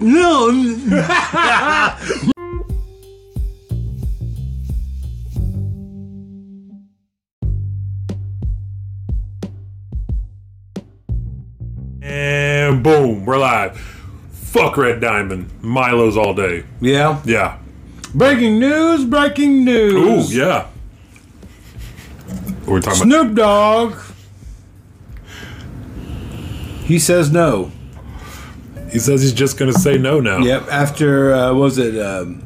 No. And boom, we're live. Fuck Red Diamond. Milo's all day. yeah. Yeah. Breaking news, breaking Ooh, news. yeah. We're talking Snoop Dogg. He says no. about. He says he's just going to say no now. Yep. After uh, what was it um,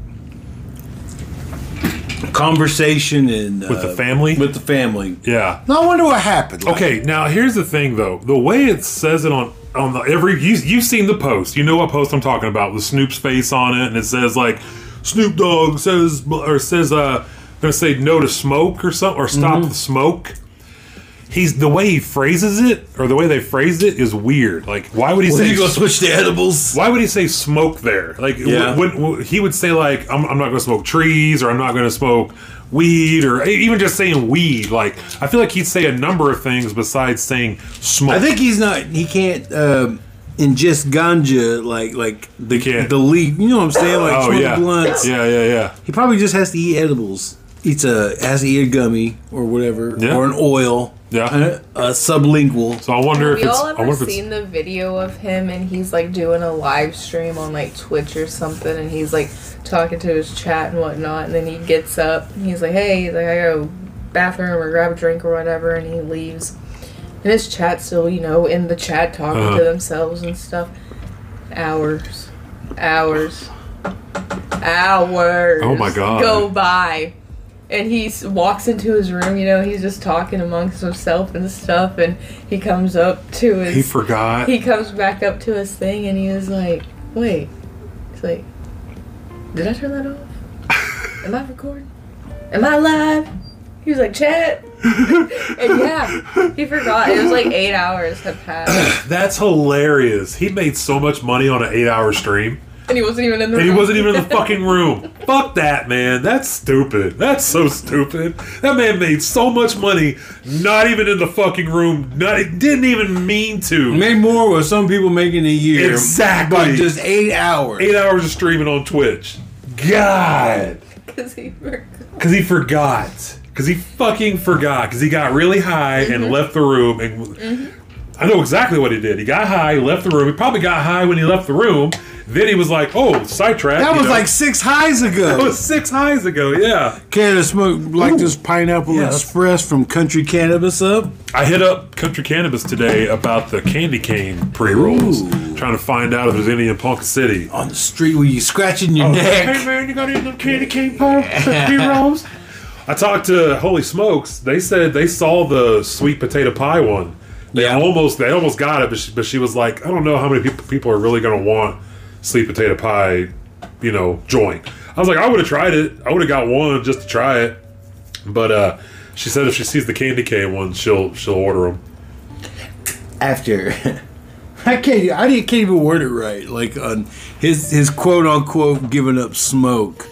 conversation and uh, With the family? With the family. Yeah. Now I wonder what happened. Like, Okay, now here's the thing though. The way it says it on on the every you you've seen the post. You know what post I'm talking about with Snoop's face on it and it says like Snoop Dogg says or says uh going to say no to smoke or something or stop the smoke. He's the way he phrases it or the way they phrased it is weird. Like why would he Well, say you gonna switch to edibles? why would he say smoke there? Like, Yeah. would, would, he would say like, I'm, I'm not going to smoke trees, or I'm not going to smoke weed, or e-, even just saying weed. Like, I feel like he'd say a number of things besides saying smoke. I think he's not. He can't um, ingest ganja like like the can't. the leaf. You know what I'm saying? Like oh smoke yeah, blunts. yeah, yeah, yeah. He probably just has to eat edibles. Eats a has to eat a gummy or whatever Yeah. or an oil. Yeah. A, a sublingual. So I wonder Have if you it's. all I ever wonder if seen it's. the video of him and he's like doing a live stream on like Twitch or something and he's like talking to his chat and whatnot and then he gets up and he's like, Hey, he's like I gotta go bathroom or grab a drink or whatever and he leaves. And his chat's still, you know, in the chat talking Uh-huh. to themselves and stuff. Hours. Hours. Hours. Oh my God. Go by. And he s- walks into his room, you know, he's just talking amongst himself and stuff. And he comes up to his. He forgot. He comes back up to his thing and he was like, wait. He's like, did I turn that off? Am I recording? Am I live? He was like, chat. and yeah, he forgot. It was like eight hours had passed. That's hilarious. He made so much money on an eight-hour stream, And he wasn't even in the and room. he wasn't even in the fucking room. Fuck that, man. That's stupid. That's so stupid. That man made so much money, not even in the fucking room. Not. It didn't even mean to. Made more what some people make in a year. Exactly. By just eight hours. eight hours of streaming on Twitch. God, 'Cause he forgot. because he forgot. Because he fucking forgot. Because he got really high and Mm-hmm. left the room. And I know exactly what he did. He got high, left the room. He probably got high when he left the room. Then he was like, "Oh, sidetrack." That you was know. like six highs That ago. was six highs ago. Yeah, Can I smoke like this pineapple Yeah. express from Country Cannabis up? I hit up Country Cannabis today about the candy cane pre rolls. Ooh. Trying to find out if there's any in Ponca City. On the street where you scratching your Hey neck. man, you got any of them candy cane pop pre rolls? I talked to Holy Smokes. They said they saw the sweet potato pie one. They Yeah. almost they almost got it, but she, but she was like, I don't know how many people people are really gonna want sweet potato pie, you know, joint. I was like, I would have tried it. I would have got one just to try it. But uh, she said if she sees the candy cane one, she'll she'll order them. After I can't I didn't, can't even word it right. Like on his his quote unquote giving up smoke.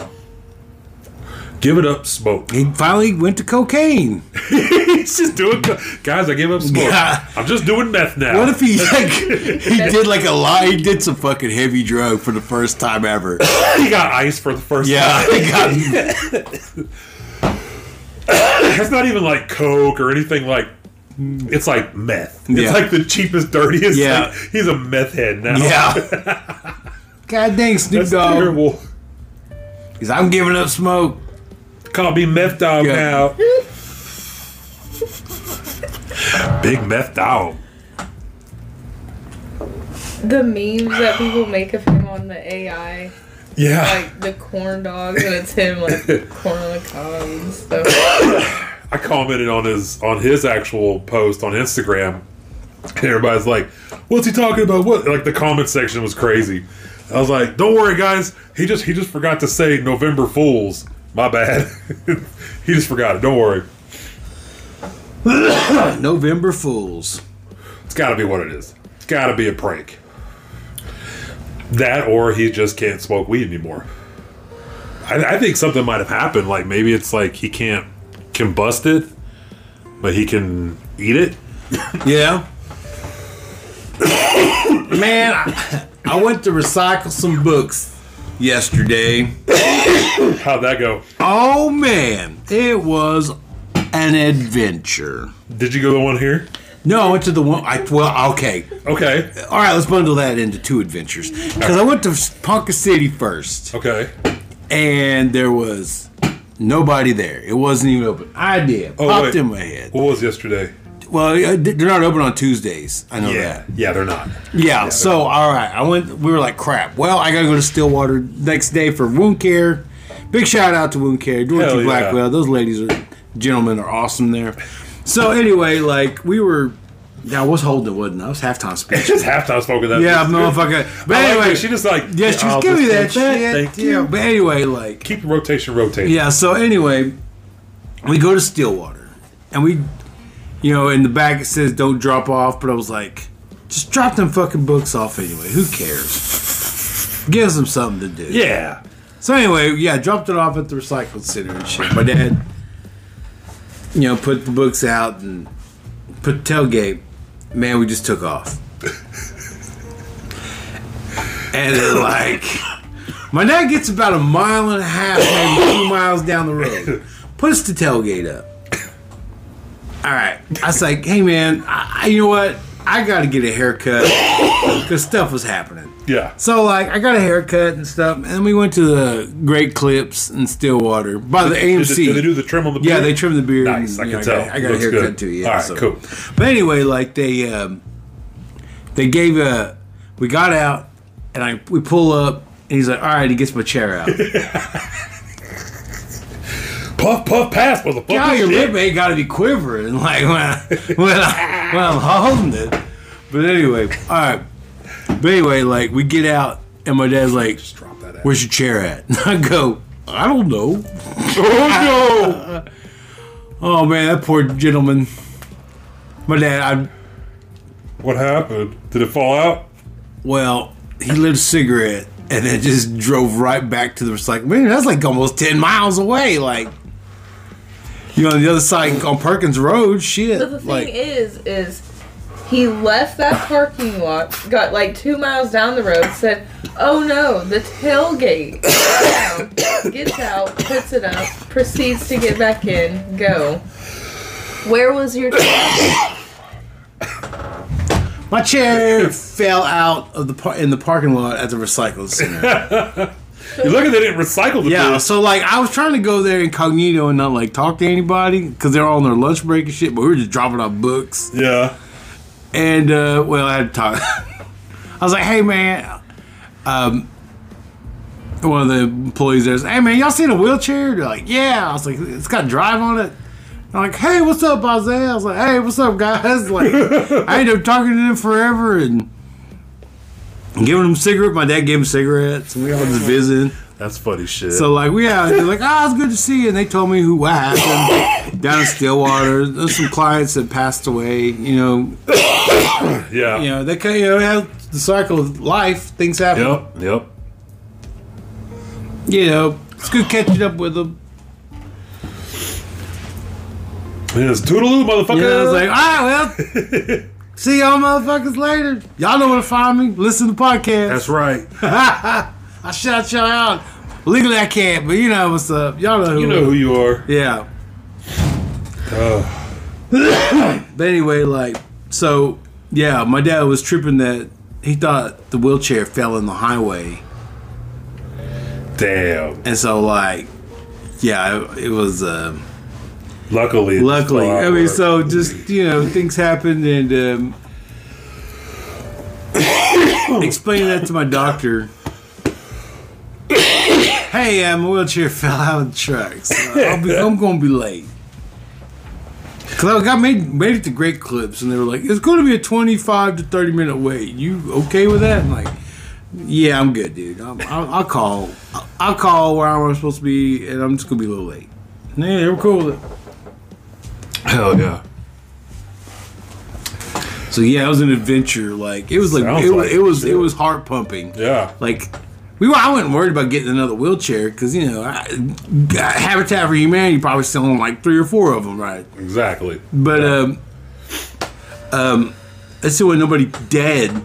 Give it up, smoke. He finally went to cocaine. He's just doing co- guys. I give up smoke. Yeah. I'm just doing meth now. What if he like he did like a lie? He did some fucking heavy drug for the first time ever. he got ice for the first time? Yeah, he got It's not even like coke or anything like. mm, It's like meth. It's Yeah. like the cheapest, dirtiest. Yeah. like, he's a meth head now. yeah. God dang Snoop that's Dogg. terrible. He's I'm giving up smoke. Call me meth dog Yeah. now. Big meth dog. The memes that people make of him on the AI, Yeah, like the corn dogs, and it's him like corn on the cob and stuff. I commented on his on his actual post on Instagram. And everybody's like, "What's he talking about?" What? Like the comment section was crazy. I was like, "Don't worry, guys. He just he just forgot to say November Fools. My bad. he just forgot it. Don't worry." November Fools. It's got to be what it is. It's got to be a prank. That or he just can't smoke weed anymore. I, I think something might have happened. Like maybe it's like he can't combust it, but he can eat it. Yeah. Man, I, I went to recycle some books yesterday. How'd that go? Oh man, it was an adventure. Did you go to the one here? No, I went to the one. I well, okay, Okay. all right. Let's bundle that into two adventures because I went to Ponca City first, Okay. and there was nobody there. It wasn't even open. I did Oh, popped wait. in my head. What was yesterday? Well, uh, they're not open on Tuesdays. I know that. Yeah, they're not. Yeah, so all right, I went. We were like, crap. Well, I gotta go to Stillwater next day for wound care. Big shout out to wound care, Hell Dorothy yeah. Blackwell. Those ladies are gentlemen are awesome there. So anyway, like we were. Now I was holding it, wasn't I? I was halftime speech. Just halftime spoken that. yeah, motherfucker. But I like anyway, that. she just like yeah, she was I'll giving me that just- shit. Thank yeah, you. But anyway, like Keep the rotation rotating. yeah, so anyway, we go to Stillwater and we, you know, in the back it says don't drop off, but I was like, just drop them fucking books off anyway. Who cares? Gives them something to do. Yeah. So anyway, yeah, dropped it off at the recycling center and shit. My dad, you know, put the books out and put the tailgate. Man, we just took off. and then like, my dad gets about a mile and a half, maybe two miles down the road, puts the tailgate up. All right, I was like, hey man, I, I- you know what? I got to get a haircut because stuff was happening. Yeah. So like I got a haircut and stuff, and then we went to the Great Clips in Stillwater by the Did, AMC. did they do the trim on the? yeah, beard? they trimmed the beard. Nice, and, I you can know, tell. I got a Looks haircut good. too. Yeah. All right, so- cool. But anyway, like they um, they gave a we got out and I we pull up and he's like, all right, he gets my chair out. Puff puff pass motherfucker. God, your Oh, Shit. lip ain't got to be quivering like when I, when, I, when I'm holding it. But anyway, all right. But anyway, like we get out and my dad's like, Just drop that. Out. Where's your chair at? And I go, I don't know. oh Oh man, that poor gentleman. My dad, I no! What happened? Did it fall out? well, he lit a cigarette and then just drove right back to the recycling. Man, that's like almost ten miles away. Like, you know, on the other side on Perkins Road, shit. But the thing like, is, is he left that parking lot, got like two miles down the road, said, "Oh no, the tailgate." down, gets out, puts it up, proceeds to get back in, go. Where was your tail? my chair fell out of the par- in the parking lot at the recycling center. You look at they didn't recycle the yeah, beard. so like I was trying to go there incognito and not like talk to anybody because they're on their lunch break and shit, but we were just dropping off books. Yeah. And uh, well, I had to talk. I was like, "Hey, man." Um, one of the employees there's, "Hey, man, y'all seen a wheelchair?" They're like, "Yeah." I was like, "It's got drive on it." I'm like, "Hey, what's up, Isaiah?" I was like, "Hey, what's up, guys?" Like, I ain't been talking to them forever and giving them cigarettes. My dad gave them cigarettes, and we all just visiting. That's funny shit. So like we out, they're like, ah, it's good to see you. And they told me who what happened down in Stillwater. There's some clients that passed away. You know, yeah. you know, they kind of you know, have the cycle of life. Things happen. Yep. Yep. You know, it's good catching up with them. Yeah, it's toodaloo, motherfucker. You know, it's like, all right, well, see y'all motherfuckers later. Y'all know where to find me. Listen to the podcast. That's right. I shout y'all out. Legally, I can't, but you know what's up. Y'all know who. You know who you are. Yeah. Uh, But anyway, like, so, yeah, my dad was tripping that he thought the wheelchair fell in the highway. damn. And so, like, yeah, it, it was. Uh, Luckily. it's Luckily, fine. I mean, so just you know, things happened, and um, explaining that to my doctor. hey, uh, my wheelchair fell out of the truck, so I'll be, I'm going to be late. Cause I got made made it to Great Clips, and they were like, "It's going to be a 25 to 30 minute wait. You okay with that?" I'm like, "Yeah, I'm good, dude. I'm, I'll, I'll call. I'll- I'll call where I'm supposed to be, and I'm just gonna be a little late." Yeah, they were cool with it. Hell yeah. So yeah, it was an adventure. Like it was like Sounds it, was like it was shit. it was heart pumping. Yeah. Like we were, I wasn't worried about getting another wheelchair because you know I, I- Habitat for Humanity probably selling like three or four of them, right? Exactly. But um, um, that's the way nobody dead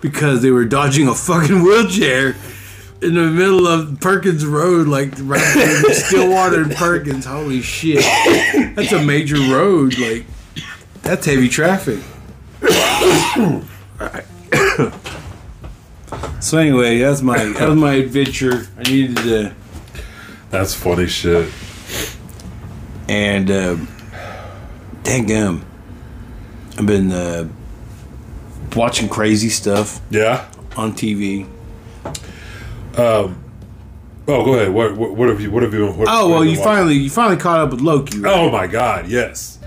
because they were dodging a fucking wheelchair in the middle of Perkins Road, like right between Stillwater and Perkins. Holy shit, that's a major road. Like that's heavy traffic. Alright. So anyway, that's my that was my adventure. I needed to, That's funny shit. and um, dang um, I've been uh, watching crazy stuff Yeah. on TV. Oh, go ahead. What, what, what have you? What have you been? What, Oh what well, have you watching? finally you finally caught up with Loki. Right? Oh my god, yes,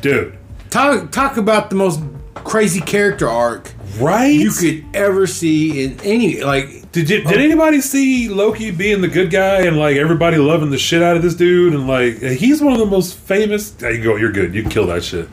dude. Talk talk about the most crazy character arc Right? you could oh. ever see in any like. Did you, did anybody see Loki being the good guy and like everybody loving the shit out of this dude and like he's one of the most famous. There you go. You're good. You can kill that shit.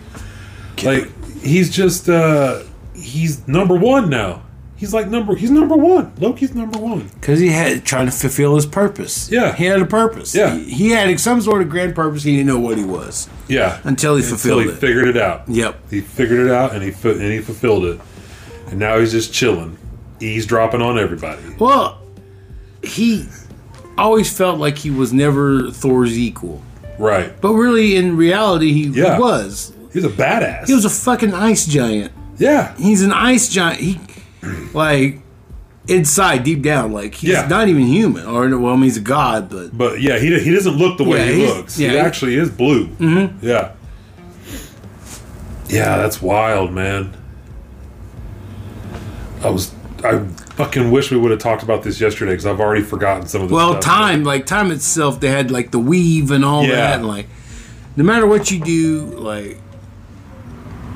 Like he's just uh he's number one now. He's like number. He's number one. Loki's number one. Because he had trying to fulfill his purpose. Yeah. he had a purpose. Yeah. he, he had some sort of grand purpose. He didn't know what he was Yeah. until he Until fulfilled he it. figured it out. Yep. He figured it out and he fu- and he fulfilled it. And now he's just chilling, eavesdropping on everybody. Well, he always felt like he was never Thor's equal, Right. but really, in reality, he Yeah. was. He's a badass. He was a fucking ice giant. yeah. he's an ice giant. He, like, inside, deep down, like he's Yeah. not even human. Or well, I mean, he's a god, but But yeah, he, he doesn't look the way Yeah, he he's- looks. yeah, he he- actually is blue. Mm-hmm. Yeah. Yeah, that's wild, man. I was I fucking wish we would have talked about this yesterday because I've already forgotten some of the well, stuff. time, like time itself, they had like the weave and all Yeah. that, and like, no matter what you do, like,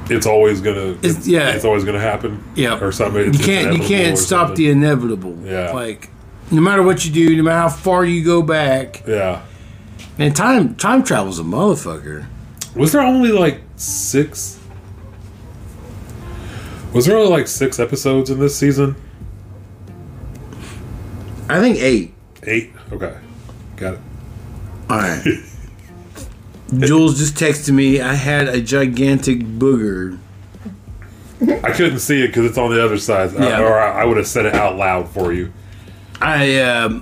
It's always gonna. It's- yeah. It's always gonna happen. yeah, Or something. you can't, you can't stop the inevitable. Yeah. like. No matter what you do, no matter how far you go back, the. Yeah. man, time time travel's a motherfucker. Was there only like six? Was there only like six episodes in this season? I think eight. Eight. Okay. Got it. All right. Jules just texted me. I had a gigantic booger. I couldn't see it because it's on the other side, I- Yeah. or I, I would have said it out loud for you. I um,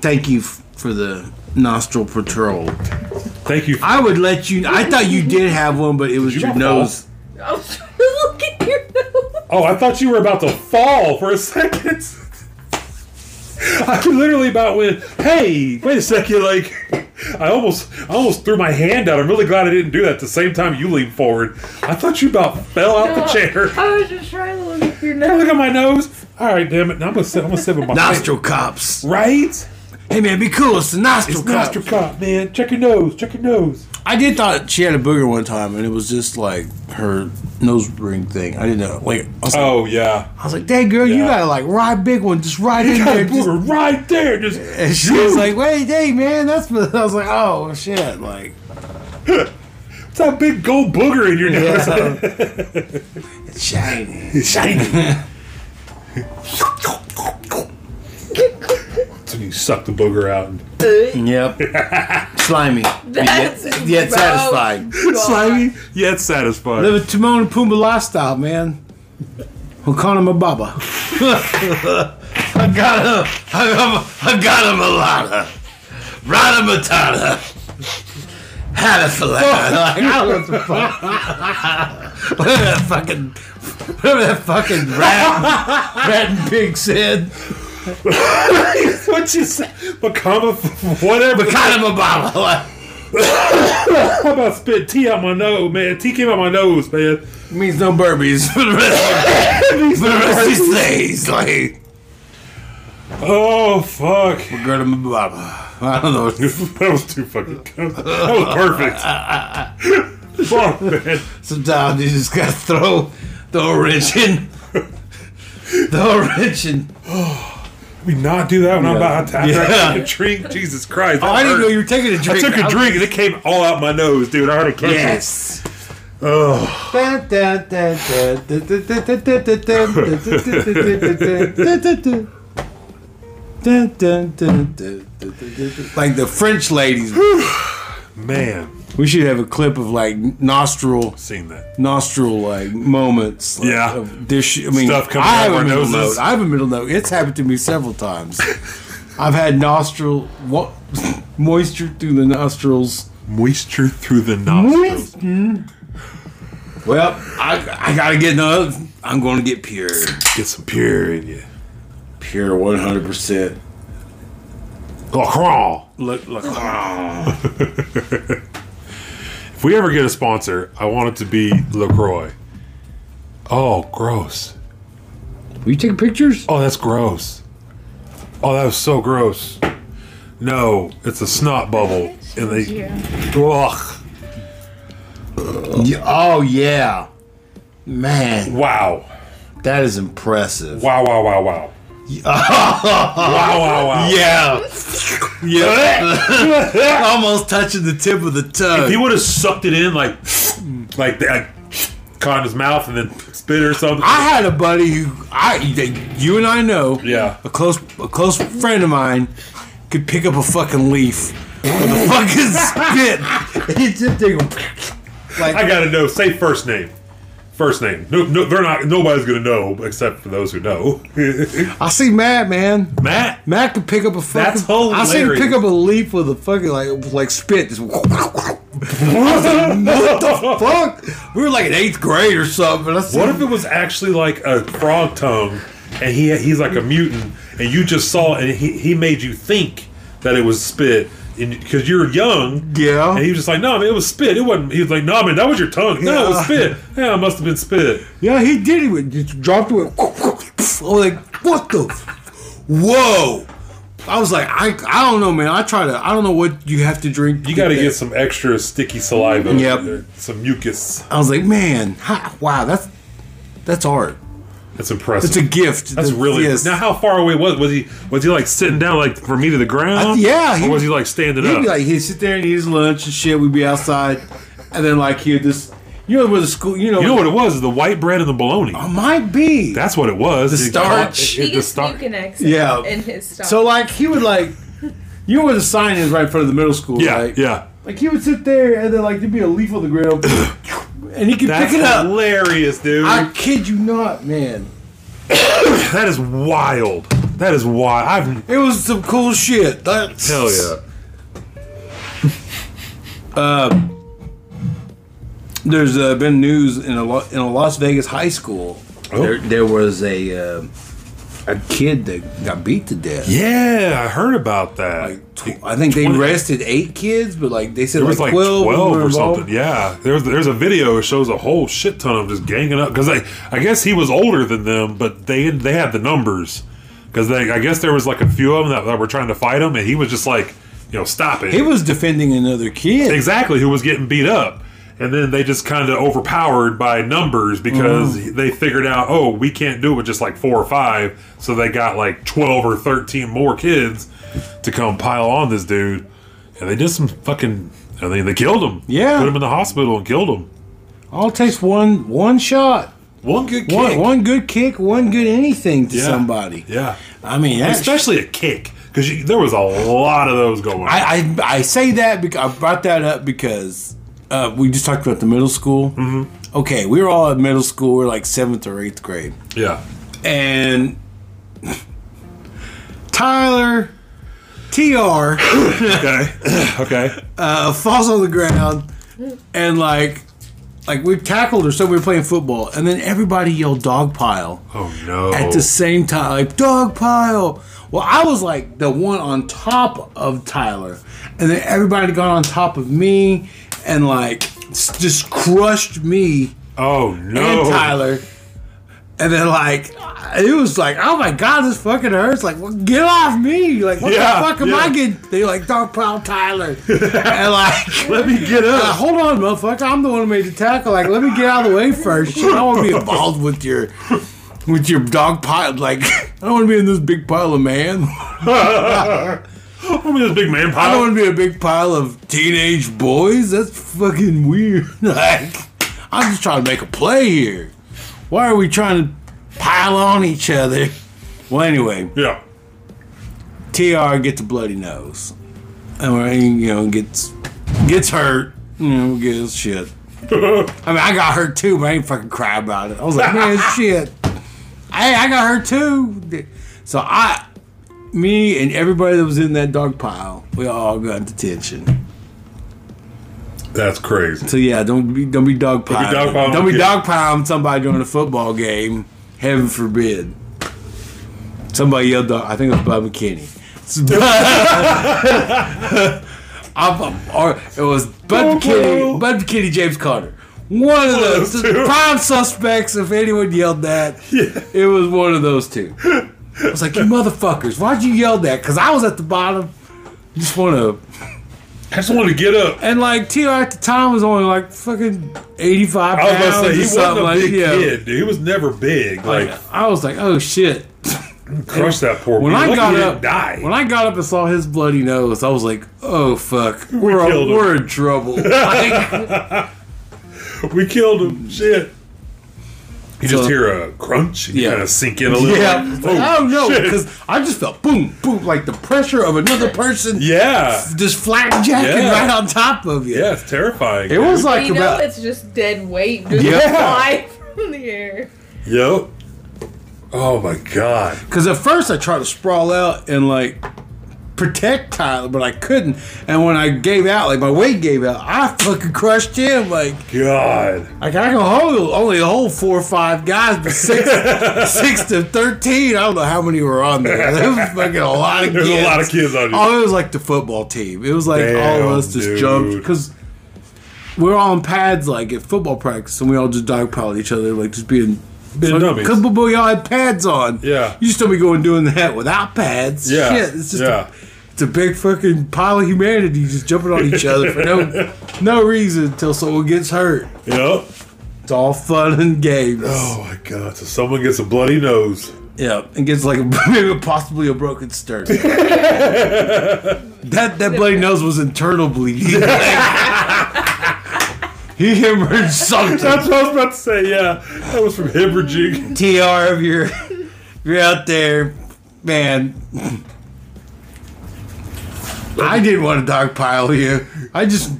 thank you f- for the nostril patrol. Thank you. I would let you. I thought you did have one, but it was you your not nose. I was trying to look at your nose. oh, I thought you were about to fall for a second. I literally about went, hey, wait a second, like I almost I almost threw my hand out. I'm really glad I didn't do that at the same time you leaned forward. I thought you about fell out the chair. I was just trying to look at your nose. Look at my nose. Alright, damn it. Now I'm gonna sit I'm gonna sit with my Nostril cops. Right? Hey man, be cool. It's the nostril cops. Nostril cop, man. Check your nose, check your nose. I did thought she had a booger one time, and it was just like her nose ring thing. I didn't know. Like I was like, Oh yeah. I was like "Dang, girl, you Yeah. got to like ride big one, just right in there." we Just, were right there, just and she was like, "Wait, hey man, that's." what-" I was like, "Oh shit!" Like It's that big gold booger in your nose. it's shiny. Shiny. so you suck the booger out. And, Yep. Slimy. That's yet, yet gross. satisfying. God. Slimy. yeah, it's satisfying. Live a Timon and Pumbaa lifestyle, man. Hakana Mababa. I got him. I got him. I got him a lotta. Rada Matata. Had a fillet. Like, I don't know what the fuck. Whatever that fucking, whatever that fucking rat, rat and pig said. what you say? Become a f- whatever. Hakana Mababa. Like, How about spit tea out my nose, man? Tea came out my nose, man. means no burpees for the rest of, for the rest of his days. Like, Oh fuck! Greta Mababa. I don't know. that was too fucking. That was perfect. fuck, man. Sometimes you just gotta throw throw a wrench in. throw a wrench in. We not do that when I'm about to Yeah. Oh, yeah. a drink. Jesus Christ! that I didn't hurt. know you were taking a I drink. took a drink and it came all out my nose, dude. I already catch it. Yes. Oh, Dun, dun, dun, dun, dun, dun, dun, dun, dun, dun, dun, dun, dun, dun, dun, dun, dun, dun. Dun, dun, dun, dun, dun, dun, dun, dun. Like the French ladies. man. We should have a clip of like nostril Seen that. nostril like moments. Like, Yeah. of dish. I mean, Stuff coming I have out of a our middle noses. note. I have a middle note. It's happened to me several times. I've had nostril what moisture through the nostrils. Moisture through the nostrils. Well, I I gotta get another. I'm gonna get pure, Get some pure in you. pure 100. percent Lacroix. Look, look. If we ever get a sponsor, I want it to be LaCroix. Oh, gross. Will you take pictures? Oh, that's gross. Oh, that was so gross. No, it's a snot bubble. And they. Ugh. Yeah, Oh yeah, man, Wow. that is impressive. Wow, wow, wow, wow. wow, wow, wow. Yeah, yeah, almost touching the tip of the If he tongue. would have sucked it in like, like that, caught in his mouth and then spit or something. I had a buddy who I that you and I know. Yeah. a close a close friend of mine could pick up a fucking leaf with a fucking spit. He just take a- like I gotta know. Say first name. First name. No, no, they're not. Nobody's gonna know except for those who know. I see Matt, man. Matt. Matt could pick up a fucking. That's I see him hilarious. pick up a leaf with a fucking like like spit. Just I was like, what the fuck? We were like in eighth grade or something. I said, What if it was actually like a frog tongue, and he he's like a mutant, and you just saw, it, and he he made you think that it was spit, because you're young. Yeah. And he was just like, no, man, it was spit. It wasn't. He was like, no, man, that was your tongue. No, it was Yeah. spit. Yeah, it must have been spit. yeah, he did it. with- Just dropped it. With, I was like, what the? Whoa! I was like, I I don't know, man. I try to. I don't know what you have to drink. You got to get some extra sticky saliva. in Yep. there, Some mucus. I was like, man, ha, wow, that's that's art. That's impressive. It's a gift. That's really yes. now. How far away was was he? Was he like sitting down, like from me to the ground? I- yeah, he- or was he like standing He'd up? be like, he'd sit there and eat his lunch and shit. We'd be outside, and then like he'd just, you know, where the school, you know, you know what it was? The white bread and the bologna. it might be. That's what it was. The starch. He the gets starch. mucinex Yeah. in his stomach. so like he would like, you know where the sign is right in front of the middle school, Yeah, right? yeah. Like he would sit there and then like there'd be a leaf on the ground, and he could That's pick it up. hilarious, dude. I kid you not, man. that is wild. That is wild. I've It was some cool shit. That's hell yeah. Uh, There's uh, been news in a Lo- in a Las Vegas high school. Oh. There, there was a uh, a kid that got beat to death. Yeah, I heard about that. Like tw- I think they 20 arrested eight kids, but like they said, It like, was like 12, 12, were or involved. something. Yeah. There's there's a video that shows a whole shit ton of them just ganging up because I I guess he was older than them, but they they had the numbers because they I guess there was like a few of them that, that were trying to fight him, and he was just like you know stop it He was defending another kid. exactly who was getting beat up. And then they just kind of overpowered by numbers because they figured out, oh, we can't do it with just like four or five. So they got like 12 or 13 more kids to come pile on this dude. And they did some fucking. And they, they killed him. Yeah. Put him in the hospital and killed him. All it takes one one shot, One good kick. one one good kick, one good anything to Yeah. somebody. Yeah. I mean, that's, Especially a kick because there was a lot of those going on. I, I I say that because I brought that up because uh, we just talked about the middle school. Mm-hmm. Okay, we were all at middle school. We are like seventh or eighth grade. yeah. and Tyler TR Okay. okay. uh, falls on the ground and like like we tackled or so we were playing football and then everybody yelled dog pile Oh, no. at the same time like dog pile well I was like the one on top of Tyler and then everybody got on top of me and like s- just crushed me oh, no. and Tyler. And then like it was like, oh my god, this fucking hurts. Like, well, get off me! Like, what Yeah, the fuck am yeah. I getting? They like dog pile Tyler, and like, Let me get uh, up. hold on, motherfucker, I'm the one who made the tackle. Like, let me get out of the way first. Shit, I don't want to be involved with your with your dog pile. Like, I don't want to be in this big pile of man. Hold me this big man I pile. don't want to be a big pile of teenage boys. That's fucking weird. Like, I'm just trying to make a play here. Why are we trying to pile on each other? Well, anyway, Yeah. Tr gets a bloody nose, and we're- he, you know gets gets hurt, You know, we get this shit. I mean, I got hurt too, but I ain't fucking cry about it. I was like, man, shit. Hey, I got hurt too. So I, me, and everybody that was in that dog pile, we all got detention. That's crazy. So yeah, don't be don't be dog piling. dog piling, Don't be yeah. dog piling somebody during a football game. Heaven forbid. Somebody yelled. Dog, I think it was Bob McKinney. I'm- I'm- or it was Bud Dog McKinney, pile. Bud McKinney, James Carter. One of One of those those two. prime suspects. If anyone yelled that, it was one of those two. I was like, you motherfuckers, why'd you yell that? Because I was at the bottom. Just want to I just wanted to get up. and like T.R. at the time was only like fucking 85 I pounds was about to say or he wasn't something a like big yeah. kid, dude. He was never big. Like, Like, I was like, oh shit. crush that poor. When boy. I Lucky got he didn't up, die. when I got up and saw his bloody nose, I was like, oh fuck, we are killed him. we're in trouble. Like, we killed him. Shit. You just So- hear a crunch. And Yeah. You kind of sink in a little. yeah, like, oh, I don't know shit. because oh, I just felt boom, boom, like the pressure of another person Yeah. just flat jacking Yeah. right on top of you. Yeah, it's terrifying. It was like you know about it's just dead weight just Yeah. fly from the air. Yep. Oh my god. Because at first I tried to sprawl out and like protect Tyler, but I couldn't. And when I gave out, like my weight gave out, I fucking crushed him. Like, God. like I can hold only hold four or five guys, but six, six to thirteen. I don't know how many were on there. There was fucking a lot of There's kids. a lot of kids on you. Oh, it was like the football team. It was like all Damn, of us just dude. jumped because we're all on pads like at football practice, and we all just dogpiled each other, like just being. Being dummies. Because boy, y'all had pads on. Yeah. You still be going doing that without pads. Yeah, Shit, it's just yeah. a, it's a big fucking pile of humanity just jumping on each other for no no reason until someone gets hurt. Yep. It's all fun and games. Oh my god. So someone gets a bloody nose. Yeah, and gets like maybe possibly a broken stern. that that bloody nose was internal bleeding. he hemorrhaged something. That's what I was about to say. Yeah, that was from hemorrhaging. Tr, if you're if you're out there, man. I didn't want to dogpile you. I just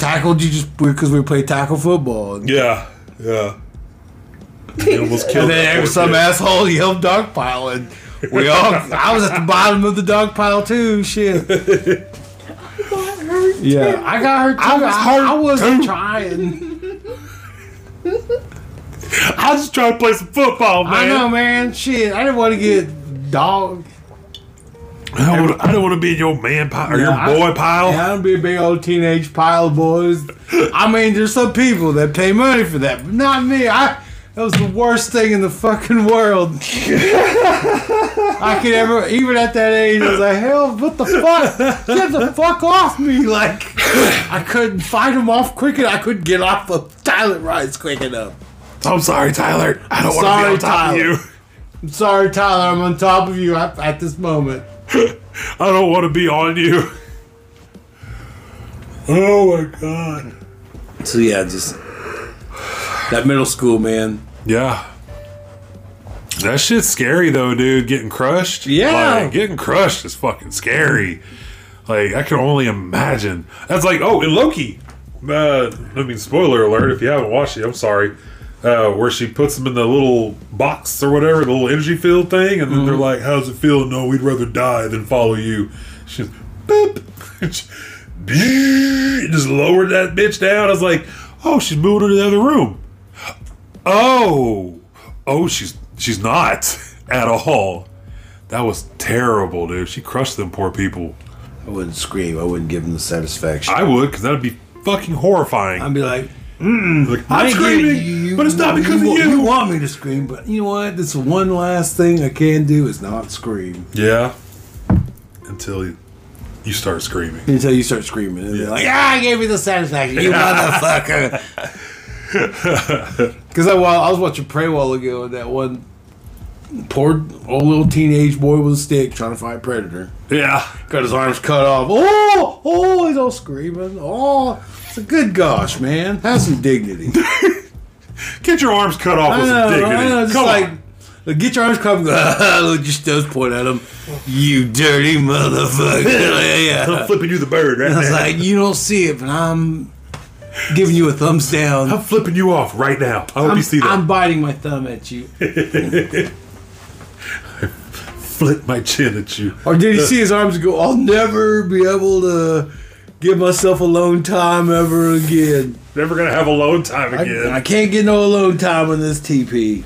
tackled you just because we played tackle football. And Yeah. Yeah. He almost killed. then that there was poor some kid. asshole yelled dogpile, and we all. I was at the bottom of the dogpile too. Shit. Got hurt. Yeah, I got her. Too. I was hurt. I wasn't trying. I was just trying to play some football, man. I know, man. Shit, I didn't want to get dog. I don't, wanna- I don't want to be in your man pile or Yeah, your boy I, pile. Yeah, I'd be a big old teenage pile of boys. I mean, there's some people that pay money for that, but not me. I. That was the worst thing in the fucking world. I could ever, even at that age, I was like, hell, what the fuck? Get the fuck off me. Like, I couldn't fight him off quick enough. I couldn't get off of Tyler Rice quick enough. I'm sorry, Tyler. I don't want to Sorry, be on top Tyler. of you. Sorry, Tyler, I'm on top of you at, at this moment. I don't want to be on you. Oh my god. So yeah, just that middle school man. Yeah. That shit's scary though, dude. Getting crushed. Yeah. Like, getting crushed is fucking scary. Like, I can only imagine. That's like, oh, and Loki. Uh, I mean, spoiler alert if you haven't watched it, I'm sorry. Uh, where she puts them in the little box or whatever, the little energy field thing, and then they're like, how's it feel? No, we'd rather die than follow you. She's boop. Just lowered that bitch down. I was like, oh, she's moved her to the other room. Oh, oh, she's she's not at all. That was terrible, dude. She crushed them poor people. I wouldn't scream. I wouldn't give him the satisfaction. I would, because that'd be fucking horrifying. I'd be like, Like, I'm I get screaming, it. You- but it's not because you, of you. want me to scream, but you know what? This one last thing I can do is not scream Yeah, until you, you start screaming. until you start screaming. And they're Yeah. like, ah, I gave you the satisfaction, you motherfucker. Because I, wa- I was watching Prey a while ago, and that one poor old little teenage boy with a stick trying to fight Predator. Yeah, Got his arms cut off. Oh, oh, he's all screaming. Oh, it's a good gosh, man. Have some dignity. get your arms cut off I with know, some dignity. I know. Just Come like, on. like, get your arms cut off and go, look, just those point at him. You dirty motherfucker. yeah. I'm flipping you the bird right I was now. like, you don't see it, but I'm giving you a thumbs down. I'm flipping you off right now. I hope I'm, you see that. I'm biting my thumb at you. Flip my chin at you. Or did he see his arms and go, I'll never be able to give myself alone time ever again. Never gonna have alone time I, again. I can't get no alone time in this TP.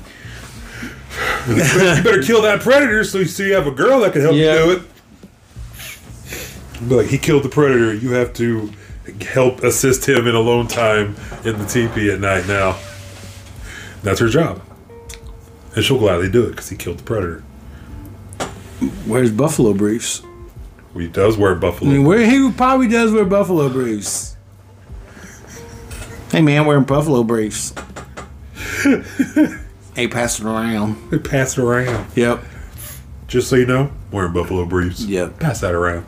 you better kill that predator so you, so you have a girl that can help Yeah. you do it. But like, he killed the predator. You have to help assist him in alone time in the teepee at night now. That's her job. And she'll gladly do it because he killed the predator. Wears buffalo briefs. Well, He does wear buffalo. I mean, where he probably does wear buffalo briefs. Hey man, wearing buffalo briefs. hey, pass it around. They pass it around. Yep. Just so you know, wearing buffalo briefs. Yeah. Pass that around.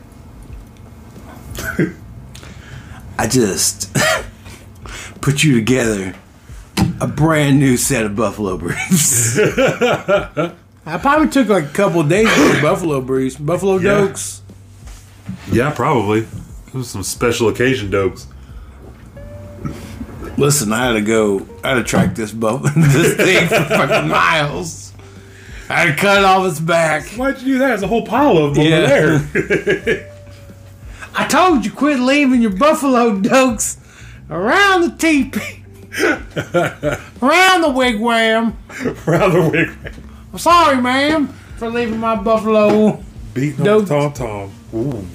I just put you together a brand new set of buffalo briefs. I probably took like a couple of days for buffalo briefs, buffalo Yeah. dokes. Yeah, probably. It was some special occasion dopes. Listen, I had to go. I had to track this buff- this thing for fucking miles. I had to cut it off its back. Why'd you do that? There's a whole pile of them Yeah. over there. I told you quit leaving your buffalo dokes around the teepee, around the wigwam. Around the wig. I'm sorry, ma'am, for leaving my buffalo. Beating on Nope. Tom Tom. Ooh. Tom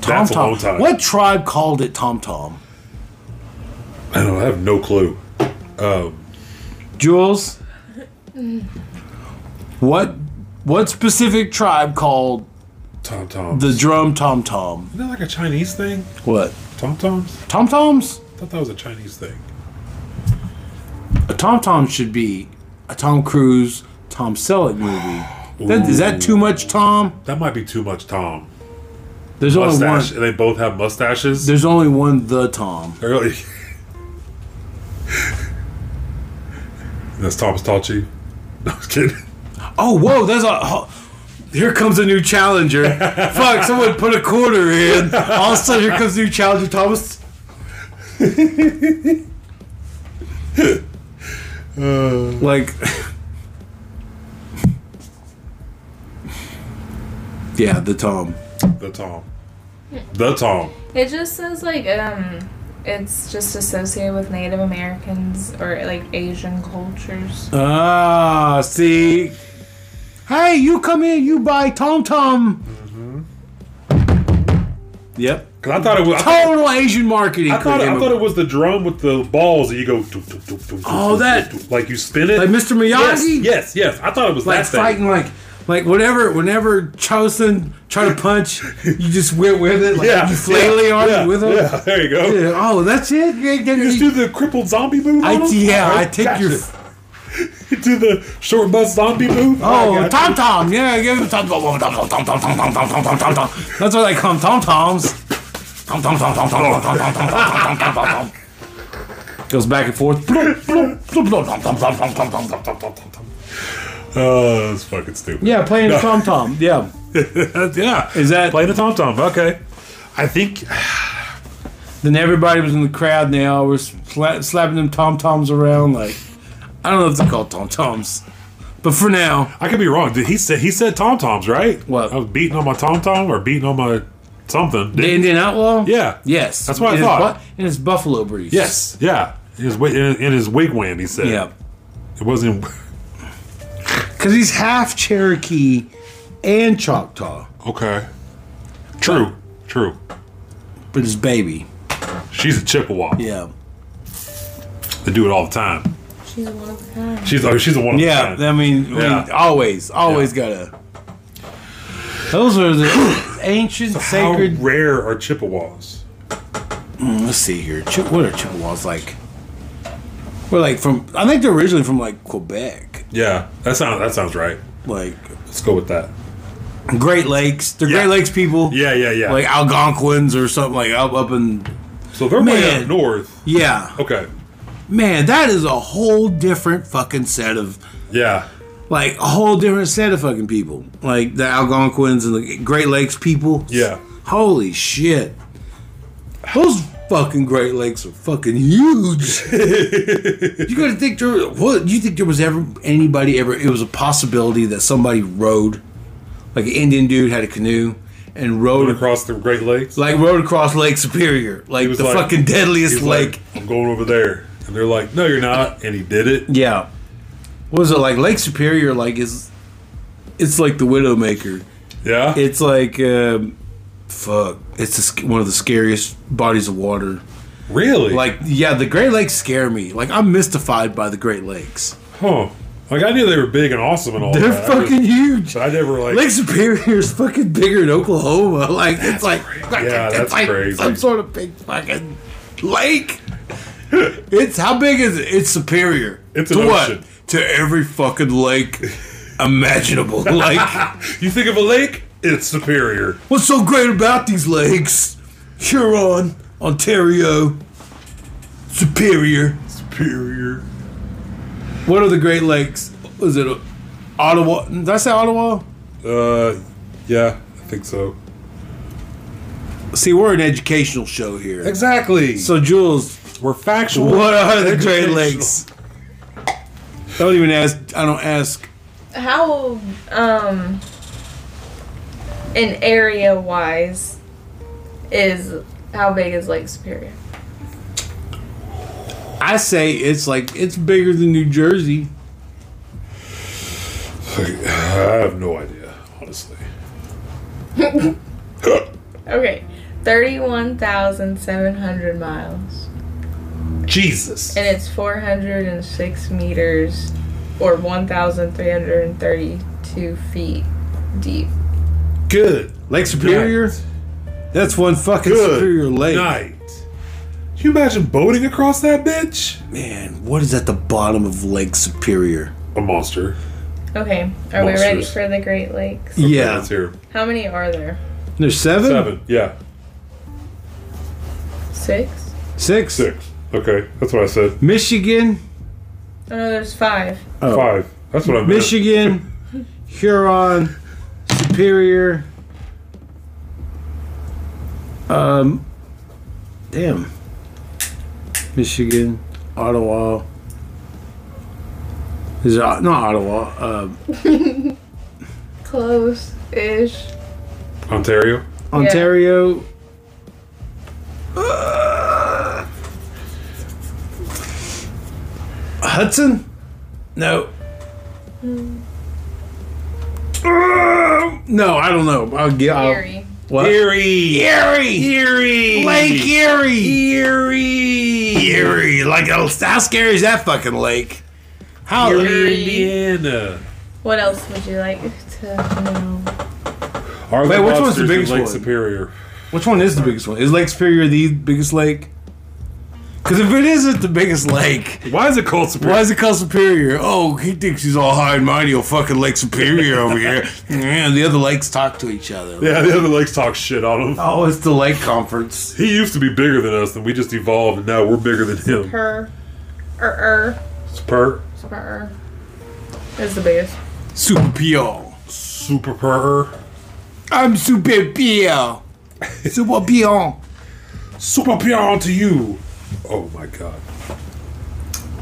That's a long Tom. time. What tribe called it Tom Tom? I don't. I have no clue. Um, Jules. What what specific tribe called Tom Tom. the drum Tom Tom? Isn't that like a Chinese thing? What Tom Toms. Tom Toms? I thought that was a Chinese thing. A Tom Tom should be a Tom Cruise, Tom Selleck movie. That, is that too much, Tom? That might be too much Tom. There's only Oh, one. Mustache. And they both have mustaches. There's only one the Tom. They're really- That's Thomas Talchi. No, I'm just kidding. Oh, whoa, there's a. oh, here comes a new challenger. Fuck, someone put a quarter in. All of a sudden, here comes a new challenger, Thomas. like. yeah, the Tom. The Tom. The Tom. It just says like um, it's just associated with Native Americans or like Asian cultures. Ah, see. Hey, you come in, you buy Tom Tom. Mm-hmm. Yep. Cause I thought it was. I thought, Total Asian marketing. I thought, could it, give I a- thought it was the drum with the balls that you go. doop, doop, doop, doop, Oh, doop, that- doop, doop, like you spin it. like Mr. Miyagi, Yes, yes, yes. I thought it was like that thing. fighting, like like whatever. Whenever Chosen tried to punch, you just went with it. Like, Yeah, you flaily armed yeah, with him. Yeah, there you go. Yeah, Oh, that's it. Yeah, then You just you- do the crippled zombie move. I, on him? yeah, Alright, I take gotcha. your. You do the short bus zombie move. Oh, I Oh, Tom Tom. Yeah, give him Tom Tom Tom Tom Tom Tom Tom Tom Tom Tom Tom Tom Tom. That's why they call them Tom Toms. Tom Tom Tom Tom Tom Tom Tom Tom Tom Tom Tom Tom Tom Tom. Goes back and forth. Bloop, bloop, bloop, bloop, Tom, Tom, Tom, Tom, Tom, Tom, Tom. got you. Oh, that's fucking stupid. Yeah, playing the Tom Tom. Yeah. Yeah, yeah. Is that- play the tom tom? Okay, I think Then everybody was in the crowd. Now we're sla- slapping them tom toms around. Like I don't know if they're called tom toms, but for now, I could be wrong. Did he said he said tom toms right? What? I was beating on my tom tom or beating on my something. the didn't- Indian outlaw. yeah. Yes. That's what I In his thought. bu- in his buffalo briefs. Yes. Yeah. In his, wi- in, in his wigwam, he said. Yeah. It wasn't. Because he's half Cherokee and Choctaw, Okay. True. True. but his baby. She's a Chippewa. Yeah. They do it all the time. She's one of a kind. She's oh, she's a one of Yeah. a I mean, I Yeah. mean, always, always gotta. Those are the ancient How sacred. rare are Chippewas? Let's see here. Chi- What are Chippewas like? We're like from. I think they're originally from like Quebec. Yeah, that sounds that sounds right. Like Let's go with that. Great Lakes. They're Yeah. Great Lakes people. Yeah, yeah, yeah. Like Algonquins or something like up up in so they're way man. up north. Yeah. Okay. Man, that is a whole different fucking set of Yeah. like a whole different set of fucking people. Like the Algonquins and the Great Lakes people. Yeah. Holy shit. Those fucking Great Lakes are fucking huge. you gotta think there what you think there was ever anybody ever it was a possibility that somebody rowed like an Indian dude had a canoe and rowed across, across the Great Lakes. like rowed across Lake Superior. Like was the like- fucking deadliest He's lake. like, I'm going over there. And they're like, no, you're not. And he did it. yeah. What was it like Lake Superior like is it's like the Widowmaker. Yeah. It's like um, fuck. It's the, sc- one of the scariest bodies of water. really? Like yeah, the Great Lakes scare me. Like I'm mystified by the Great Lakes. huh. Like, I knew they were big and awesome and all They're that. I just- fucking huge. but I never, like, Lake Superior is fucking bigger in Oklahoma. Like it's like, like, Yeah, it's that's like crazy. some sort of big fucking lake. it's how big is it? It's superior. It's to an what? ocean. To every fucking lake imaginable. like you think of a lake, it's superior. what's so great about these lakes? Huron, Ontario, Superior. Superior. What are the Great Lakes? Was it Ottawa? Did I say Ottawa? Uh, yeah, I think so. See, we're an educational show here. Exactly. So Jules, we're factual. What are the Great Educational. Lakes? Don't even ask. I don't ask. How, um, in area wise, is how big is Lake Superior? I say it's like it's bigger than New Jersey. I have no idea, honestly. Okay, 31,700 miles. Jesus. And it's 406 meters or 1,332 feet deep. Good. Lake Superior. That's one fucking Good Superior Lake. night. Can you imagine boating across that bitch? Man, what is at the bottom of Lake Superior? A monster. Okay, are we ready Monsters. for the Great Lakes? Yeah, That's here. How many are there? there's seven, Seven. Yeah. Six? six. Six. Okay. That's what I said. Michigan, Oh no, there's five. Oh. Five. That's what I meant. Michigan, Huron, Superior. Um, damn. Michigan, Ottawa. Is it, not Ottawa? Uh, Close ish. Ontario. Ontario. Uh, Hudson? No. Uh, no, I don't know. I'll Oh. get. I'll, Erie. what? Erie. Erie. Erie. Lake Erie. Erie. Erie. Like, oh, how scary is that fucking lake? How? Erie, Indiana. What else would you like to know? Are Wait, which one's the lobsters in biggest Lake one? Superior. Which one is the biggest one? Is Lake Superior the biggest lake? Because if it isn't the biggest lake, Why is it called Superior? Why is it called Superior? Oh, he thinks he's all high and mighty on fucking Lake Superior over here. Yeah, the other lakes talk to each other. Yeah, the other lakes talk shit on him. Oh, it's the lake conference. He used to be bigger than us, and we just evolved, and now we're bigger than him. Per. Er, er. Spur. Super er. Is the biggest. Super Pio. Super purr. I'm Super Pio. Super Pio. Super pure to you. Oh my god.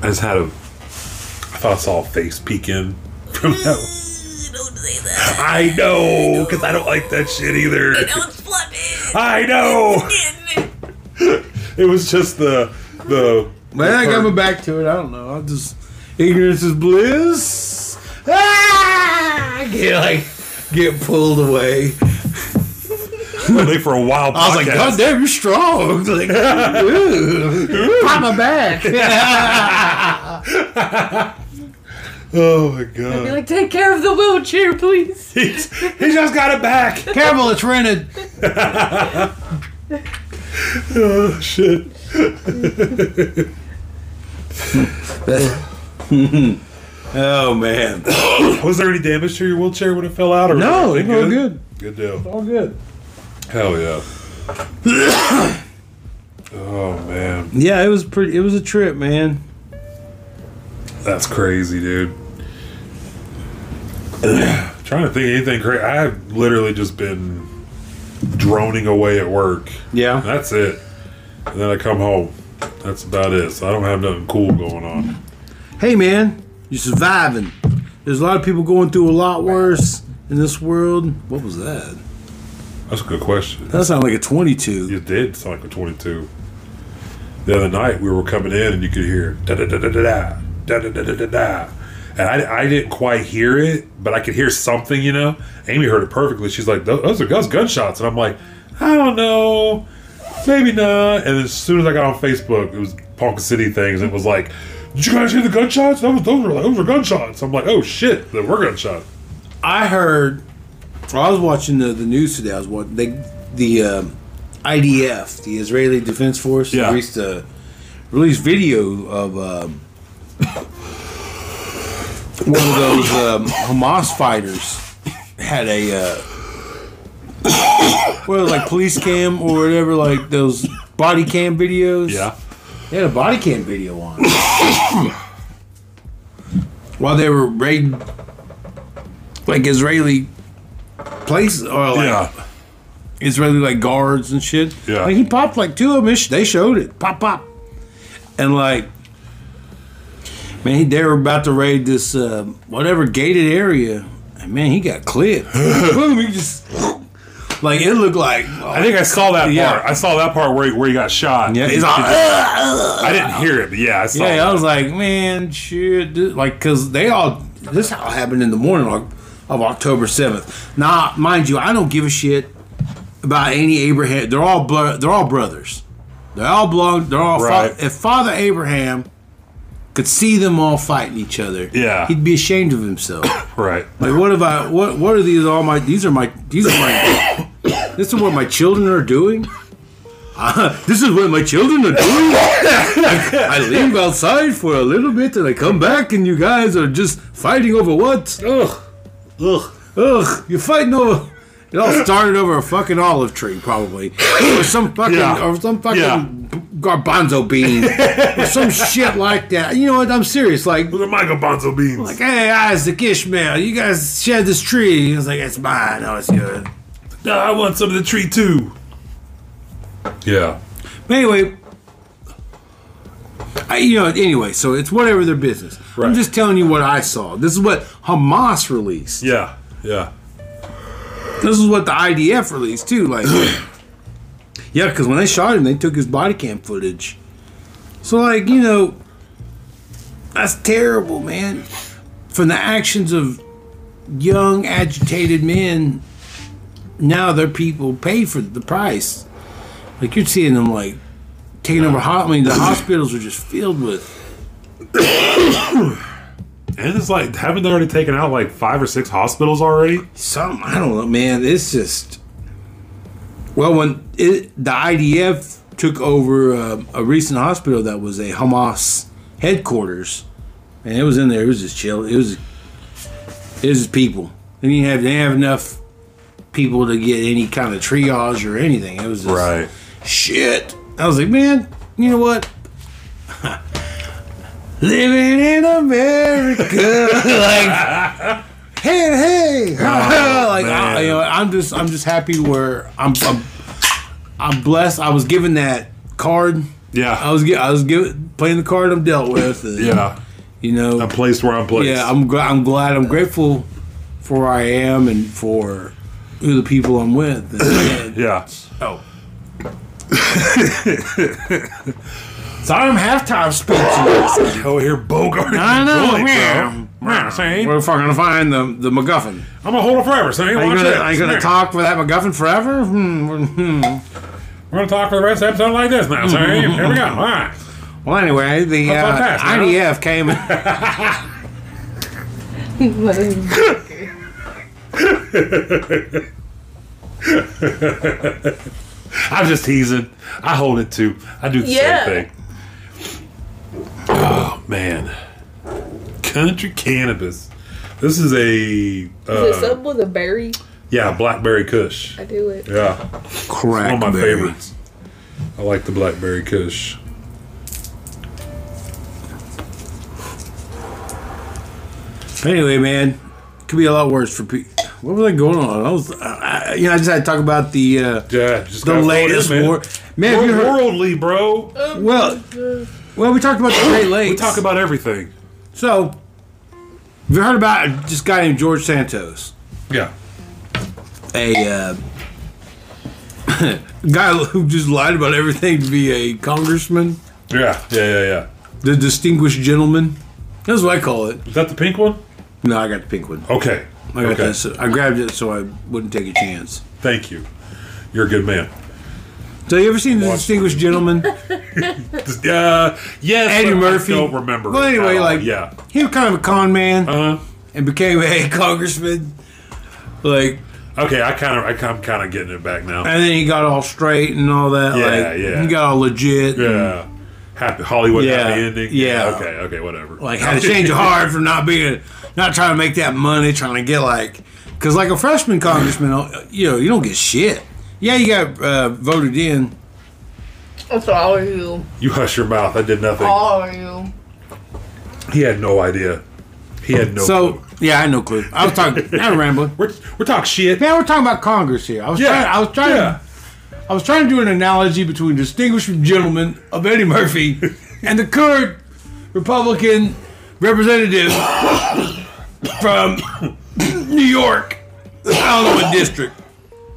I just had a. I thought I saw a face peek in from that. Don't say that. I know, because I don't like that shit either. flip it. I know. It was just the the. Man, I coming back to it. I don't know. I just ignorance is bliss. Ah! I Get like get pulled away. They for a while. I was like, podcast. God damn, you're strong. Like, ooh, pop my back. Oh my Be god. like, take care of the wheelchair, please. He's, he just got it back. Careful, it's rented. Oh shit. Oh man. Was there any damage to your wheelchair when it fell out? Or No, everything it's all good. Good deal. All good. Hell yeah. oh man, Yeah, it was pretty. It was a trip, man. that's crazy, dude. Trying to think of anything crazy. I've literally just been droning away at work. Yeah. That's it. and then I come home. That's about it. So I don't have nothing cool going on. Hey, man, you're surviving. There's a lot of people going through a lot worse in this world. What was that? That's a good question. That sounded like a 22. You did sound like a 22. The other night we were coming in and you could hear da da da da da da da da da da da, and I, I didn't quite hear it, but I could hear something. You know, Amy heard it perfectly. She's like, "Tho- "Those are those gunshots," and I'm like, "I don't know, maybe not." And as soon as I got on Facebook, it was Ponca City things. And it was like, "Did you guys hear the gunshots? That was those were those were gunshots." I'm like, "Oh shit, they were gunshots." I heard. I was watching the, the news today. I was watching they, the um, IDF, the Israeli Defense Force, Yeah. released a released video of um, one of those um, Hamas fighters had a uh, well, like police cam or whatever, like those body cam videos. They had a body cam video on. While they were raiding like Israeli places or like yeah, Israeli like guards and shit. Yeah. Like he popped like two of them. They showed it. Pop pop. And like man, he- they were about to raid this uh, whatever gated area. And man, he got clipped. Boom, he just like it looked like I think I saw that Yeah. part. I saw that part where he, where he got shot. yeah, he's He- all, he- I didn't hear it, but yeah, I saw. Yeah, I it. was like, man, shit, dude. like, cause they all this all happened in the morning of, of October seventh. Now, mind you, I don't give a shit about any Abraham. They're all bro- they're all brothers. They all belong. They're all fa- Right. if Father Abraham could see them all fighting each other, Yeah. he'd be ashamed of himself. right. Like what have I? What what are these? All my these are my these are my. this is what my children are doing. Uh, this is what my children are doing. I, I leave outside for a little bit and I come back and you guys are just fighting over what? Ugh, ugh, ugh! You're fighting over. It all started over a fucking olive tree, probably, or some fucking, Yeah. or some fucking Yeah. garbanzo bean, or some shit like that. You know what? I'm serious. Like Look at Michael Bonzo beans. like, hey, Isaac Ishmael, you guys shared this tree. He was like, it's mine. No, it's yours. no, I want some of the tree too. Yeah. But anyway, I, you know, anyway, so it's whatever their business. Right. I'm just telling you what I saw. This is what Hamas released. Yeah. Yeah. This is what the IDF released, too. Like, yeah, because when they shot him, they took his body cam footage. So, like, you know, that's terrible, man. From the actions of young, agitated men, now their people pay for the price. Like, you're seeing them, like, taking over hot. I mean, the hospitals are just filled with. And it's like, haven't they already taken out like five or six hospitals already? some I don't know, man. It's just well, when it, the IDF took over um a recent hospital that was a Hamas headquarters, and it was in there. It was just chill. It was it was just people. They didn't have they didn't have enough people to get any kind of triage or anything. It was just, shit. I was like, man, you know what? Living in America, like hey, hey, like I, Oh, man. you know, I'm just, I'm just happy where I'm, I'm, I'm blessed. I was given that card. Yeah. I was, gi- I was given playing the card I'm dealt with. and, yeah. you know, I'm placed where I'm placed. yeah, I'm, gl- I'm glad, I'm grateful for where I am and for who the people I'm with. And, and- yeah. Oh. so I'm halftime speeches. Go here, Bogart. I know, Joint, man. bro. Man, see? We're fucking gonna find the the MacGuffin. I'm gonna hold it forever. See? Are you Watch gonna, it. are you See? gonna talk for that MacGuffin forever? Hmm. hmm. We're gonna talk for the rest of the episode like this now. See? here we go. All right. Well, anyway, the That's uh, not fast, man. IDF came. I What is I'm just teasing. I hold it too. I do the Yeah. same thing. Oh man, country cannabis. This is a this uh, up with a berry? yeah blackberry Kush. I do it. Yeah, crack. one of my baby. favorites. I like the blackberry Kush. Anyway, man, could be a lot worse for people. What was I going on? I was. I, I, you know, I just had to talk about the uh, Yeah, the just gotta throw it in, latest man. war. Man, have We're you heard, worldly, bro. well, well, we talked about the Great Lakes. We talk about everything. so. Have you heard about this guy named George Santos? Yeah. a uh, guy who just lied about everything to be a congressman, Yeah. Yeah. Yeah. Yeah. the distinguished gentleman. That's what I call it. Is that the pink one? No, I got the pink one. Okay. I got okay. that. So I grabbed it so I wouldn't take a chance. Thank you. You're a good man. So you ever seen the Watch distinguished gentleman, Just, Uh, yes. Eddie but Murphy? I don't remember. Well, it at anyway, all. like yeah. he was kind of a con man Uh and became a congressman. Like, huh. Okay. I kind of. I'm kind of getting it back now. and then he got all straight and all that. Yeah, like, yeah. He got all legit. Yeah. Happy Hollywood Yeah, happy ending. yeah. Okay. Okay. Whatever. like had to change of heart for not being not trying to make that money trying to get like because like a freshman congressman uh, you know you don't get shit yeah you got uh, voted in That's all of you. you hush your mouth. I did nothing. All of you. He had no idea. He had no. so clue. yeah i had no clue i was talking i'm rambling we're we're talking shit. man we're talking about congress here i was Yeah, trying i was trying yeah. i was trying to do an analogy between distinguished gentleman of eddie murphy and the current republican representative from new york i don't know what district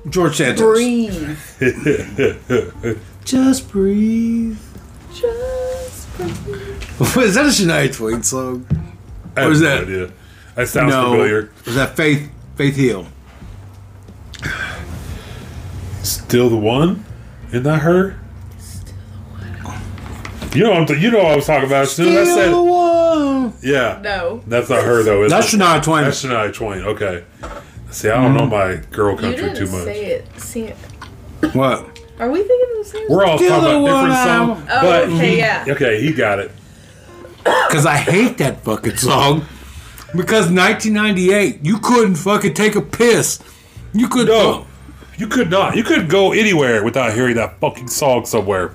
george santos Breathe. Just breathe. Just breathe. Is that a Shania Twain song? I What was have no that? idea. That sounds familiar. Was that Faith Faith Hill? Still the one? Isn't that her? You know, what I'm t- you know what I was talking about. As soon as I Still the said, one. yeah, No. that's not her though. Is That's it? Shania Twain. That's Shania Twain. Okay. See, I don't know my girl Mm-hmm. You country didn't too much. say it. See it. What? Are we thinking of the same We're all Still talking the about different one songs, I'm- Oh, but okay, he- yeah. okay, he got it. Because I hate that fucking song. Because 1998, you couldn't fucking take a piss. You could No, you could not. You could go anywhere without hearing that fucking song somewhere.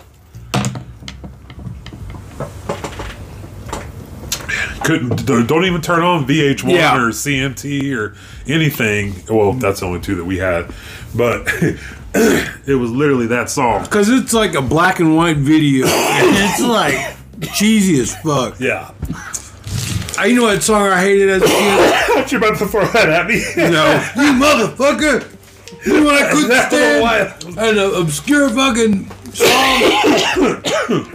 Couldn't. don't- Don't even turn on VH1 Yeah. or CMT or anything. Well, that's the only two that we had, but it was literally that song. Because it's like a black and white video. and it's like cheesy as fuck. Yeah. I you know what song I hated as a kid? You're about to throw that at me. No. you motherfucker! You know what I couldn't That's the stand? one. an obscure fucking song.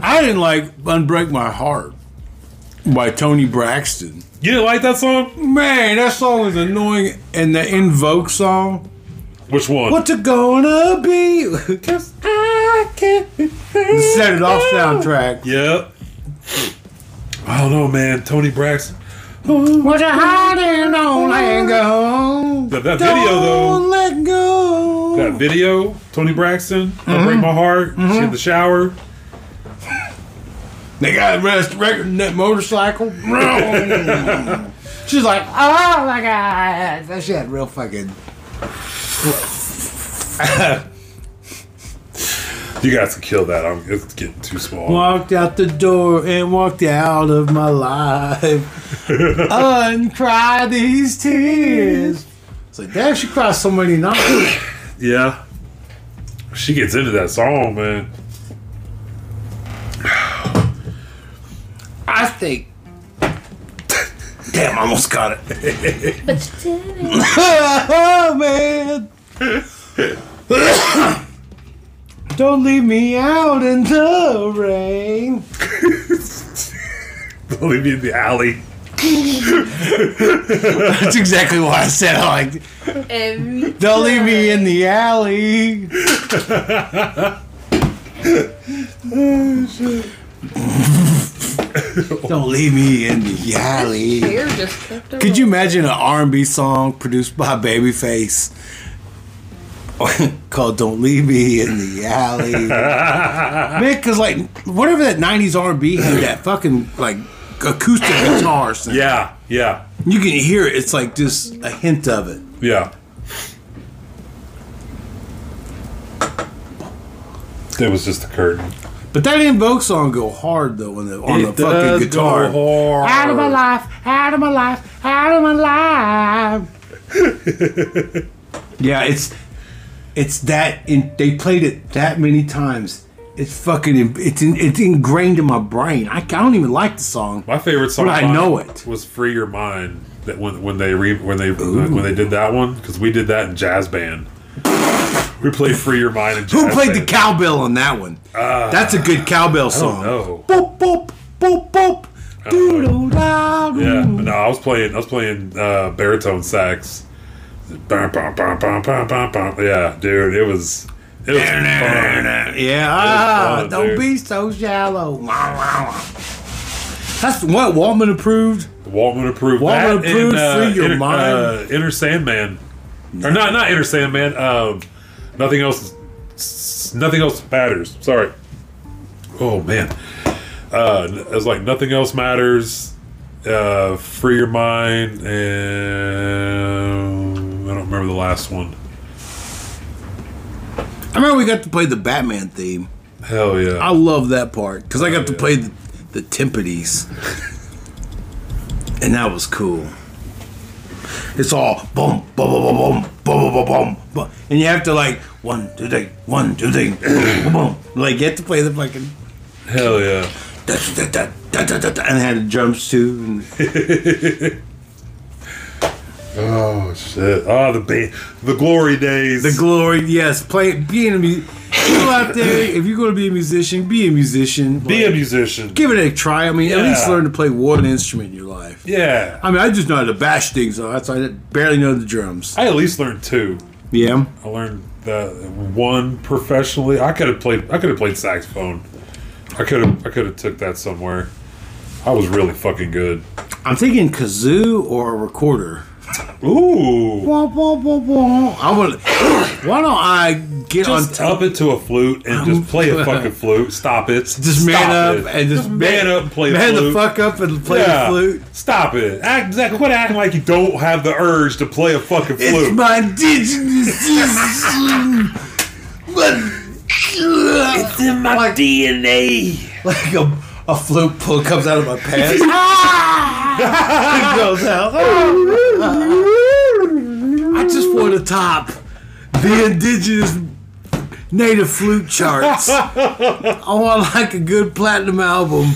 I didn't like "Unbreak My Heart" by Tony Braxton. You didn't like that song? Man, that song is annoying. And the Invoke song, Which one? "What's it gonna be?" Cause I can't be the set it off soundtrack. Yep. I don't know, man. Tony Braxton. What you hiding? Don't let go. But that video, though- Don't let go. that video, Tony Braxton, Mm-hmm. "Don't Break My Heart," she in the shower. They got a rest record that motorcycle. She's like, oh my god, that shit had real fucking. You guys can kill that. I'm, it's getting too small. Walked out the door and walked out of my life. Uncry these tears. It's like, damn, she cried so many nights. Yeah, she gets into that song, man. I think. Damn, I almost got it. But you didn't. oh man. Don't leave me out in the rain. Leave me in the alley. That's exactly what I said. I'm Like, Every don't leave me in the alley. don't leave me in the alley. Hair just kept her. Could you imagine an R&B song produced by Babyface called "Don't Leave Me in the Alley"? Man, because like whatever that '90s R&B had, that fucking like acoustic guitar sound. Yeah, yeah, You can hear it. It's like just a hint of it. yeah. It was just the curtain. But that invoke song go hard though on the on the fucking guitar. Out of my life, out of my life, out of my life. yeah, it's It's that in they played it that many times. It's fucking in- it's in, it's ingrained in my brain. I, I don't even like the song. My favorite song, But I by- know it. was "Free Your Mind." That when when they re, when they when they did that one because we did that in jazz band. We played "Free Your Mind" in jazz Who played the band. cowbell on that one? That's a good cowbell song. know. Boop boop boop boop. Doodle da Yeah, doo. but no, I was playing. I was playing uh, baritone sax. Bum, bum, bum, bum, bum, bum, bum. Yeah, dude, it was it was fun. Yeah, ah, fun, don't dude. be so shallow. Wah, wah, wah. That's what Walman approved. Waltman approved. Waltman that approved, Free Your Inner, Mind. Uh, Inner Sandman, or not not Inner Sandman. Um, nothing else. s- Nothing else matters. Sorry. Oh man, uh, n- it was like nothing else matters. Uh, free your mind, and I don't remember the last one. I remember we got to play the Batman theme. Hell yeah! I love that part because I got to play the, the timpanis, and that was cool. It's all boom, boom, boom, boom, boom, boom, boom, boom, boom, and you have to like one, two, three, one, two, three, boom, boom, boom. Like you have to play the fucking Hell yeah! da, da, da, da, da, da, da, and it had the drums too. And Oh shit! Ah, the ba- the glory days. The glory, yes. Play, being a mu- go out there. If you're going to be a musician, be a musician. Be a Like, musician. give it a try. I mean, at least Yeah. learn to play one instrument in your life. yeah, I mean, I just know how to bash things. Though. That's why I barely know the drums. I at least learned two. Yeah, I learned the one professionally. I could have played. I could have played saxophone. I could have. I could have took that somewhere. I was really fucking good. I'm thinking kazoo or a recorder. Ooh. Wah, wah, wah, wah. I want. Why don't I get on? Just T- up it to a flute and just play a fucking flute. Stop it. just Stop man up it. and just, man up and play man the flute. the fuck up and play Yeah. the flute. Stop it. Act, quit acting like you don't have the urge to play a fucking flute. It's my indigenous. but It's in my DNA. like a, a flute pull comes out of my pants. it goes out. I just want to top the indigenous native flute charts. I want like a good platinum album.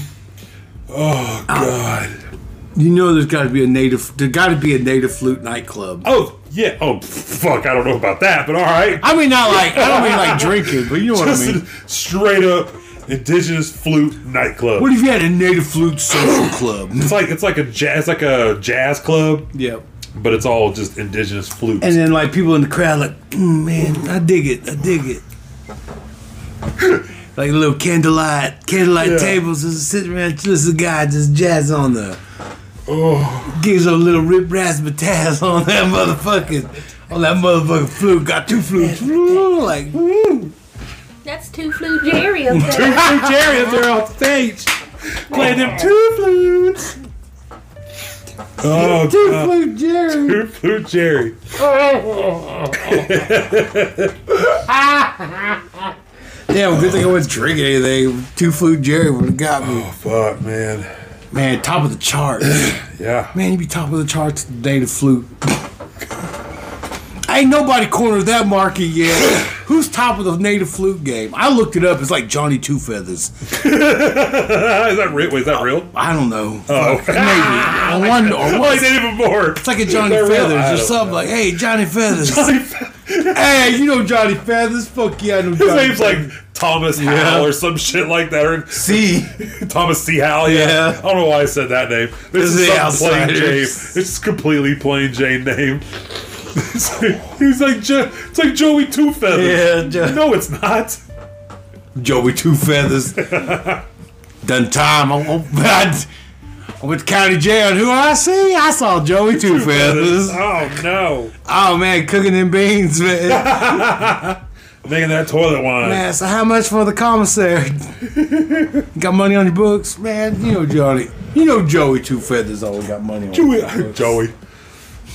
Oh God. You know, there's got to be a native. There got to be a native flute nightclub. Oh yeah. Oh fuck. I don't know about that, but all right. I mean, not like I don't mean like drinking, but you know what I Just mean. a straight up indigenous flute nightclub. What if you had a native flute social club? it's like it's like a jazz, it's like a jazz club, Yep. but it's all just indigenous flutes. And then like people in the crowd like, mm, man, I dig it, I dig it. like little candlelight, candlelight Yeah. tables, just sitting around, just a guy just jazz on the, oh, gives a little rip razzmatazz on that motherfucking, on that motherfucking flute. Got two flutes, like That's two flu Jerry up there. Jerry, they're on stage playing them two flutes, oh, two God. flute Jerry. Flute, flute Jerry. Damn, good thing I wasn't drinking anything. Two flute Jerry would have got me. Oh fuck, man. Man, top of the charts. Yeah. Man, you be top of the charts today, the flute. Ain't nobody cornered that market yet. Who's top of the native flute game? I looked it up. It's like Johnny Two Feathers. is that real? Wait, is Oh, that real? I don't know. Oh. Fuck, Maybe. Or one or I one. like that even more. It's like a Johnny Is that real? I Feathers or don't something. Like, hey, Johnny Feathers. His hey, you know Johnny Feathers? Fuck yeah, I know Johnny name's like Feathers. Thomas Howell or some shit like that, or C. Thomas C. Howell. Yeah. Yeah. I don't know why I said that name. This This is is some the plain Jane. Outsiders. It's just completely plain Jane name. It's like, he's like jo- it's like Joey Two Yeah, Feathers. Jo- no, it's not. Joey Two Feathers. Done time. I, I, I went to county jail. And who I see? I saw Joey Two Feathers. Oh no! Oh man, cooking them beans, man. Making that toilet wine. man, so how much for the commissary? got money on your books, man? You know Johnny. You know Joey Two Feathers always got money on his Joey, books. Joey,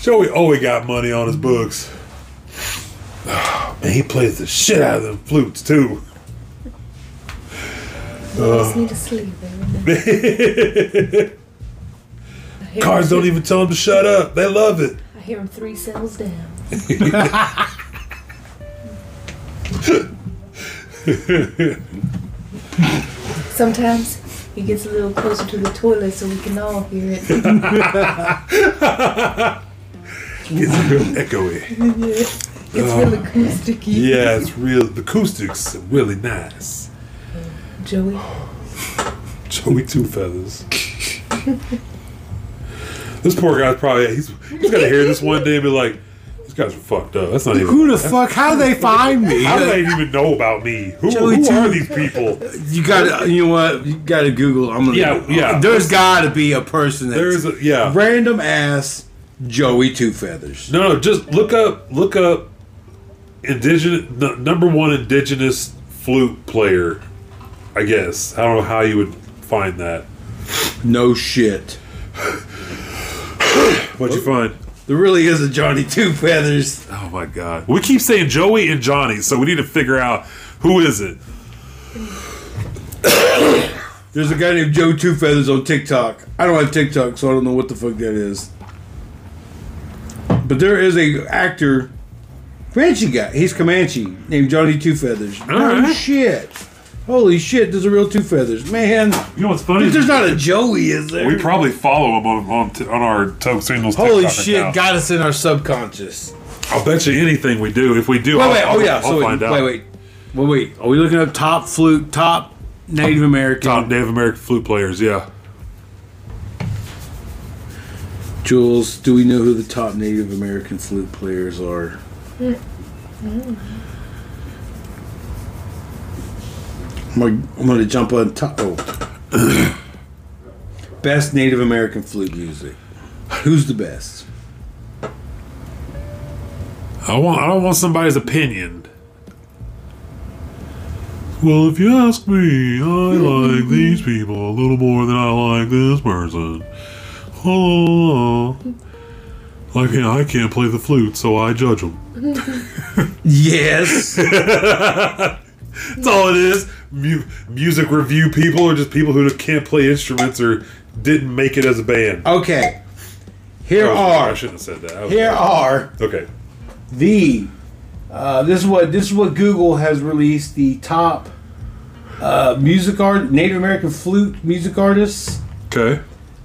Joey always got money Mm-hmm. on his books. and he plays the shit out of them flutes too. Uh. just need to sleep. I hear Cars him- don't even tell him to shut up. They love it. I hear him three cells down. Sometimes he gets a little closer to the toilet so we can all hear it. It's real echoey. It's real acousticy. Uh. Yeah, it's real. The acoustics are really nice. Joey, Joey Two Feathers. this poor guy's probably he's, he's gonna hear this one day and be like, "These guys are fucked up." That's not even. Who the fuck? How do they find me? How do they even know about me? Who, Joey who Two- are these people? You got to, you know what? You got to Google. I'm gonna. Yeah, yeah. There's got to be a person that's There's a yeah. random ass Joey Two Feathers. No, no, just look up, look up, indigenous n- number one indigenous flute player. I guess I don't know how you would find that. No shit. What'd you find? There really is a Johnny Two Feathers. Oh my god, we keep saying Joey and Johnny, so we need to figure out who is it. There's a guy named Joe Two Feathers on TikTok. I don't have TikTok, so I don't know what the fuck that is. But there is a actor, Comanche guy. He's Comanche named Johnny Two Feathers. No right. shit. Holy shit! There's a real Two Feathers, man. You know what's funny? But there's not a Joey, is there? we probably follow him on on, t- on our to- singles. Holy TikTok shit, account. got us in our subconscious. I'll bet you anything we do. If we do, Wait, I'll, wait, oh yeah, I'll so wait, find wait, out. wait, wait, wait. Are we looking up top flute, top Native American? Top Native American flute players. Yeah, Jules, do we know who the top Native American flute players are? I'm gonna, I'm gonna jump on top. Oh. best Native American flute music. Who's the best? I want. I don't want somebody's opinion. Well, if you ask me, I like these people a little more than I like this person. Oh, I can't. I can't play the flute, so I judge them. Yes. That's all it is. Mu- music review people or just people who can't play instruments or didn't make it as a band. okay. Oh, Here Oh, I are shouldn't have said that. I was- here are Okay. the uh, this is what this is what Google has released the top uh, music art Native American flute music artists Okay.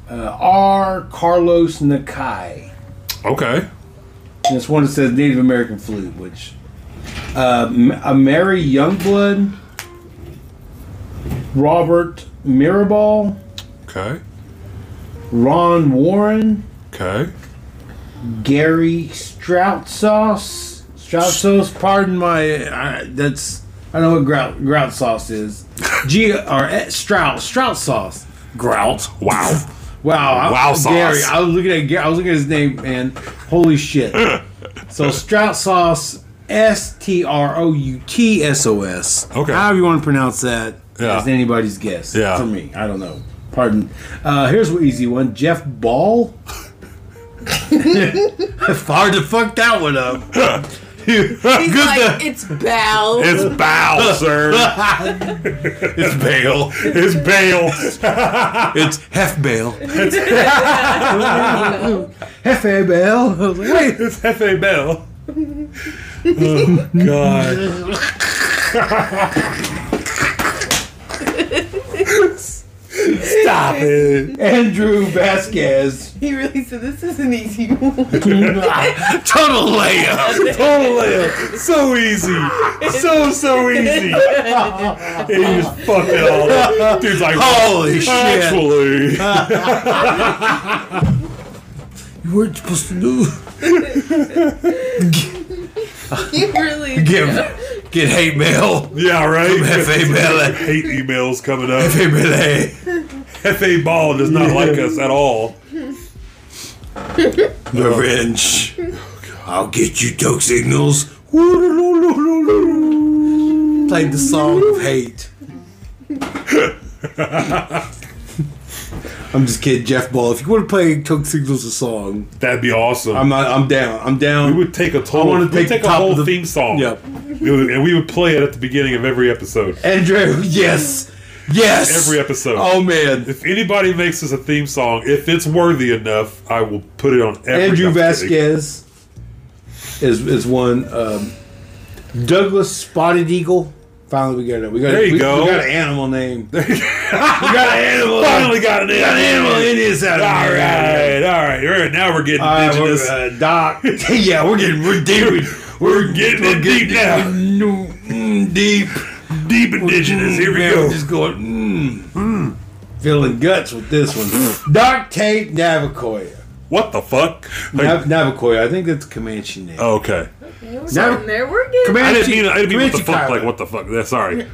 uh, are Carlos Nakai. Okay. And it's one that says Native American flute, which uh, M- uh, Mary Youngblood, Robert Mirabal, Okay. Ron Warren, Okay. Gary Strautzos. Strautzos, pardon my. I, that's I know what grout, grout sauce is. G or eh, Strauss Strauss sauce. Grout. Wow. Wow, I- Wow sauce. Gary. I was looking at Gary, I was looking at his name and holy shit. so Strauss sauce. S T R O U T S O S. Okay. However you want to pronounce that Yeah. is anybody's guess. Yeah. For me, I don't know. Pardon. Uh, here's an easy one. Jeff Ball. Hard to fuck that one up. he's like, it's Bal. It's Bow, sir. it's Bale. It's Bale. It's Hef Bale. Hefe Bale. I was like, Wait, It's Hefe Bell. Oh, God. Stop it. Andrew Vasquez. he really said, this is an easy one. Total layup. Total layup. So easy. So, so easy. and you just fucked it all up. Dude's like, Holy shit. Actually. You weren't supposed to do. he really Get, get hate mail. Yeah, right? Hefe Bell. Hate emails coming up. Hefe Bale. Hefe Ball does not like us at all. Revenge. I'll get you dope signals. Played the song of hate. I'm just kidding, Jeff Ball. If you want to play Toke Signals a song, That'd be awesome. I'm not. I'm down. I'm down. we would take a total. I wanna we'd take take, a top whole of the- theme song. Yep. We would- and we would play it at the beginning of every episode. Andrew, yes, yes. Every episode. Oh man, If anybody makes us a theme song, if it's worthy enough, I will put it on every. Andrew I'm kidding. Vasquez is is one. Um, Douglas Spotted Eagle. Finally, we got it. We got. There you we, go. We got an animal name. we got an animal. Finally got an animal. animal. It is out of All here. right, all right. We're, now we're getting All right, we're, indigenous. uh, Doc. yeah, we're getting we're deep. We're getting it deep now. Mm, deep. Deep indigenous. Here we Man, go. We're just going. Mm, Feeling guts with this Mm. one. Doc Tate Navacoya. What the fuck? Like, Nav- Navacoya. I think that's a Comanche name. okay. You were Now- getting there. We're getting Comanche- I Oh, didn't mean. I didn't mean what the Comanche fuck. Kylo. Like what the fuck? Yeah, sorry.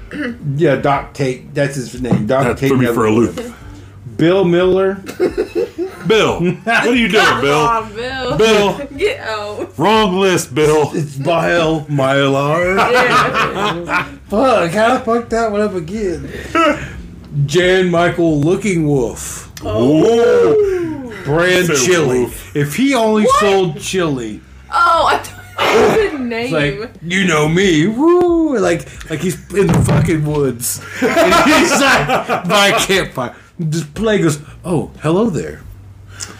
Yeah, Doc Tate. That's his name. Doc That Tate. threw me for a Navacoya. loop. Bill Miller. Bill, what are you doing, Bill? Aw, Bill. Bill, Get out. wrong list, Bill. It's Bile Mylar. Yeah. Fuck, how the fuck that one up again? Jan Michael Looking Wolf. Whoa. Brand Say chili. wolf. If he only sold chili, oh, I thought it was a it's name. like you know me, woo, like like he's in the fucking woods, and he's like by a campfire. This play goes, oh, hello there.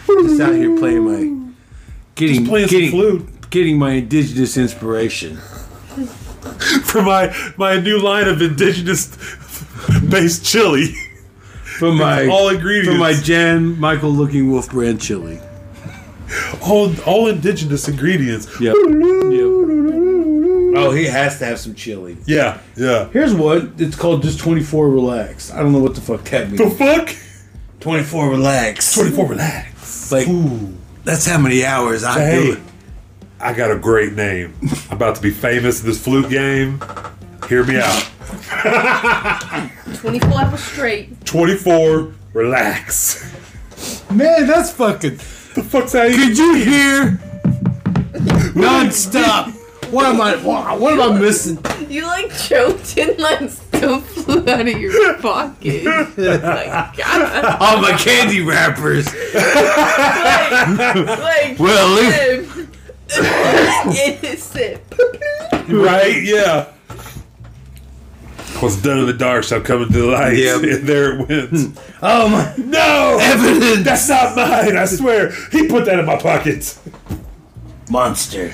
Just out here playing my, getting playing some getting flute. getting my indigenous inspiration. For my my new line of indigenous based chili. for my all ingredients. for my Jan Michael looking wolf brand chili. All all indigenous ingredients. Yep. oh, he has to have some chili. Yeah. Yeah. Here's one. It's called just 24 relax. I don't know what the fuck that The means. fuck? 24 relax. Twenty four relax. Like Ooh. that's how many hours I do Hey, it. I got a great name. I'm about to be famous in this flute game. Hear me out. 24 hours straight. 24, relax. Man, that's fucking. The fuck's that? even- Could you hear? Nonstop. What am I? What, what am I missing? You like choked and like stuff flew out of your pocket. like, God. All my candy wrappers. Like, Well, at least- innocent. innocent. Right? Yeah. What's done in the dark shall come into the light. Yep. And there it went. Oh my no! evidence. That's not mine, I swear. He put that in my pocket. Monster.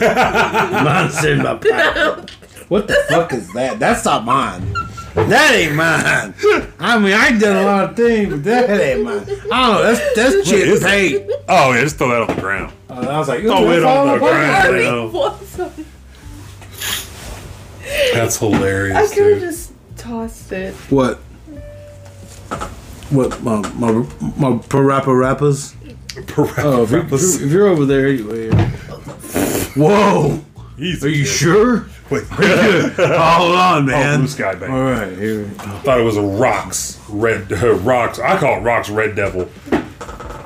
Monster in my pocket. What the fuck is that? That's not mine. That ain't mine. I mean, I done a lot of things, but that ain't mine. I don't know. That's that's is shit it? paid. Oh, yeah, just throw that on the ground. I was like, Throw it on the I ground. mean, know. what's up? That's I hilarious, could dude. have just tossed it. What? What my my my parappa rappers? Oh, if you're, if you're over there anyway. Whoa! Are you sure? Wait, Hold on, man. blue sky, baby. All right, here. I thought it was a rocks red uh, rocks. I call it rocks red devil.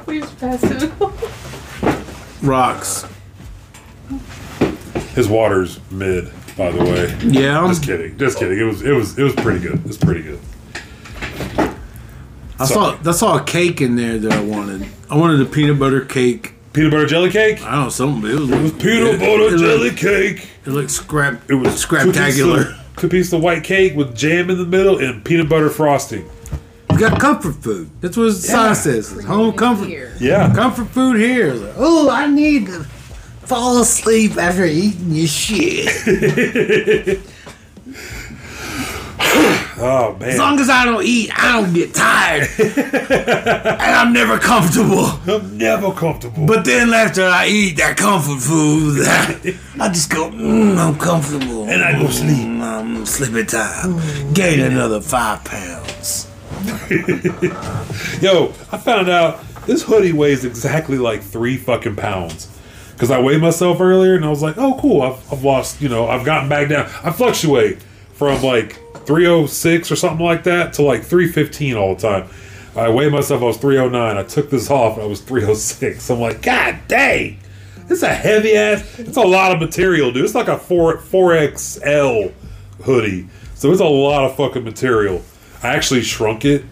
We just passed it on. Rocks. His water's mid, by the way. Yeah. Just kidding. Just kidding. It was it was it was pretty good. It was pretty good. I saw I saw a cake in there that I wanted. I wanted a peanut butter cake. Peanut butter jelly cake? I don't know something. It was, it was Peanut butter it jelly Looked, cake. it looked scrap. It was scraptacular. Two pieces, of, two pieces of white cake with jam in the middle and peanut butter frosting. We got comfort food. That's what the sign says. It's home comfort. Here. Yeah. Comfort food here. Like, oh, I need to fall asleep after eating your shit. as Oh man. long as I don't eat, I don't get tired, and I'm never comfortable. I'm never comfortable. But then after I eat that comfort food, I just go, mm, I'm comfortable. And I go sleep. I'm sleepy time. Gain another five pounds. Yo, I found out this hoodie weighs exactly like three fucking pounds. Because I weighed myself earlier and I was like, oh, cool. I've, I've lost, you know, I've gotten back down. I fluctuate from like 306 or something like that to like 315 all the time. I weighed myself, I was 309. I took this off and I was 306. I'm like, God dang. It's a heavy ass. It's a lot of material, dude. It's like a 4, 4XL hoodie. So it's a lot of fucking material. I actually shrunk it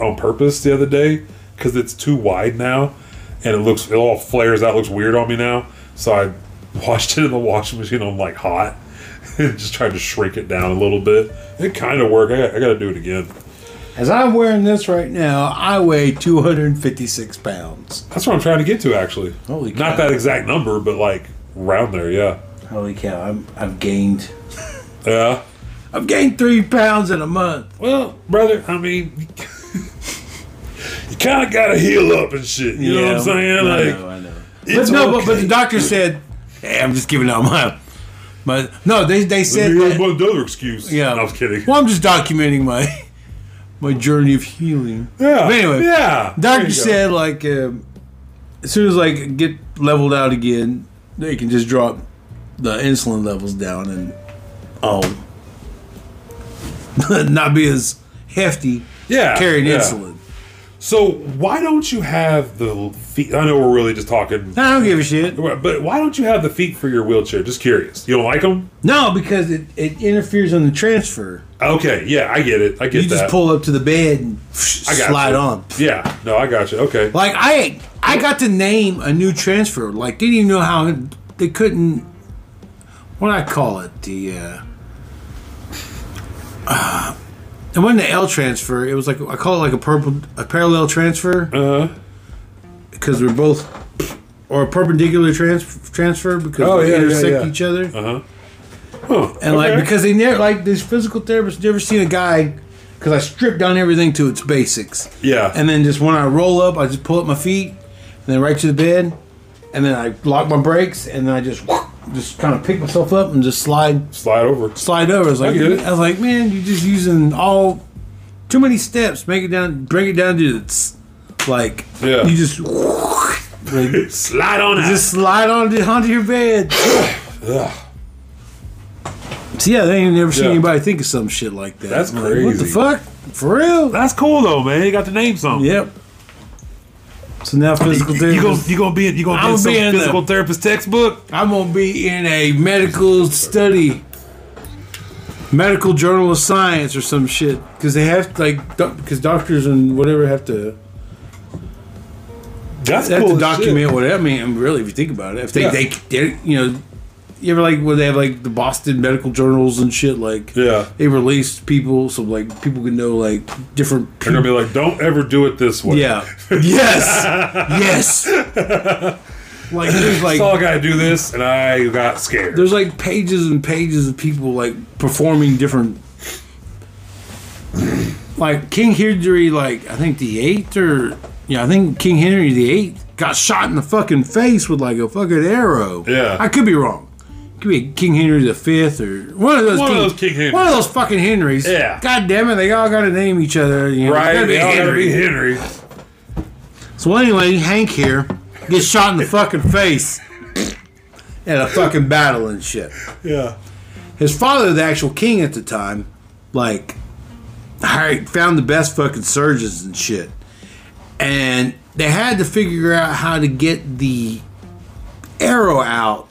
on purpose the other day because it's too wide now and it looks, it all flares out, looks weird on me now. So I washed it in the washing machine on like hot and just tried to shrink it down a little bit. It kind of worked. I, got- I got to do it again. As I'm wearing this right now, I weigh 256 pounds. That's what I'm trying to get to, actually. Holy Not cow. that exact number, but like round there, yeah. Holy cow! I'm, I've gained. Yeah. I've gained three pounds in a month. Well, brother, I mean, you kind of got to heal up and shit. You know what I'm saying? I Like, know, I know. But it's no, but, but okay. the doctor said, hey, "I'm just giving out my." But no, they they said You that- heard one other excuse. Yeah, I was kidding. Well, I'm just documenting my my journey of healing. Yeah. But anyway, yeah. There Doctor you go. said like um, as soon as like get leveled out again, they can just drop the insulin levels down and um not be as hefty yeah, carrying yeah. insulin. So why don't you have the feet? I know we're really just talking, I don't give a shit. but why don't you have the feet for your wheelchair? Just curious. You don't like them? No, because it, it interferes on the transfer. Okay. Yeah, I get it. I get You that. just pull up to the bed and I got slide you. on. Yeah. No, I got you. Okay. Like I, I got to name a new transfer. Like they didn't even know how they couldn't. What I call it the. Uh, uh, it wasn't the L transfer. It was like I call it like a purple a parallel transfer Uh huh. because we're both or a perpendicular trans, transfer because Oh, we yeah, yeah, intersect yeah. each other. Uh huh. And like because they never like these physical therapists never seen a guy because I stripped down everything to its basics. yeah. And then just when I roll up, I just pull up my feet, and then right to the bed, and then I lock my brakes, and then I just just kind of pick myself up and just slide slide over. slide over. I was like, I I, get it. was like, man, you're just using all too many steps. Make it down, bring it down to its like Yeah. you just like, Slide on out. just slide onto onto your bed. Ugh. So yeah, they ain't never seen Yeah. anybody think of some shit like that. That's I'm like, what the crazy. fuck? For real? That's cool though, man. You got to name something. Yep. So now physical You, you therapy. gonna you gonna be in- you gonna be I'm in some being the- physical therapist textbook? I'm gonna be in a medical study, medical journal of science or some shit, because they have to, like because doctors and whatever have to That's they have cool. to as shit. document whatever. I mean, really, if you think about it, if they Yeah. they they you know, you ever like where they have like the Boston medical journals and shit like Yeah. they released people so like people can know like different. They're gonna be like, don't ever do it this way. Yeah. yes. Yes. like there's I like saw a guy do this and I got scared. there's like pages and pages of people like performing different like king henry like i think the eighth or yeah i think king henry the eighth got shot in the fucking face with like a fucking arrow Yeah. i could be wrong could be king henry the fifth or one of those One of king, those King Henrys. one of those fucking henrys Yeah. god damn it they all gotta name each other you know, it's right? gotta be They all gotta Henry. be Henry. So anyway, Hank here gets shot in the fucking face in a fucking battle and shit. Yeah. His father, the actual king at the time, like hired, found the best fucking surgeons and shit, and they had to figure out how to get the arrow out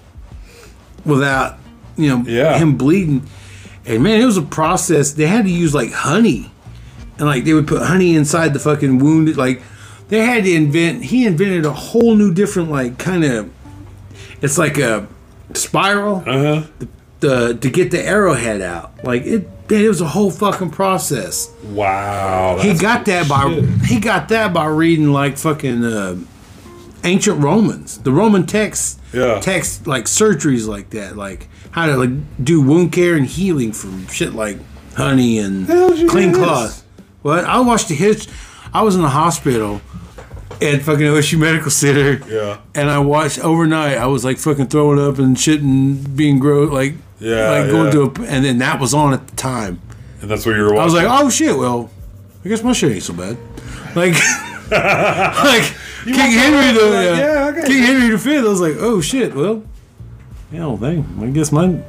without you know Yeah. him bleeding. And man, it was a process. They had to use like honey, and like they would put honey inside the fucking wound. Like they had to invent. He invented a whole new different like kind of. It's like a spiral Uh huh. the to get the arrowhead out. Like it, it was a whole fucking process. Wow. He that's got that by shit. he got that by reading like fucking uh, ancient Romans, the Roman texts, Yeah. texts like surgeries like that, like how to like do wound care and healing from shit like honey and How'd you clean do this? cloth. What I watched the hitch. I was in the hospital at fucking OSU Medical Center. Yeah. And I watched overnight. I was like fucking throwing up and shit and being gross, like Yeah, like going yeah. to a, and then that was on at the time. And that's what you were watching. I was like, oh shit, well, I guess my shit ain't so bad. Like, like King Henry the like, yeah, yeah, okay. King Henry the Fifth. I was like, oh shit, well, yeah, well, dang, I guess mine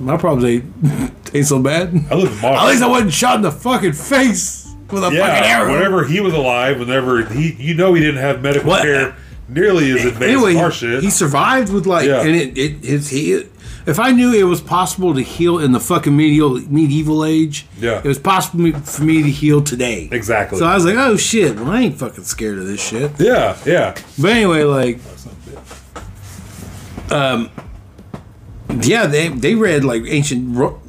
my problems ain't ain't so bad. I live in Mars. "Oh, At least I wasn't shot in the fucking face with a fucking yeah. arrow. Whenever he was alive, whenever he, you know, he didn't have medical What? care nearly as advanced as our anyway, shit. he survived with like, Yeah. and it, it his he. If I knew it was possible to heal in the fucking medieval medieval age, Yeah. it was possible for me to heal today. Exactly. So I was like, oh shit, well I ain't fucking scared of this shit. yeah. Yeah. But anyway, like, um, yeah, they they read like ancient. Ro-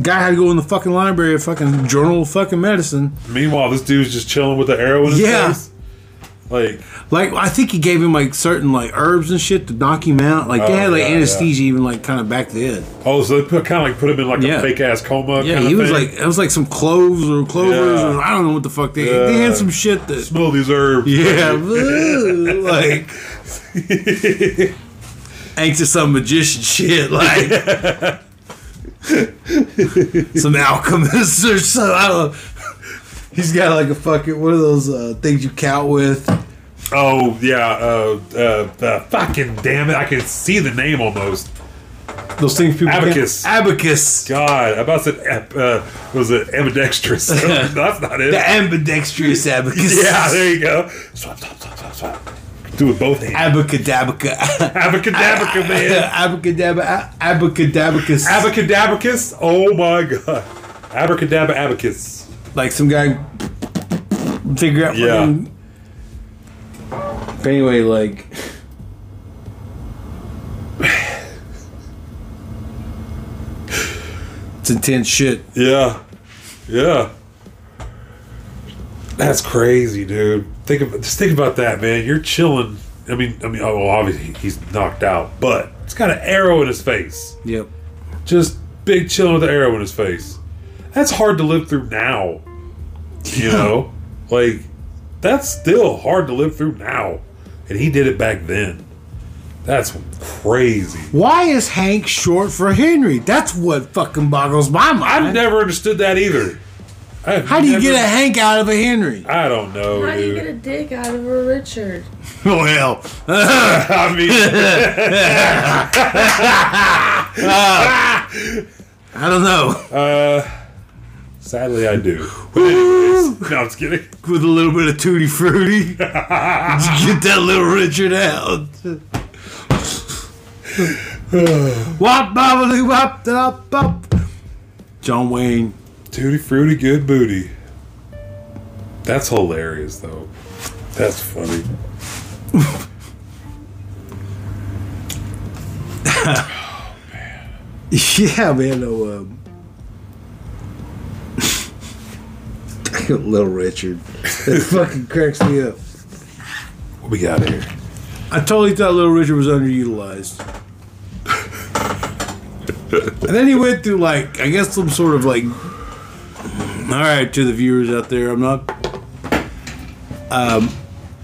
guy had to go in the fucking library, of fucking journal, of fucking medicine. Meanwhile, this dude's just chilling with the arrow in his Yeah. face. Like, Like I think he gave him like certain like herbs and shit to knock him out. Like they Oh, had like yeah, anesthesia even like kind of back then. oh, so they put, kind of like put him in like Yeah. a fake ass coma. Yeah, kinda he was thing? like it was like some cloves or clovers Yeah. or I don't know what the fuck they they had some shit that smell these herbs. yeah bleh, like ain't just some magician shit like some alchemist or so I don't. He's got like a fucking one of those uh, things you count with. Oh yeah. Uh, uh, uh, fucking damn it! I can see the name almost. Those things people count- Abacus. Abacus. God, I about said ep- uh, was it ambidextrous? That's not it. The ambidextrous abacus. yeah, there you go. Swap, swap, swap, swap, swap. Do it with both hands. Abacadabaca. Abacadabaca, man. Abacadabra. Abacadabacus. Abacadabacus. Oh my god. Abracadabra abacus. like some guy figure out. Yeah. fucking- But anyway, like. It's intense shit. Yeah. Yeah. That's crazy, dude. Think about just think about that, man. You're chilling. I mean, I mean, oh, well, obviously he's knocked out, but it's got an arrow in his face. Yep. Just big chilling with an arrow in his face. That's hard to live through now. You know, like that's still hard to live through now, and he did it back then. That's crazy. Why is Hank short for Henry? That's what fucking boggles my mind. I've never understood that either. I've How do you never- get a Hank out of a Henry? I don't know, How do you dude. get a dick out of a Richard? Well, I mean, I don't know. sadly, I do. But anyways, no, I'm just kidding. with a little bit of tutti frutti. Get that little Richard out. wop bobbly wop da bop. John Wayne. Tutti fruity, good booty. That's hilarious, though. That's funny. Yeah, man. No, um, little Richard. That fucking cracks me up. What we got here? I totally thought Little Richard was underutilized. and then he went through like I guess some sort of like all right to the viewers out there, I'm not um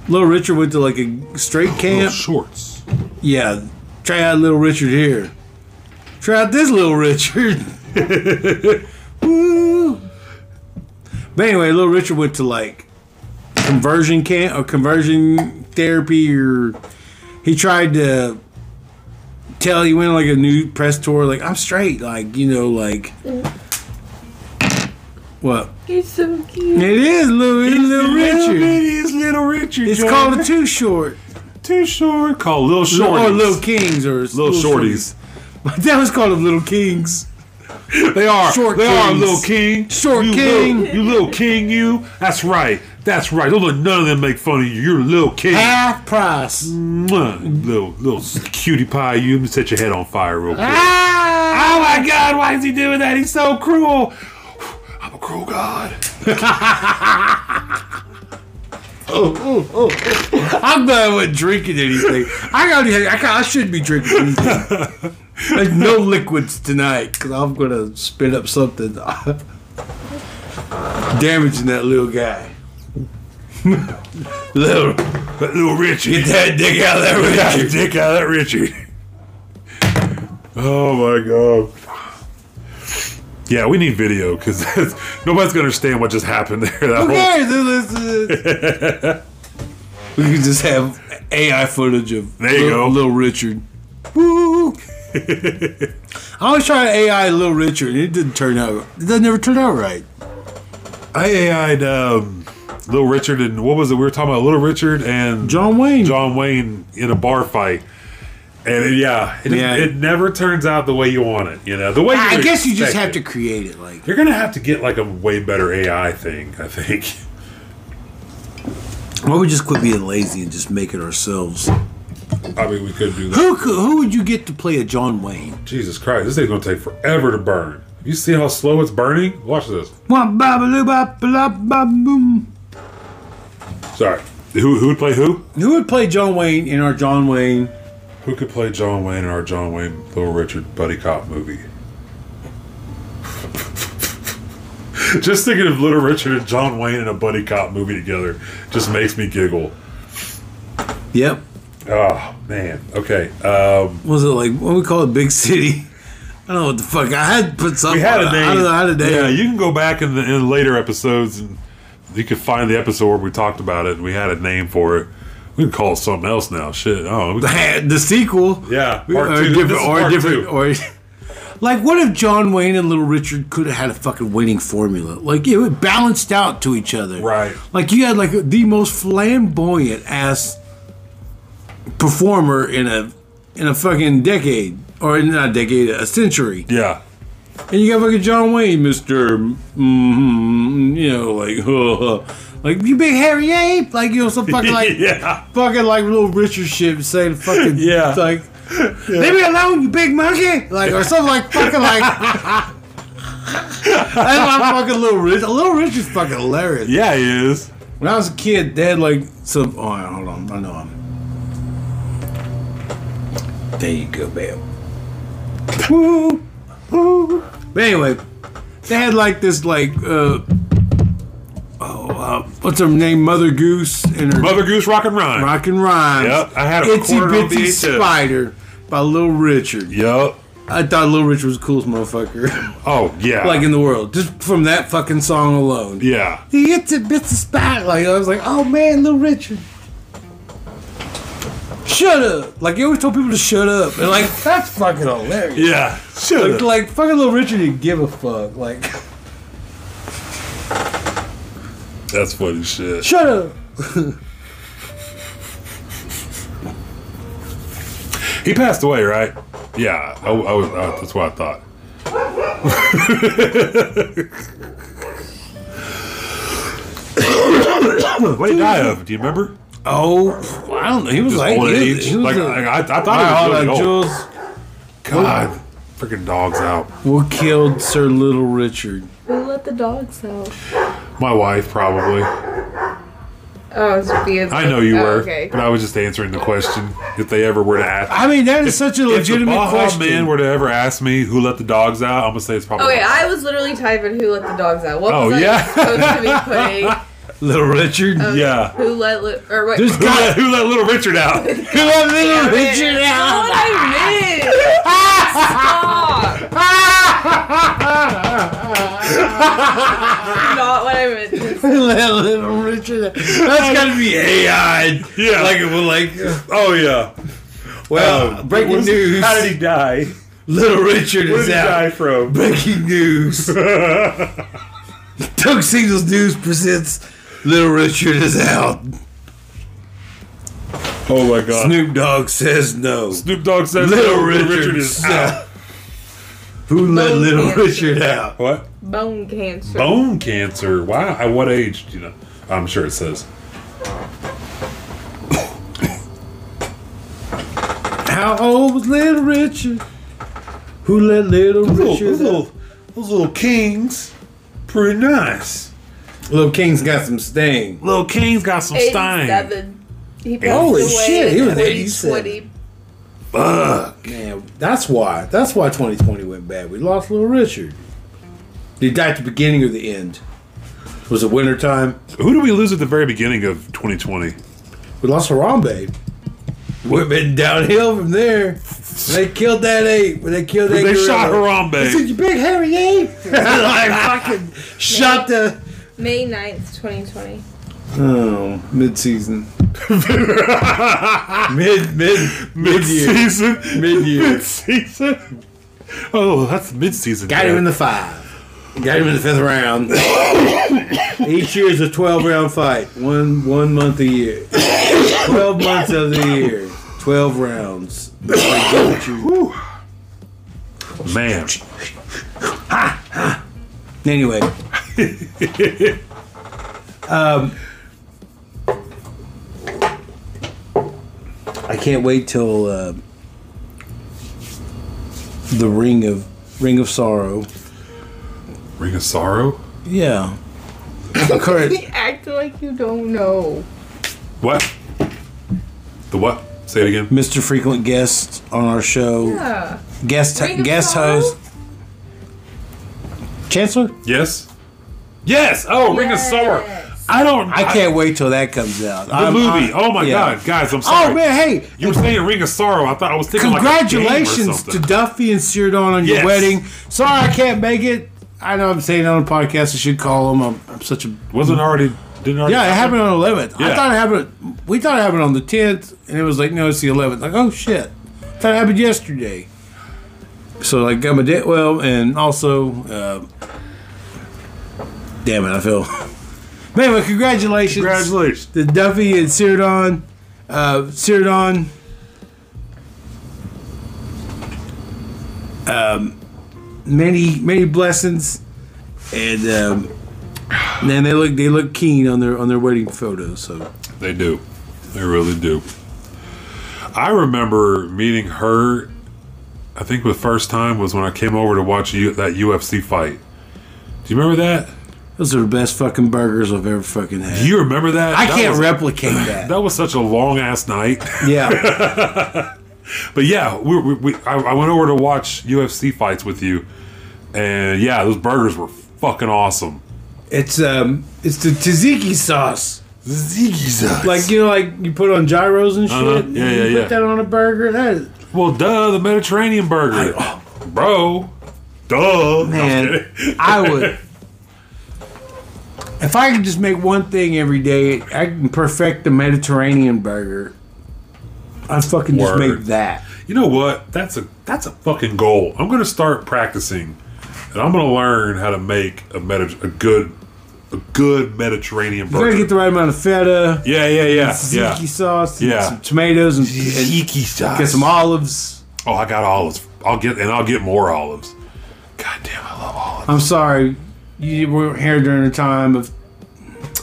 Little Richard went to like a straight Little camp. shorts. Yeah. Try out Little Richard here. Try out this Little Richard. Woo. But anyway, Little Richard went to like conversion camp or conversion therapy or he tried to tell he went on like a new press tour like I'm straight like you know like what He's so cute. it is little, it's little Richard It's little Richard. it's Jordan. called a too short too short. Called little shorties. or little kings or Little shorties. That was called them Little Kings. They are. Short they are kings. little king. Short you king. Little, you little king. You. That's right. That's right. Don't let none of them make fun of you. You're a little king. Half price. Mwah. Little little cutie pie. You Let me set your head on fire real quick. Ah! Oh my God! Why is he doing that? He's so cruel. I'm a cruel god. I'm glad I wasn't drinking anything. I got. I, ca- I shouldn't be drinking anything. There's no liquids tonight because I'm gonna spit up something, damaging that little guy. little, But little Richard. get that dick out of that Richard. Richard. Dick out of that Richard. Oh my god. Yeah, we need video because nobody's gonna understand what just happened there. That Who whole- cares? This is- we can just have AI footage of There you Lil- go. Lil Richard. Woo! I always try to AI Lil Richard. It didn't turn out. It doesn't ever turn out right. I AI'd um, Little Richard and what was it? We were talking about Little Richard and John Wayne. John Wayne in a bar fight. And it- yeah, it, Yeah. it never turns out the way you want it. You know, the way I you guess you just expect have it. to create it. Like You're gonna have to get like a way better AI thing. I think. why we just quit being lazy and just make it ourselves? I mean, we could do that. Who could, who would you get to play a John Wayne? Jesus Christ, this thing's gonna take forever to burn. You see how slow it's burning? Watch this. Wah, ba, ba, loo, ba, ba, la, ba, boom. Sorry. Who who would play who? Who would play John Wayne in our John Wayne? Who could play John Wayne in our John Wayne Little Richard Buddy Cop movie? just thinking of Little Richard and John Wayne in a Buddy Cop movie together just makes me giggle. Yep. Oh man. Okay. Um, What was it like? What we call it? Big City. I don't know what the fuck. I had to put something. we had a on it. name. I don't know how to name. Yeah, it. you can go back in the in later episodes and you can find the episode where we talked about it. and We had a name for it. We can call it something else now. Shit. Oh, we, the sequel. yeah. or Part two. This different, is or part different, two. or like, what if John Wayne and Little Richard could have had a fucking winning formula? Like, it would balanced out to each other, Right. Like, you had like the most flamboyant ass performer in a in a fucking decade, or not a decade, a century, Yeah. and you got fucking John Wayne, Mister, mm, you know, like, like you big hairy ape, like you know, some fucking like yeah. fucking like little Richard shit saying fucking Yeah. like leave me alone you big monkey like or something like fucking like that's my fucking little Richard little Richard's fucking hilarious Yeah, he is. when I was a kid they had like some oh hold on I know I'm there you go babe Woo, woo. but anyway they had like this like uh oh uh, what's her name Mother Goose and her Mother Goose Rock and Rhyme. Rock and Rhymes. Yep, I had it Itsy recorded on Bitsy VHS. Spider by Lil Richard. Yep. I thought Lil Richard was the coolest motherfucker, Oh yeah. like in the world, just from that fucking song alone. yeah. The Itsy Bitsy Spider. Like, I was like, oh man, Lil Richard. Shut up! Like you always told people to shut up, and like that's fucking hilarious. Yeah. Shut Like, up. like fucking Lil Richard didn't give a fuck. Like That's funny shit. shut up. He passed away, right? Yeah. I, I was. I, that's what I thought. what did he die of? Do you remember? Oh, I don't know. He was Just like, old he was- age. he was like a- I I- I Wow, thought he was really like, old. Jules, God, freaking dogs out. what killed Sir Little Richard? Who let the dogs out? My wife probably. Oh, it's Sophia. I know you Oh, were, Okay. but I was just answering the question. If they ever were to ask, I mean, that is such a if the legitimate Baja question. man were to ever ask me who let the dogs out, I'm gonna say it's probably. Okay, I was literally typing who let the dogs out. What Oh, was yeah. I supposed to be putting? Little Richard. yeah. Who let li- or what? There's Who got let, who let little Richard out? to let Little Richard That's out. what I meant. Stop. Not what I meant. to say. Let Little Richard out. That's gotta be AI. Yeah. Like, well, like, uh, oh yeah. well, Um, Uh, breaking was- news. How did he die? Little Richard What did is he die out. from? Breaking news. Doug Singles News presents Little Richard is out. Oh my god. Snoop, Snoop Dogg says no. Dogg says Little "No, Richard, is sucked. out. Who let Little Little Richard. Richard out? What? Bone cancer. Bone cancer. Wow. At what age? Do you know? I'm sure it says. How old was Little Richard? Who let Little Richard out? those little kings, pretty nice. Little King's got some stain. Little king's got some stein. Eighty-seven. He passed Holy away shit, in he was 2020. 87. Man, that's why. That's why 2020 went bad. We lost Little Richard. Did he die at the beginning or the end? Was it winter time? Who did we lose at the very beginning of 2020? We lost Harambe. We've been downhill from there. When they killed that ape. When they killed that They shot gorilla. They said, Harambe. you big hairy ape. I fucking shot the... May 9th, 2020. Oh, mid-season. mid, mid, mid-year. Mid-season. Mid-year. Mid-season. Oh, that's mid-season. Got him in the five. Got him in the fifth round. Each year is a twelve round fight. One one month a year. Twelve months of the year. Twelve rounds. Like, get what you- man. Anyway. Um I can't wait till uh, the ring of ring of sorrow. Ring of Sorrow. Yeah. Current Act like you don't know. What? The what? Say it again. Mr. Frequent Guest on our show, Yeah. guest Ring of guest Sorrow? host, Chancellor. Yes. Yes. Oh, Ring of Sorrow. Yes. I don't. I can't wait till that comes out. The movie. oh my god, guys! I'm sorry. Oh man, hey, You were saying Ring of Sorrow. I thought I was thinking like a game or congratulations to something. Duffy and Sirdon on your Yes. wedding. Sorry I can't make it. I know I'm saying it on a podcast. I should call them. I'm, I'm such a Wasn't already didn't already. yeah. It happened on the 11th. I Yeah. thought it happened. We thought it happened on the 10th, and it was like no, it's the 11th. Like oh shit, thought it happened yesterday. So like got my date well, and also, uh, damn it, I feel. But anyway, congratulations. Congratulations. The Duffy and Sirdon. Uh, Sirdon. Um, um, many many blessings, and um, man, they look they look keen on their on their wedding photos. So They do. They really do. I remember meeting her. I think the first time was when I came over to watch you, that UFC fight. Do you remember that? those are the best fucking burgers I've ever fucking had. Do you remember that? I That can't was- replicate that. That was such a long ass night. yeah, But yeah, we, we, we I, I went over to watch UFC fights with you, and yeah, those burgers were fucking awesome. it's um it's the tzatziki sauce. Ziggy Like you know, like you put on gyros and shit. Uh-huh. Yeah, you yeah, Put yeah. that on a burger. That is, well, duh, the Mediterranean burger, bro, duh. No, I'm Man, kidding. I would. If I could just make one thing every day, I can perfect the Mediterranean burger. I fucking just Word. make that. You know what? That's a that's a fucking goal. I'm gonna start practicing, and I'm gonna learn how to make a Medi- a good a good Mediterranean You gotta burger. get the right amount of feta, yeah, yeah, yeah, tzatziki yeah. sauce, and Yeah. some tomatoes, and, and sauce. get some olives. Oh, I got olives. I'll get and I'll get more olives. God damn, I love olives. I'm sorry, you weren't here during the time of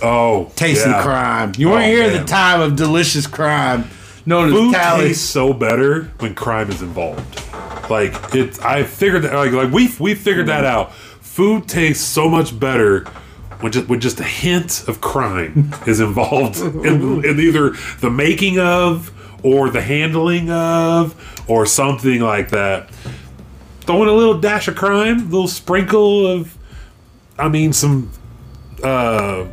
Oh, taste yeah. and crime. You weren't Oh, here at man. the time of delicious crime, known Food as tally. tastes so better when crime is involved. Like it's, I figured that. Like, like we we figured Mm. that out. Food tastes so much better when just when just a hint of crime is involved Mm-hmm. in, in either the making of or the handling of or something like that. Throwing a little dash of crime, a little sprinkle of, I mean, some uh,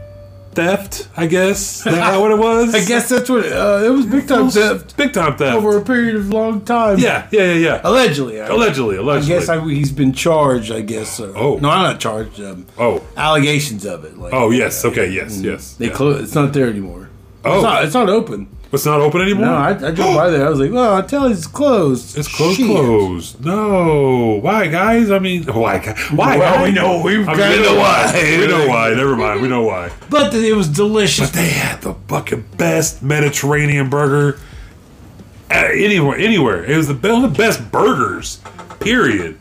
theft. I guess Is that what it was. I guess that's what uh, it was. Big time theft Big time theft. over a period of long time. Yeah, yeah, yeah, yeah. allegedly. I- Allegedly, I allegedly. guess I, he's been charged. I guess. Or, Oh. no, I'm not charged. Um, oh, allegations of it. Like, oh, yes. Okay, yes, yes. they yeah. clo- It's not there anymore. Oh. it's not, it's not open. it's not open anymore. No, I, I drove by there. I was like, well, I tell you, it's closed. it's closed. Shit. Closed. No. Why, guys? I mean, why? gu- Why? Well, guys? we know- we've I mean, got we know it. why. We know why. Never mind. We know why. But it was delicious. They had the fucking best Mediterranean burger uh, anywhere. Anywhere. It was the be- the best burgers. Period.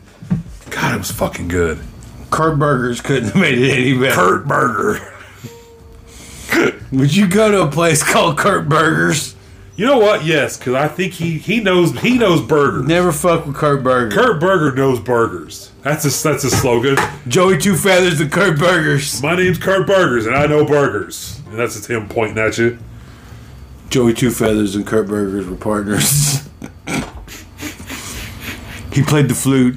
God, it was fucking good. Kurt Burgers couldn't have made it any better. Kurt Burger. Would you go to a place called Kurt Burgers? You know what? Yes, because I think he he knows he knows burgers. Never fuck with Kurt Burgers. Kurt Burger knows burgers. That's a that's a slogan. Joey Two Feathers the Kurt Burgers. My name's Kurt Burgers, and I know burgers. And that's just him pointing at you. Joey Two Feathers and Kurt Burgers were partners. he played the flute.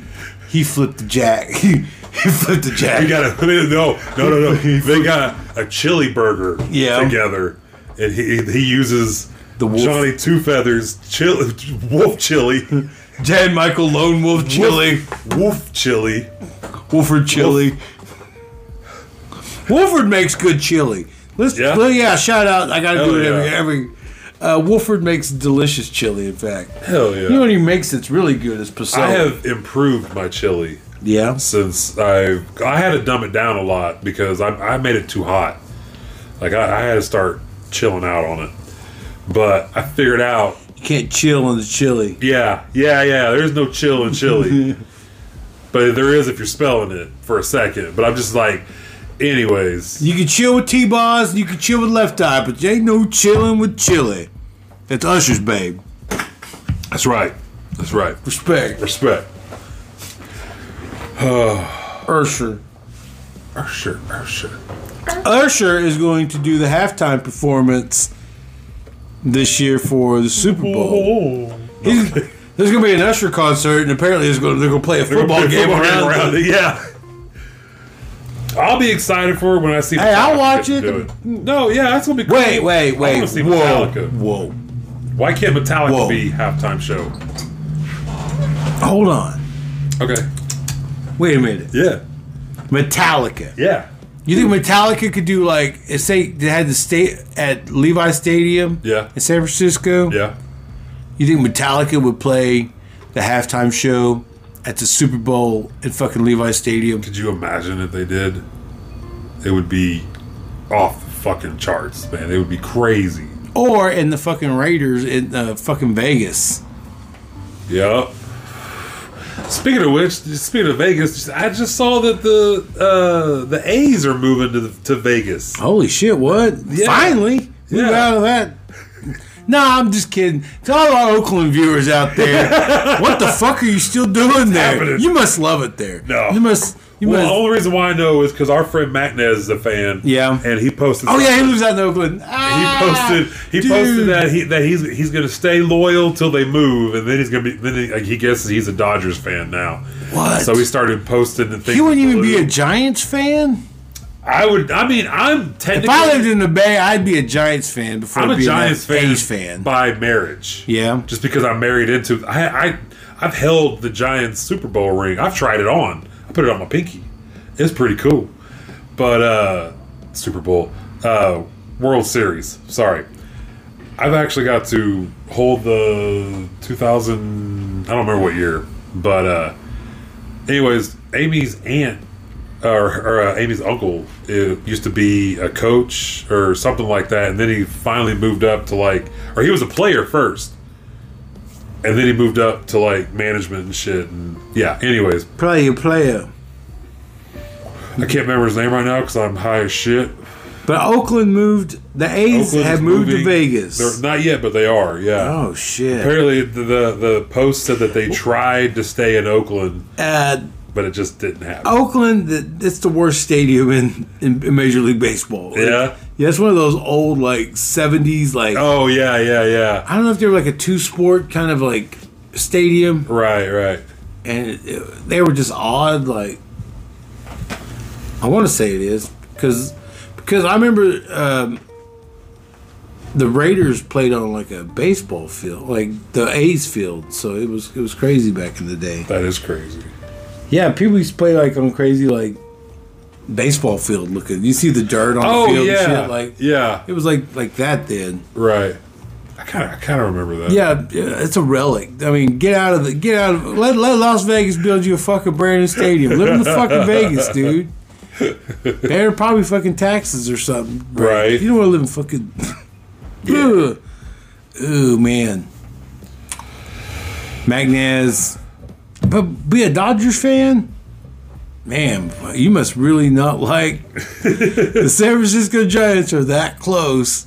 He flipped the jack. He, he flipped the jack. They got a no, no, no, no. They got a chili burger Yeah. together, and he he uses The wolf. Johnny Two Feathers chili wolf chili Jan Michael Lone Wolf Chili. wolf chili. Wolford Chili. Wolford makes good chili. Let's Yeah? yeah, yeah shout out. I gotta do Hell it yeah. every every uh, Wolford makes delicious chili, in fact. Hell yeah! You know what he makes that's really good is pasole. I have improved my chili yeah. since I I had to dumb it down a lot because I, I made it too hot. Like I, I had to start chilling out on it. But I figured out, You can't chill on the chili. yeah, yeah, yeah. There's no chill in chili, but there is if you're spelling it for a second. But I'm just like, anyways, You can chill with T bars, you can chill with left eye, but there ain't no chilling with chili. That's Usher's babe. that's right, that's right. Respect. Respect. Usher. Usher, Usher. Usher is going to do the halftime performance this year for the Super Bowl. Oh. He's- there's gonna be an Usher concert, and apparently it's gonna, they're gonna play a football game around. it, Yeah. I'll be excited for it when I see. Hey, I'll watch get to it. do No, yeah, that's gonna be. Cool. Wait, wait, I wait! wanna see whoa, Metallica. whoa! Why can't Metallica Whoa. be halftime show? Hold on! Okay. Wait a minute. Yeah. Metallica. Yeah. You think Metallica could do like say they had the state at Levi Stadium? Yeah. In San Francisco. Yeah. You think Metallica would play the halftime show at the Super Bowl at fucking Levi Stadium? Could you imagine if they did? It would be off the fucking charts, man. It would be crazy. Or in the fucking Raiders in uh, fucking Vegas? Yep. Speaking of which, speaking of Vegas, I just saw that the uh, the A's are moving to the, to Vegas. Holy shit, what? Finally! We Yeah. got out of that. Nah, I'm just kidding. To all our Oakland viewers out there, what the fuck are you still doing there? happening? You must love it there. No. You must. You Well, oh. must. the only reason why I know is because our friend Macnez is a fan. Yeah. and he posted. Oh yeah, he lives out in Oakland. Ah, he posted. He dude. posted that he that he's he's gonna stay loyal till they move, and then he's gonna be. Then he, like, he guesses he's a Dodgers fan now. What? So he started posting and things. He wouldn't even be blue. a Giants fan. I would. I mean, I'm If technically. I lived in the Bay, I'd be a Giants fan before I'm a being Giants an fan, A's fan. by marriage. Yeah. Just because I'm married into. I, I I've held the Giants Super Bowl ring. I've tried it on. I put it on my pinky. It's pretty cool. But uh Super Bowl, uh World Series. Sorry. I've actually got to hold the 2000. I don't remember what year, but uh, anyways, Amy's aunt or, or uh, Amy's uncle uh used to be a coach or something like that, and then he finally moved up to like, or he was a player first, and then he moved up to like management and shit. And yeah, anyways, Play a player. I can't remember his name right now because I'm high as shit. But Oakland moved. The A's Oakland's have moved to moving- Vegas. They're, not yet, but they are. Yeah. Oh shit! Apparently, the, the the post said that they tried to stay in Oakland, Uh, but it just didn't happen. Oh. Oakland, th- it's the worst stadium in, in, in Major League Baseball. Like, Yeah. yeah, it's one of those old like '70s like Oh yeah, yeah, yeah. I don't know if they were like a two-sport kind of like stadium, Right, right. and it, it- they were just odd. Like I want to say it is because because I remember um, the Raiders played on like a baseball field, like the A's field. So it was it was crazy back in the day. That is crazy. Yeah, people used to play like on crazy like baseball field looking. You see the dirt on Oh the field yeah, and shit. Like yeah, it was like like that then. right. I kind of, I kind of remember that. Yeah, yeah, it's a relic. I mean, get out of the get out of let let Las Vegas build you a fucking brand new stadium. Live in the fucking Vegas, dude. They're probably fucking taxes or something. Right. You don't want to live in fucking. Ugh. Ooh man. Magnez, but be a Dodgers fan. Man, you must really not like the San Francisco Giants are that close.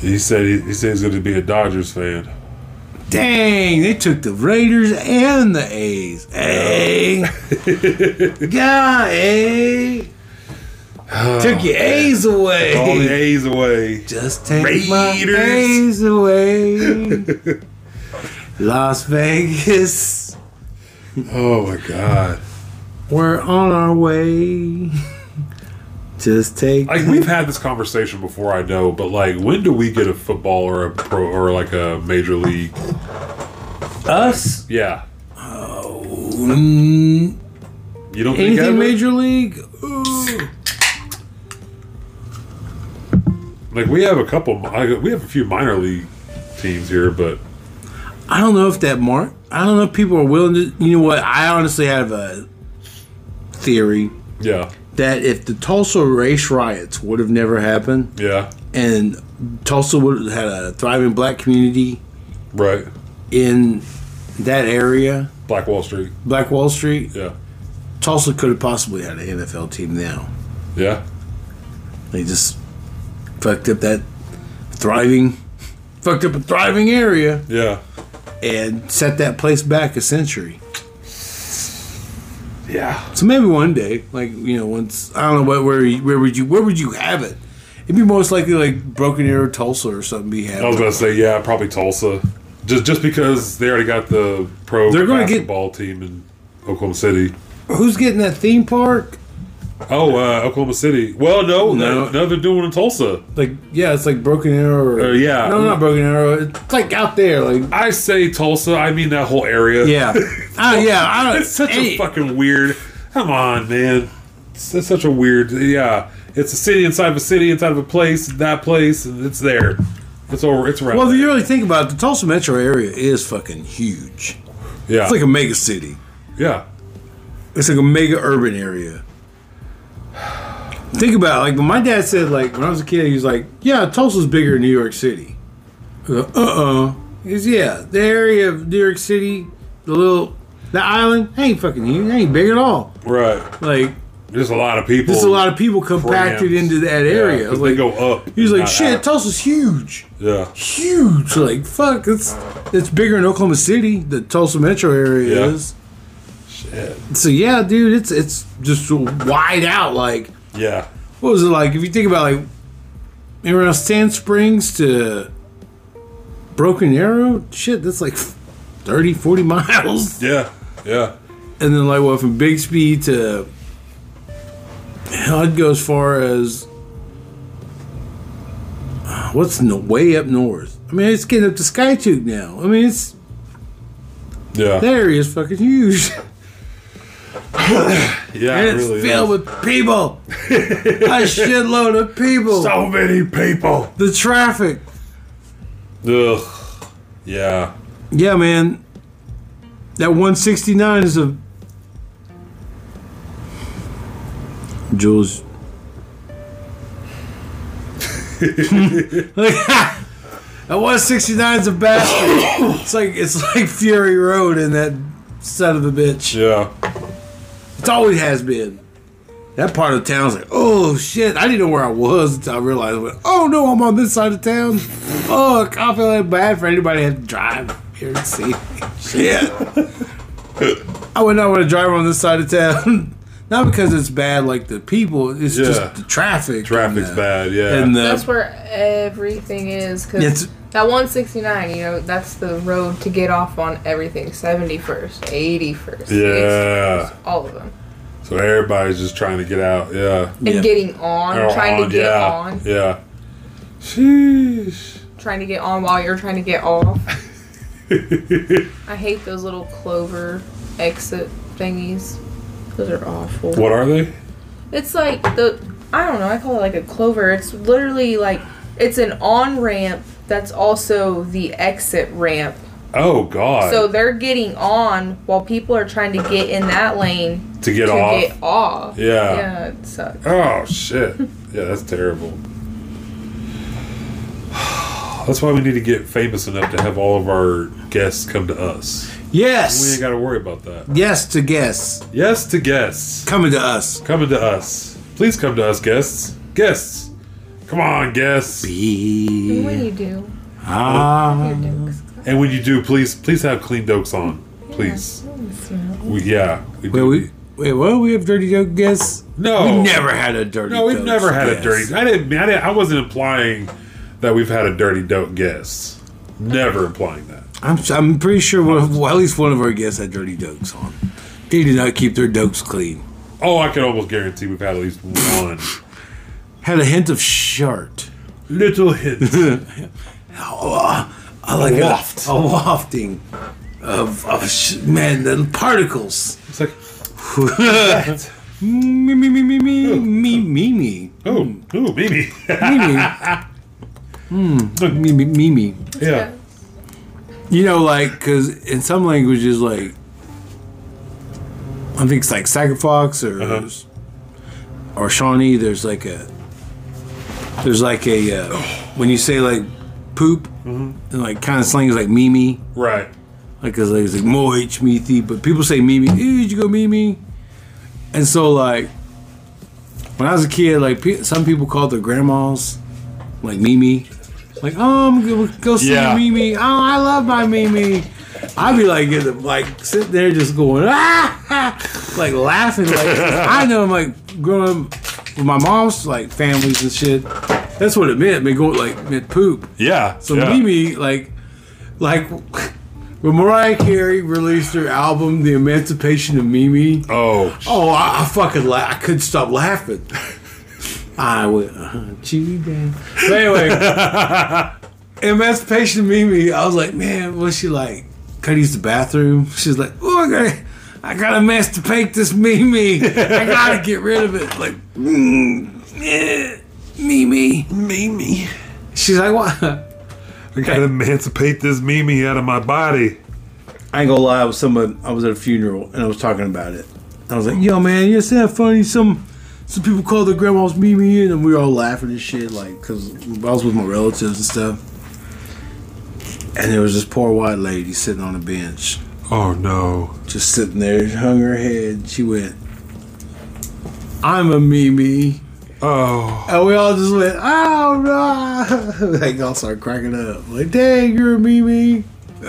He said he, he said he's going to be a Dodgers fan. Dang, they took the Raiders and the A's. Hey. yeah, hey. took your A's All the away. A's away. Just take my Raiders. A's away. Las Vegas, Oh my God! we're on our way. Just take. Like we've had this conversation before, I know, but like, when do we get a football or a pro or like a major league? Us? Yeah, Mm, you don't think anything ever? Major League? Ooh. Like we have a couple, mi- we have a few minor league teams here, but I don't know if that mark. I don't know if people are willing to. You know what? I honestly have a theory yeah, that if the Tulsa race riots would have never happened yeah, and Tulsa would have had a thriving black community right. in that area, Black Wall Street. Black Wall Street, Yeah, Tulsa could have possibly had an NFL team now. yeah. They just fucked up that thriving, fucked up a thriving area Yeah. and set that place back a century. Yeah. So maybe one day, like you know, once I don't know what where you- where would you where would you have it? It'd be most likely like Broken Arrow Tulsa or something be happening. I was gonna say yeah, probably Tulsa, just just because they already got the pro They're gonna get- basketball team in Oklahoma City. Who's getting that theme park? Oh, uh, Oklahoma City. Well, no, No. no, no, they're doing it in Tulsa. Like yeah, it's like Broken Arrow. Or, Uh, yeah. no, not Broken Arrow. It's like out there, like I say Tulsa, I mean that whole area. yeah, Ah, yeah. I don't- It's such hey, a fucking weird. Come on, man. It's, it's such a weird. Yeah, it's a city inside of a city, inside of a place, that place, and it's there. It's over. It's around. Well, if you really think about it, the Tulsa metro area is fucking huge. yeah, It's like a mega city. yeah. It's like a mega urban area. Think about it. Like when my dad said, like when I was a kid, he was like, "Yeah, Tulsa's bigger than New York City." Uh oh. He's yeah, the area of New York City, the little, the island, that ain't fucking huge. That ain't big at all. Right. Like There's a lot of people. there's a lot of people compacted Friends. into that Yeah, area. 'cause like they go up. he was and like, not "Shit, out. Tulsa's huge, yeah. huge." Like fuck, it's it's bigger in Oklahoma City. The Tulsa metro area Yeah. is. So yeah, dude, it's it's just wide out. Like Yeah. what was it like? If you think about like around Sand Springs to Broken Arrow, shit, that's like 30, 40 miles. Yeah. Yeah. And then like what from Bixby to hell, I'd go as far as what's in the way up north. I mean, it's getting up to Skytube now. I mean, it's Yeah. that area is fucking huge. yeah. And it it's really filled is. with people. a shitload of people. so many people. the traffic. Ugh. Yeah. Yeah, man. That 169 is a. Jules. that 169 is a bastard. It's like it's like Fury Road in that son of a bitch. Yeah. It's always has been. That part of town's like, oh shit! I didn't know where I was until I realized. Like, oh no, I'm on this side of town. Fuck! I feel like bad for anybody that had to drive here to see. me. shit! I would not want to drive on this side of town. Not because it's bad, like the people. It's Yeah. just the traffic. Traffic's and the, bad. Yeah. And the, That's where everything is. Cause It's- that 169, you know, that's the road to get off on everything. 71st, 81st, Yeah. 81st, all of them. so everybody's just trying to get out. Yeah. And Yeah. getting on, Or trying on, to get yeah. on, Yeah. Sheesh. trying to get on while you're trying to get off. I hate those little clover exit thingies. Those are awful. What are they? It's like the I don't know. I call it like a clover. It's literally like it's an on ramp that's also the exit ramp. Oh God. So they're getting on while people are trying to get in that lane to get to off. get off. Yeah. Yeah, it sucks. Oh shit. Yeah, that's terrible. That's why we need to get famous enough to have all of our guests come to us. We ain't yes, got to worry about that. yes to guess Yes to guests. coming to us. Coming to us. Please come to us, guests. Guests. Come on, guests. Yeah. When you do, Ah. your dicks. And when you do, please, please have clean dokes on. Please. We, yeah. We Wait, do. we wait. What? We have dirty joke guess. no. We never had a dirty. No, we've Dozen never had a guess. dirty. I didn't, I didn't. I wasn't implying that we've had a dirty dope guest. Never implying that. I'm, I'm pretty sure one of, well, at least one of our guests had dirty dokes on. They did not keep their dokes clean. Oh, I can almost guarantee we've had at least one Had a hint of shart. little hint. I like a waft. A, wafting of, of sh- man, the particles. It's like, Me, me, me, me, me, me, me, me, oh, oh, me, maybe. me. Mm, me, me, me, me. yeah. You know, like, because in some languages, like, I think it's like Sacafox or or Shawnee. There's like a there's like a uh, when you say like poop and like kind of slang is like mimi, Right. like it's like, it's like moich meethy, but people say mimi. Ew, did you go mimi? And so like when I was a kid, like pe- some people called their grandmas like mimi, like oh I'm gonna go see Yeah. mimi. Oh I love my mimi. I'd be like, getting- like sitting there just going ah, like laughing. Like I know, I'm like growing up with my mom's like families and shit. That's what it meant. It meant go like meant poop. Yeah. So yeah. Mimi, like, like when Mariah Carey released her album, The Emancipation of Mimi. Oh, Oh, I, I fucking la- I couldn't stop laughing. I uh-huh, will hunt you down. But anyway, Emancipation of Mimi. I was like, man, what's she like? Could I use the bathroom? She's like, oh, I gotta, I gotta emancipate this Mimi. I gotta get rid of it. Like, mm, eh, Mimi. Mimi. She's like, what? I gotta emancipate this Mimi out of my body. I ain't gonna lie, I was someone I was at a funeral and I was talking about it. I was like, yo man, you see that funny? Some some people call their grandmas Mimi and we were all laughing and shit, like, cause I was with my relatives and stuff. And there was this poor white lady sitting on a bench, Oh no. just sitting there, hung her head. She went, I'm a Mimi. Oh. And we all just went, oh no! like all started cracking up. Like, dang, you're a Mimi.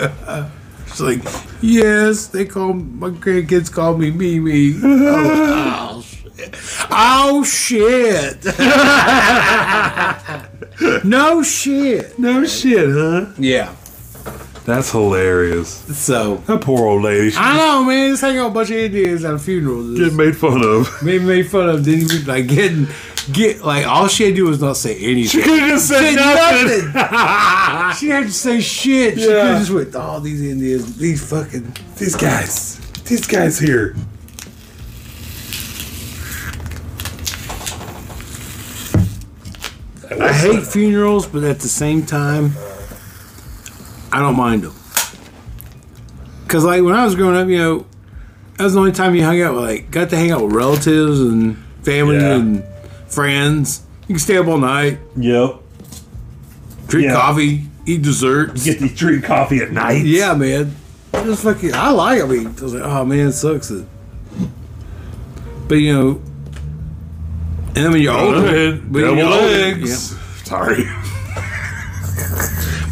She's like, yes, they call my grandkids call me Mimi. oh, oh shit! Oh shit! Oh, no shit. No shit, huh? Yeah. That's hilarious. So That poor old lady. She I know, man. Just hanging out with a bunch of Indians at a funeral. Just getting made fun of. made made fun of. Didn't even like getting get like all she had to do was not say anything. could have just Say said nothing. nothing. She had to say shit. She Yeah. could just went, all these Indians, these fucking, These guys. These guys here. I hate funerals, but at the same time, I don't mind them. Cause like when I was growing up, you know, that was the only time you hung out with like got to hang out with relatives and family Yeah. and friends. You can stay up all night, Yep. drink Yeah. coffee, eat desserts. Get to drink coffee at night. Yeah, man. It was fucking. I like. I mean, I was like, oh man, it sucks. It. But you know, and then when you're older, when Double you're older, eggs. Sorry. yeah.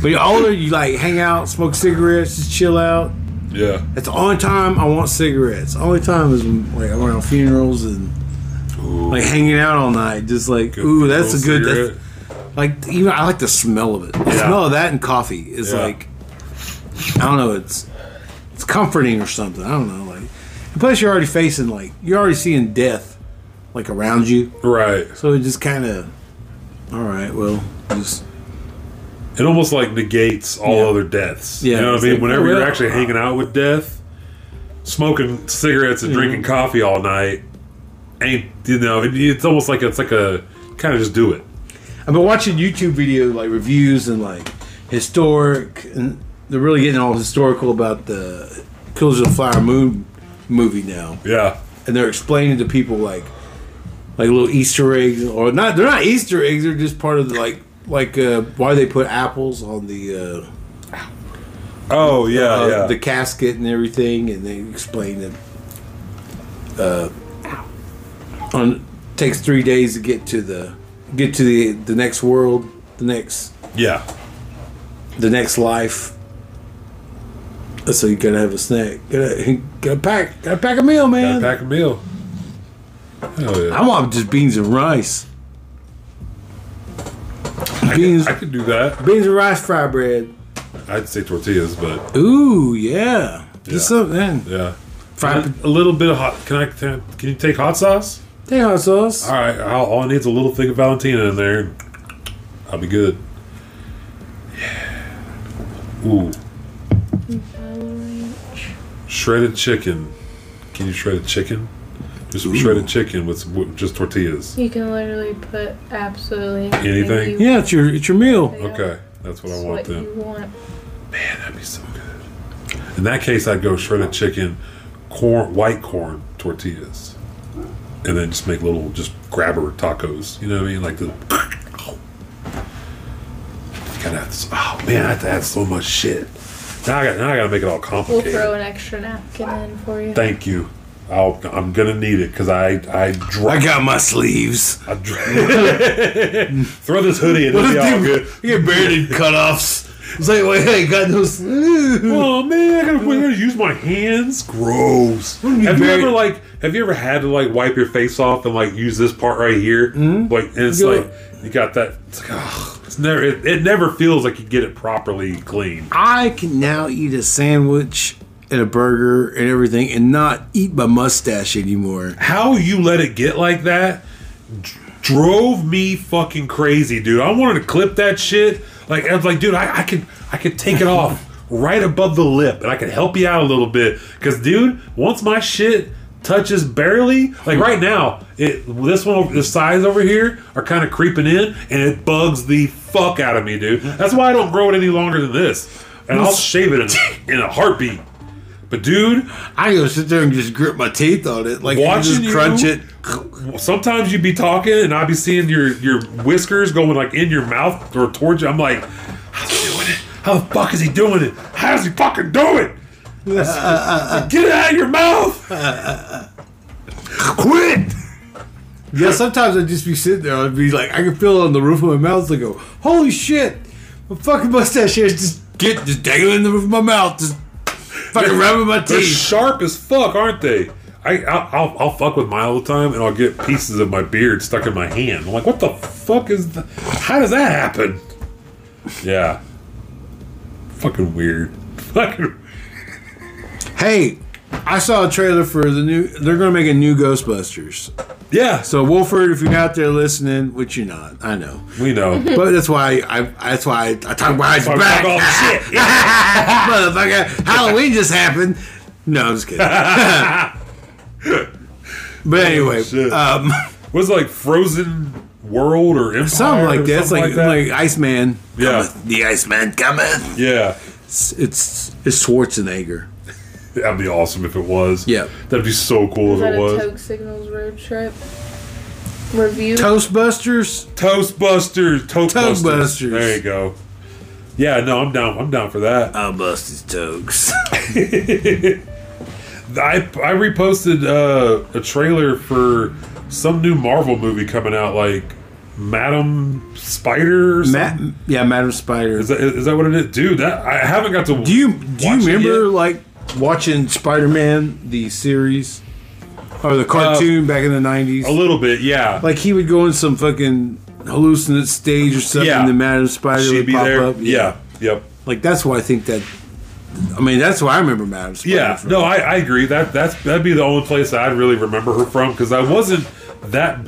When you're older, you like hang out, smoke cigarettes, just chill out. Yeah. That's the only time I want cigarettes. Only time is when, like around funerals and like hanging out all night. Just like, ooh, that's a good. That's, like even I like the smell of it. The Yeah. smell of that and coffee is Yeah. like I don't know, it's it's comforting or something. I don't know, like and plus you're already facing like you're already seeing death like around you. Right. So it just kinda Alright, well just It almost like negates all Yeah. other Yeah, deaths. you know what it's I mean? like, Whenever oh, you're well. actually hanging out with death, smoking cigarettes and drinking Mm-hmm. coffee all night, ain't you know? It, it's almost like it's like a kind of just do it. I've been watching YouTube video like reviews and like historic and they're really getting all historical about the Killers of the Flower Moon movie now. Yeah, and they're explaining to people like like little Easter eggs or not. They're not Easter eggs. They're just part of the like like uh, why they put apples on the Oh yeah, uh, uh, yeah. the casket and everything, and they explain that uh, on takes three days to get to the get to the the next world, the next yeah. the next life. So you gotta have a snack. Gotta, gotta pack. Gotta pack a meal, man. Gotta pack a meal. Hell yeah. I want just beans and rice. Beans, I could do that. beans and rice fried bread. I'd say tortillas, but Ooh, yeah. Just Yeah. something. yeah. Fried a little bit of hot. Can I? Can, I- can you take hot sauce? potato hot sauce. All right. All, all I need is a little thing of Valentina in there. I'll be good. Yeah. Ooh. Shredded chicken. Can you shred a chicken? Just some shredded chicken with, some, with just tortillas. You can literally put absolutely Anything? anything. You Yeah, it's your it's your meal. Yeah. Okay, that's what I want. want What then. you want. Man, that'd be so good. In that case, I'd go shredded chicken, corn, white corn tortillas, and then just make little just grabber tacos. You know what I mean? Like the. Gotta have this- oh man, I have to add so much shit. Now I got now I gotta make it all We'll complicated. throw an extra napkin in for you. Thank you. I'll, I'm gonna need it because I I dry, I got my sleeves. I dry- throw this hoodie and it'll be all good. You get buried in cutoffs. It's like, wait, I got no sleep. Oh man, I gotta, I gotta use my hands. Gross. be Have you very- ever like Have you ever had to like wipe your face off and like use this part right here? Like, and it's Yeah. Hmm? like you got that. It's, like, ugh, it's never. It, it never feels like you get it properly clean. I can now eat a sandwich and a burger and everything and not eat my mustache anymore. How you let it get like that d- drove me fucking crazy, dude. I wanted to clip that shit. Like I was like, dude, I, I could I could take it off right above the lip, and I could help you out a little bit. Cause, dude, once my shit touches barely, like right now, it this one over- the sides over here are kind of creeping in, and it bugs the fuck out of me, dude. That's why I don't grow it any longer than this, and I'll shave it in, in a heartbeat. But, dude, I go sit there and just grip my teeth on it, like and Watching just crunch you- it. sometimes you'd be talking and I'd be seeing your your whiskers going like in your mouth or towards you. I'm like, how's he doing it? How the fuck is he doing it? How's he fucking do it? Get it out of your mouth! Quit. Yeah, sometimes I'd just be sitting there. I'd be like, I can feel it on the roof of my mouth. I go, holy shit, my fucking mustache is just get just dangling in the roof of my mouth, just fucking rubbing my They're teeth. sharp as fuck, aren't they? I, I I'll, I'll fuck with mine all the time, and I'll get pieces of my beard stuck in my hand. I'm like, what the fuck is? The, how does that happen? Yeah, fucking weird. Fucking. Hey, I saw a trailer for the new. They're gonna make a new Ghostbusters. Yeah, So so Wolford, if you're out there listening, which you're not, I know, we know. but that's why I, that's why I, I talk behind your Fuck back, all the shit. Yeah. motherfucker. Halloween just happened. No, I'm just kidding. but anyway, Oh, shit. um, was it like Frozen World or Empire something like or that. It's something like, like, Iceman. Yeah. cometh. the Iceman cometh. yeah, It's it's, it's Schwarzenegger. that'd be awesome if it was. Yeah. that'd be so cool Is if that it a was. Toke Signals road trip review? Toastbusters. Toastbusters, Toastbusters. Toastbusters. There you go. Yeah, no, I'm down. I'm down for that. I'll bust his toes. I I reposted uh, a trailer for some new Marvel movie coming out, like Madam Spider. Or something. Matt, yeah, Madam Spider. Is that, is that what it is, dude? That I haven't got to. Do you do watch it you remember yet. like watching Spider Man the series or the Uh, cartoon back in the nineties? a little bit? Yeah, Like he would go in some fucking hallucinant stage or something, Yeah. and the Madam Spider she'd would be pop there. up. yeah, yep. like that's why I think that. I mean, that's why I remember Madam Spider. Yeah, from. no, I, I agree. That that's that'd be the only place that I'd really remember her from because I wasn't that.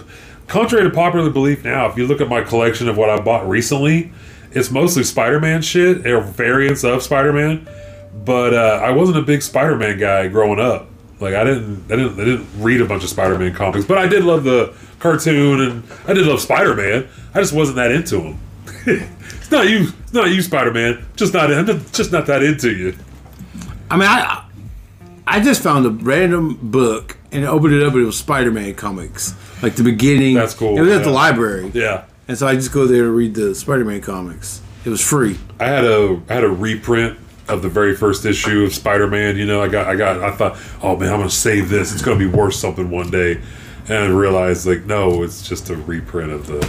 Contrary to popular belief, now if you look at my collection of what I bought recently, it's mostly Spider-Man shit or variants of Spider-Man. But uh, I wasn't a big Spider-Man guy growing up. Like I didn't, I didn't, I didn't read a bunch of Spider-Man comics. But I did love the cartoon and I did love Spider-Man. I just wasn't that into him. it's not you, it's not you, Spider-Man. Just not, I'm just not that into you. I mean, I I just found a random book and opened it up, and it was Spider Man comics, like the beginning. That's cool, It was at yeah. the library, Yeah. and so I just go there to read the Spider Man comics. It was free. I had a I had a reprint of the very first issue of Spider Man. You know, I got I got I thought, oh man, I'm gonna save this. It's gonna be worth something one day, and I realized like no, it's just a reprint of the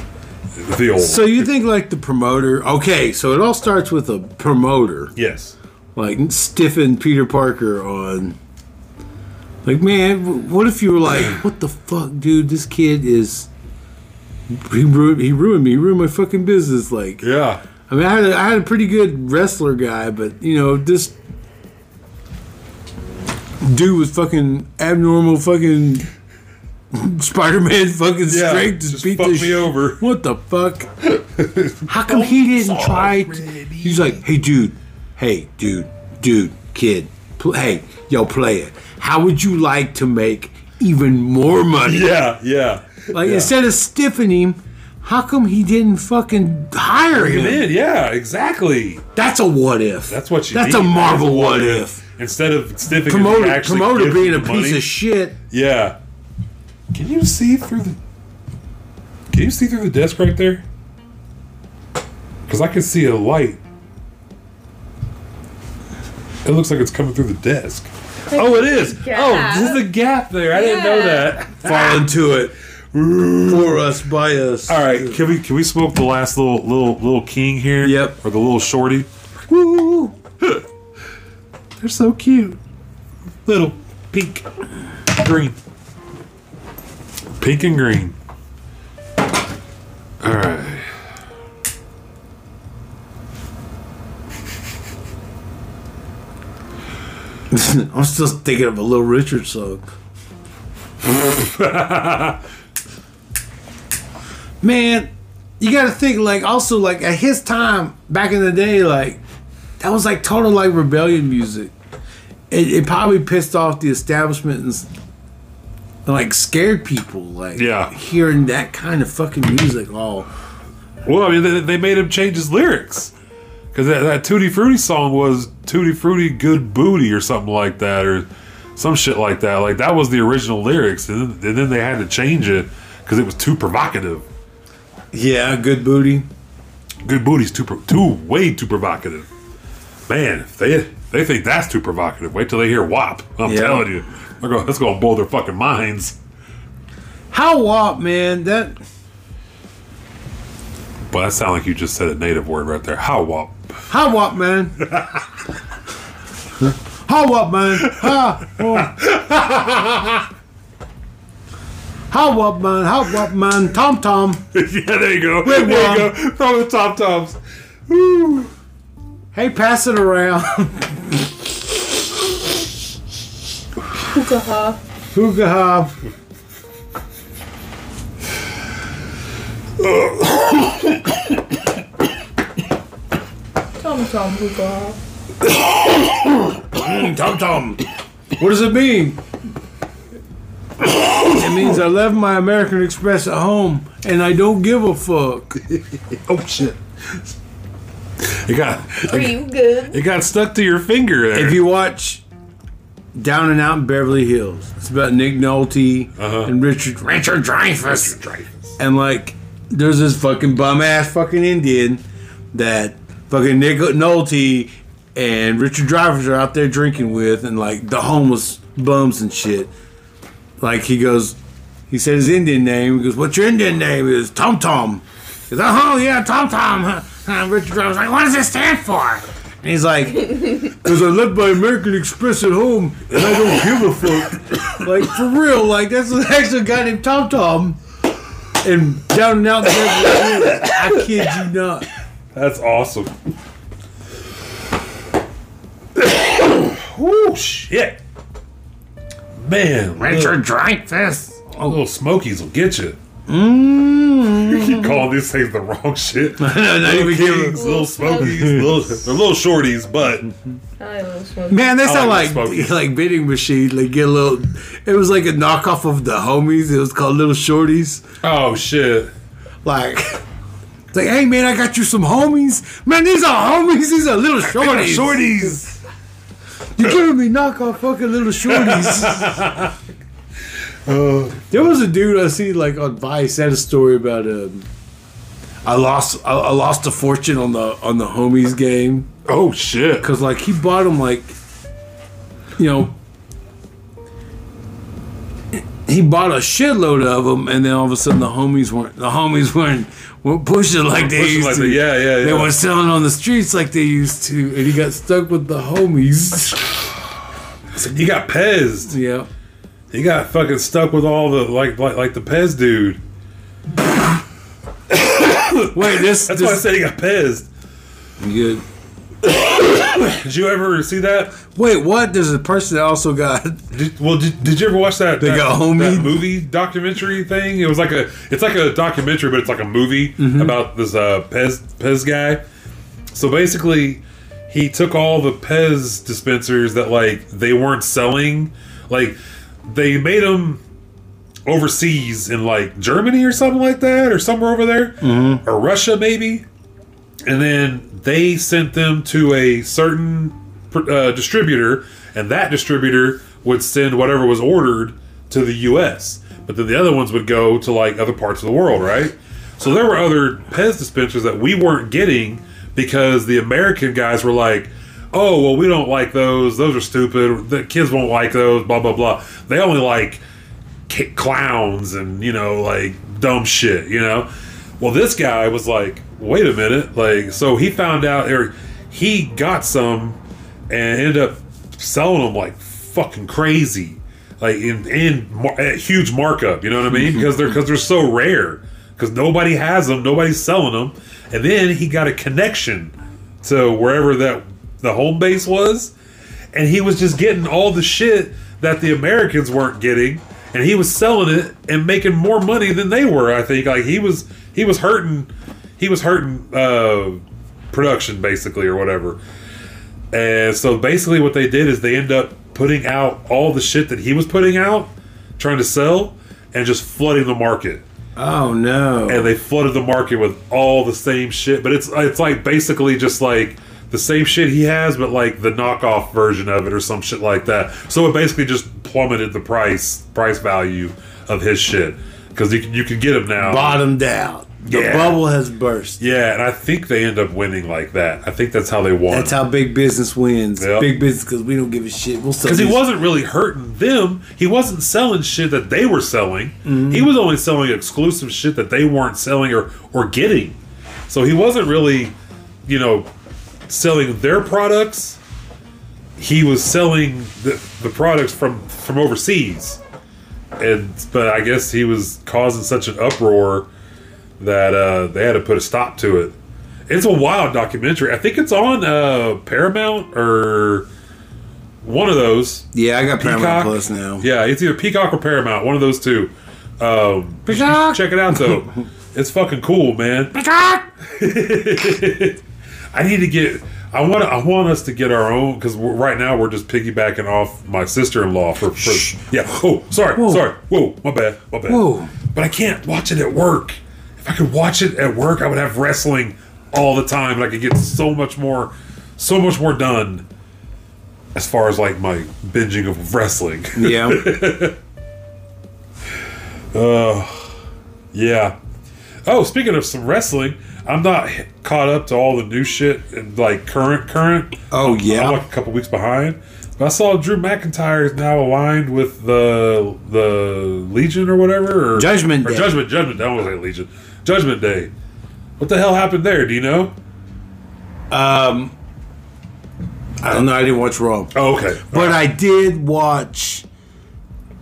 the old. So you think like the promoter? Okay, so it all starts with a promoter, yes, like stiffing Peter Parker on. Like, man, w- what if you were like, what the fuck, dude? This kid is. He ruined, he ruined me. He ruined my fucking business. Like, yeah, I mean, I had a, I had a pretty good wrestler guy, but you know, this dude with fucking abnormal fucking Spider-Man fucking yeah. strength just, just beat fuck the me sh- over. Oh, What the fuck? How come he didn't try? To, he's like, hey, dude, hey, dude, dude, kid, pl- hey, yo, play it. How would you like to make even more money? Yeah, yeah. Like yeah. instead of stiffing him, how come he didn't fucking hire him? Man, yeah, exactly. That's a what if. That's what you. That's need. a Marvel That's what if. Instead of stiffing and Promoter, actually promoter giving being a the piece money. of shit. Yeah. Can you see through the? Can you see through the desk right there? Because I can see a light. It looks like it's coming through the desk. Oh, it is. Gap. Oh, there's a gap there. I didn't know Yeah. that. Fall into it. For us, by us. All right, can we can we smoke the last little little little king here? Yep. Or the little shorty. Woo! They're so cute. Little pink, green. Pink and green. All right. I'm still thinking of a Little Richard song. Man, you gotta think like also like at his time back in the day, like that was like total like rebellion music. It, it probably pissed off the establishment and s- like scared people like Yeah. hearing that kind of fucking music Oh, all Well, I mean, they, they made him change his lyrics because that, that Tutti Frutti song was Tutti Frutti Good Booty or something like that, or some shit like that. Like that was the original lyrics, and then, and then they had to change it because it was too provocative. yeah good booty Good Booty's too pro- too way too provocative. Man, if they they think that's too provocative. Wait till they hear WAP. I'm Yeah. telling you, they're going, that's gonna blow their fucking minds. how wop man that But that sound like you just said a native word right there. How WAP. How what, man? How what, man? Ha, oh. How what, man? How what, man? Tom Tom. yeah, there you go. there you go. From the top tops. Woo. Hey, pass it around. Hookah. Hookah hop. Tom Tom hookah. Tom Tom. What does it mean? It means I left my American Express at home and I don't give a fuck. Oh shit. It got Are you good? it got stuck to your finger there. If you watch Down and Out in Beverly Hills, it's about Nick Nolte and Richard Richard Dreyfuss. and like there's this fucking bum ass fucking Indian that fucking Nick Nolte and Richard Drivers are out there drinking with, and like the homeless bums and shit. Like he goes, he said his Indian name. He goes, "What's your Indian name?" Is Tom Tom. He's like, "Oh yeah, Tom Tom." huh?" And Richard Drivers like, "What does this stand for?" And he's like, "Cause I left my American Express at home, and I don't give a fuck." Like for real, like that's an actual guy named Tom Tom and down and out there. I kid you not. That's awesome. Woo shit. Man. Oh. Richard Dreyfuss. Little, little smokies will get you. You keep calling these things the wrong shit. Not little even kidding. Kings, little smokies, little, they're little shorties, but I love smoking. Man, that's I not like like the smokies. like bidding machine. Like get a little. It was like a knockoff of the homies. It was called Little Shorties. oh shit. Like. it's Like, hey man, I got you some homies. Man, these are homies. These are little shorties. Shorties. You're giving me knockoff fucking little shorties. Uh, there was a dude I see like on Vice had a story about um, I lost I, I lost a fortune on the on the homies game Oh shit. because like he bought him like you know he bought a shitload of them and then all of a sudden the homies weren't the homies weren't weren't pushing like they Pushing used like to the- yeah, yeah, yeah. they weren't selling on the streets like they used to and he got stuck with the homies. You got pezzed. Yeah. You got fucking stuck with all the like like, like the Pez dude. Wait, this That's this why I said he got pezzed. good. Did you ever see that? Wait, what? There's a person that also got Did, well, did, did you ever watch that? They that, got homied? that movie documentary thing. It was like a it's like a documentary, but it's like a movie Mm-hmm. about this uh, Pez Pez guy. So basically, he took all the Pez dispensers that like they weren't selling, like they made them overseas in like Germany or something like that, or somewhere over there, Mm-hmm. or Russia maybe, and then they sent them to a certain uh, distributor, and that distributor would send whatever was ordered to the U.S. But then the other ones would go to like other parts of the world, right? So there were other Pez dispensers that we weren't getting because the American guys were like, "Oh, well, we don't like those. Those are stupid. The kids won't like those. Blah blah blah. They only like kick clowns and you know like dumb shit you know well this guy was like wait a minute like so he found out or he got some and ended up selling them like fucking crazy, like in in mar- at huge markup. You know what I mean? Because they're because they're so rare. Because nobody has them, nobody's selling them. And then he got a connection to wherever that the home base was, and he was just getting all the shit that the Americans weren't getting, and he was selling it and making more money than they were. I think like he was he was hurting he was hurting uh, production basically or whatever. And so basically, what they did is they end up putting out all the shit that he was putting out, trying to sell, and just flooding the market Oh no. and they flooded the market with all the same shit. But it's it's like basically just like the same shit he has, but like the knockoff version of it or some shit like that. So it basically just plummeted the price price value of his shit because you can, you can get him now. Bottomed out. The Yeah. bubble has burst. Yeah, and I think they end up winning like that. I think that's how they won. That's how big business wins. Yep. Big business because we don't give a shit. We'll sell because he these- wasn't really hurting them. He wasn't selling shit that they were selling. He was only selling exclusive shit that they weren't selling or or getting. So he wasn't really, you know, selling their products. He was selling the, the products from from overseas, and but I guess he was causing such an uproar that uh, they had to put a stop to it. It's a wild documentary. I think it's on uh, Paramount or one of those. Yeah, I got Paramount Peacock. Plus now. Yeah, it's either Peacock or Paramount, one of those two. Um, you should Peacock. Check it out though. it's fucking cool, man. I need to get. I want. I want us to get our own because right now we're just piggybacking off my sister-in-law for. for yeah. Oh, sorry. Whoa. Sorry. Whoa. My bad. My bad. Whoa. But I can't watch it at work. If I could watch it at work, I would have wrestling all the time, and I could get so much more, so much more done. As far as like my binging of wrestling. Yeah. Yeah. Oh, speaking of some wrestling, I'm not h- caught up to all the new shit and like current current. Oh I'm yeah. like a couple weeks behind. But I saw Drew McIntyre is now aligned with the the Legion or whatever or Judgment or Day. Judgment Judgment. That was like Legion. Judgment Day. What the hell happened there? Do you know? Um, I don't know. I didn't watch Raw, Oh, okay. but I did watch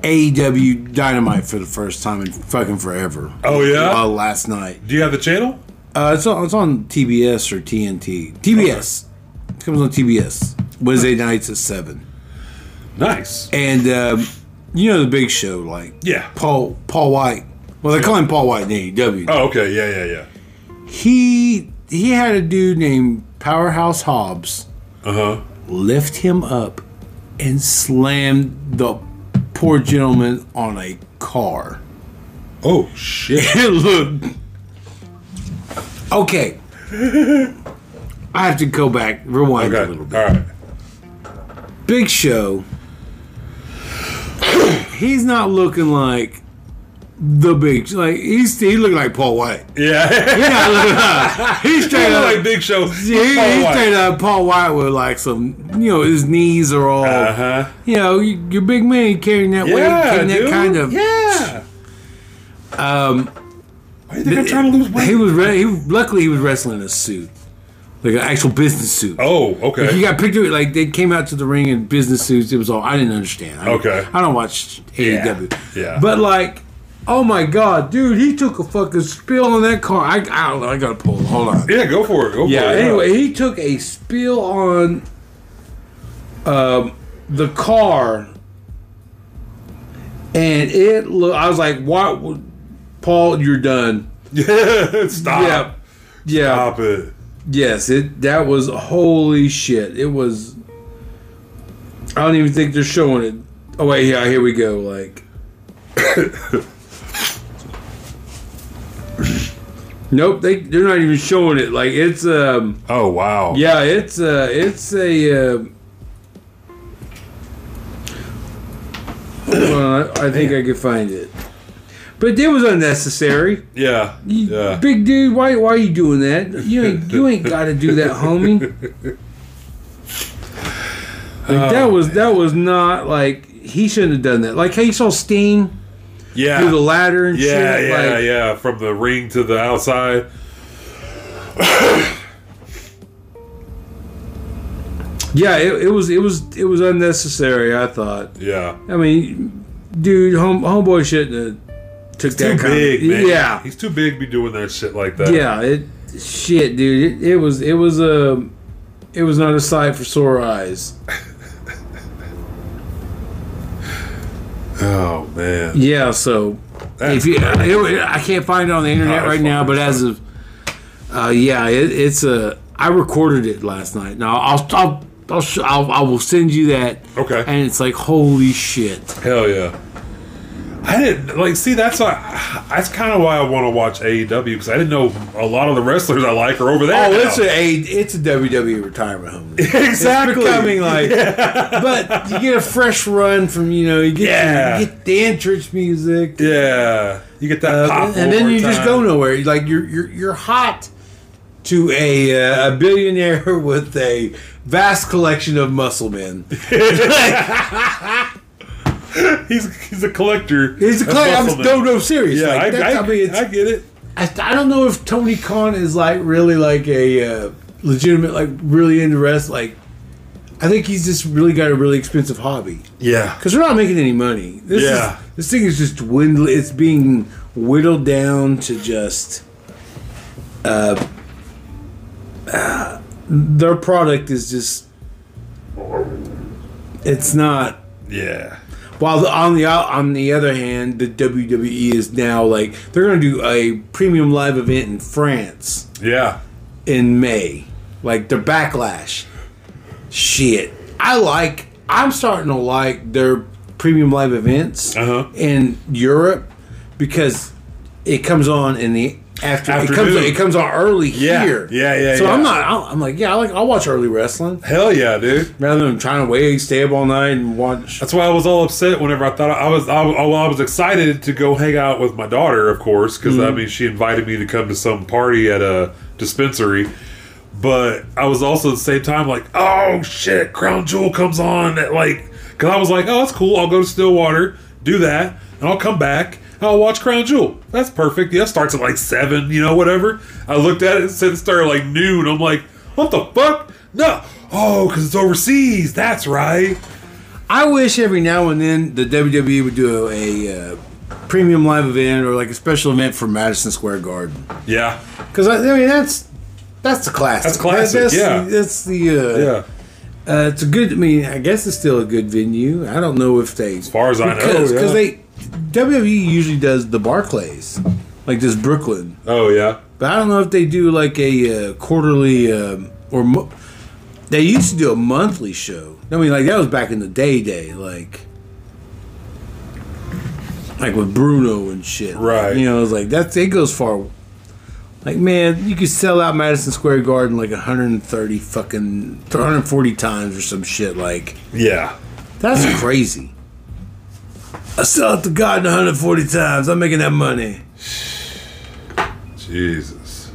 AEW Dynamite for the first time in fucking forever. Oh, yeah? Uh, last night. Do you have the channel? Uh, it's on, it's on TBS or TNT. TBS. It comes on TBS Wednesday nights at seven. Nice. And um, you know the big show, like Yeah. Paul Paul White. Well, they call him Paul White in AEW. Oh, okay. Yeah, yeah, yeah. He he had a dude named Powerhouse Hobbs Uh huh. lift him up and slammed the poor gentleman on a car. Oh shit. It looked okay. I have to go back, rewind Okay. a little All bit. right. Big Show, he's not looking like the big like he's he looked like Paul White. Yeah. He's not looking like- he's straight up like Big Show. Oh, he, he straight up Paul White with like some you know his knees are all Uh huh. you know you, your big man carrying that weight Yeah, carrying that dude. kind of Um, yeah. Um, why do you think I'm trying to lose weight? he was re- he luckily he was wrestling in a suit like an actual business suit. oh, You okay. got picture like they came out to the ring in business suits. It was all I didn't understand. I, Okay. I don't watch AEW. Yeah. But like, oh my god, dude, he took a fucking spill on that car. I, I don't know. I gotta pull. it. Hold on. yeah, go for it. Go Yeah. For it. Anyway, he took a spill on um, the car, and it. Lo- I was like, "What, Paul? You're done." Yeah. Stop. Yeah. Yeah. Stop it. Yes, it that was holy shit. It was. I don't even think they're showing it. Oh wait, yeah, here we go. Like, nope, they they're not even showing it. Like it's um Oh wow. yeah it's uh it's a. um well, I think I could find it, but it was unnecessary. Yeah. You- Yeah. Big dude, why why are you doing that? You ain't, you ain't got to do that, homie. Like, Oh, that was that was not like he shouldn't have done that. Like, hey, you saw Steen Yeah. through the ladder and yeah. shit. Yeah. like, yeah. From the ring to the outside. Yeah, it, it was it was it was unnecessary. I thought. Yeah. I mean, dude, home homeboy shouldn't have took that Too kind big, of, man. Yeah, He's too big to be doing that shit like that. yeah. It shit, dude. It, it was it was a it was not a sight for sore eyes. Oh, man. Yeah, so That's if you, crazy. it- I can't find it on the internet No, right fucking now, but as of uh, yeah, it, it's a. I recorded it last night. Now I'll I'll I'll, sh- I'll I will send you that. Okay. And it's like holy shit. Hell yeah. I didn't like see that's why that's kind of why I want to watch AEW because I didn't know a lot of the wrestlers I like are over there. Oh, now. it's a it's a WWE retirement home. exactly It's becoming like, but you get a fresh run from you know you get, Yeah. you get the entrance music, yeah. You get that uh, pop, and then one you more just time. go nowhere. Like you're you're you're hot to a uh, a billionaire with a vast collection of muscle men. He's he's a collector. He's a of clay. I'm muscle men. no no serious. Yeah, like, I, that's, I, I, mean, it's, I get it. I, I don't know if Tony Khan is like really like a uh, legitimate like really into rest like. I think he's just really got a really expensive hobby. Yeah, because we're not making any money. This Yeah. is, this thing is just dwindling. It's being whittled down to just, uh, uh, their product is just, it's not. yeah, While the, on the on the other hand, the WWE is now like they're going to do a premium live event in France yeah. in May. Like the backlash. Shit. I like I'm starting to like their premium live events Uh-huh. in Europe because it comes on in the after it comes Afternoon. it comes on early Yeah. here. Yeah, yeah, So yeah. I'm not I'll- I'm like, yeah, I like I'll watch early wrestling Hell yeah, dude. rather than trying to wait, stay up all night and watch That's why I was all upset whenever I thought I was. I, I, well, I was excited to go hang out with my daughter, of course, because I mean she invited me to come to some party at a dispensary. But I was also at the same time like, oh shit, Crown Jewel comes on at like, because I was like, oh that's cool. I'll go to Stillwater, do that, and I'll come back. and I'll watch Crown Jewel. That's perfect. Yeah, it starts at like seven, you know, whatever. I looked at it and said it started like noon. I'm like, what the fuck? No. Oh, because it's overseas. That's right. I wish every now and then the WWE would do a, a uh, premium live event or like a special event for Madison Square Garden. Yeah. Because I, I mean that's that's the classic. That's classic, That's, yeah. the, that's the uh, Yeah. As Uh, it's a good. I mean, I guess it's still a good venue. I don't know if they far as I know. because yeah. because they WWE usually does the Barclays, like this Brooklyn. Oh yeah. But I don't know if they do like a uh, quarterly um, or mo- they used to do a monthly show. I mean, like that was back in the day, day like like with Bruno and shit. Right. You know, it's like that. It goes far. Like man, you could sell out Madison Square Garden like 130 fucking 140 times or some shit. Like Yeah. that's crazy. I sell out the garden 140 times. I'm making that money. Jesus.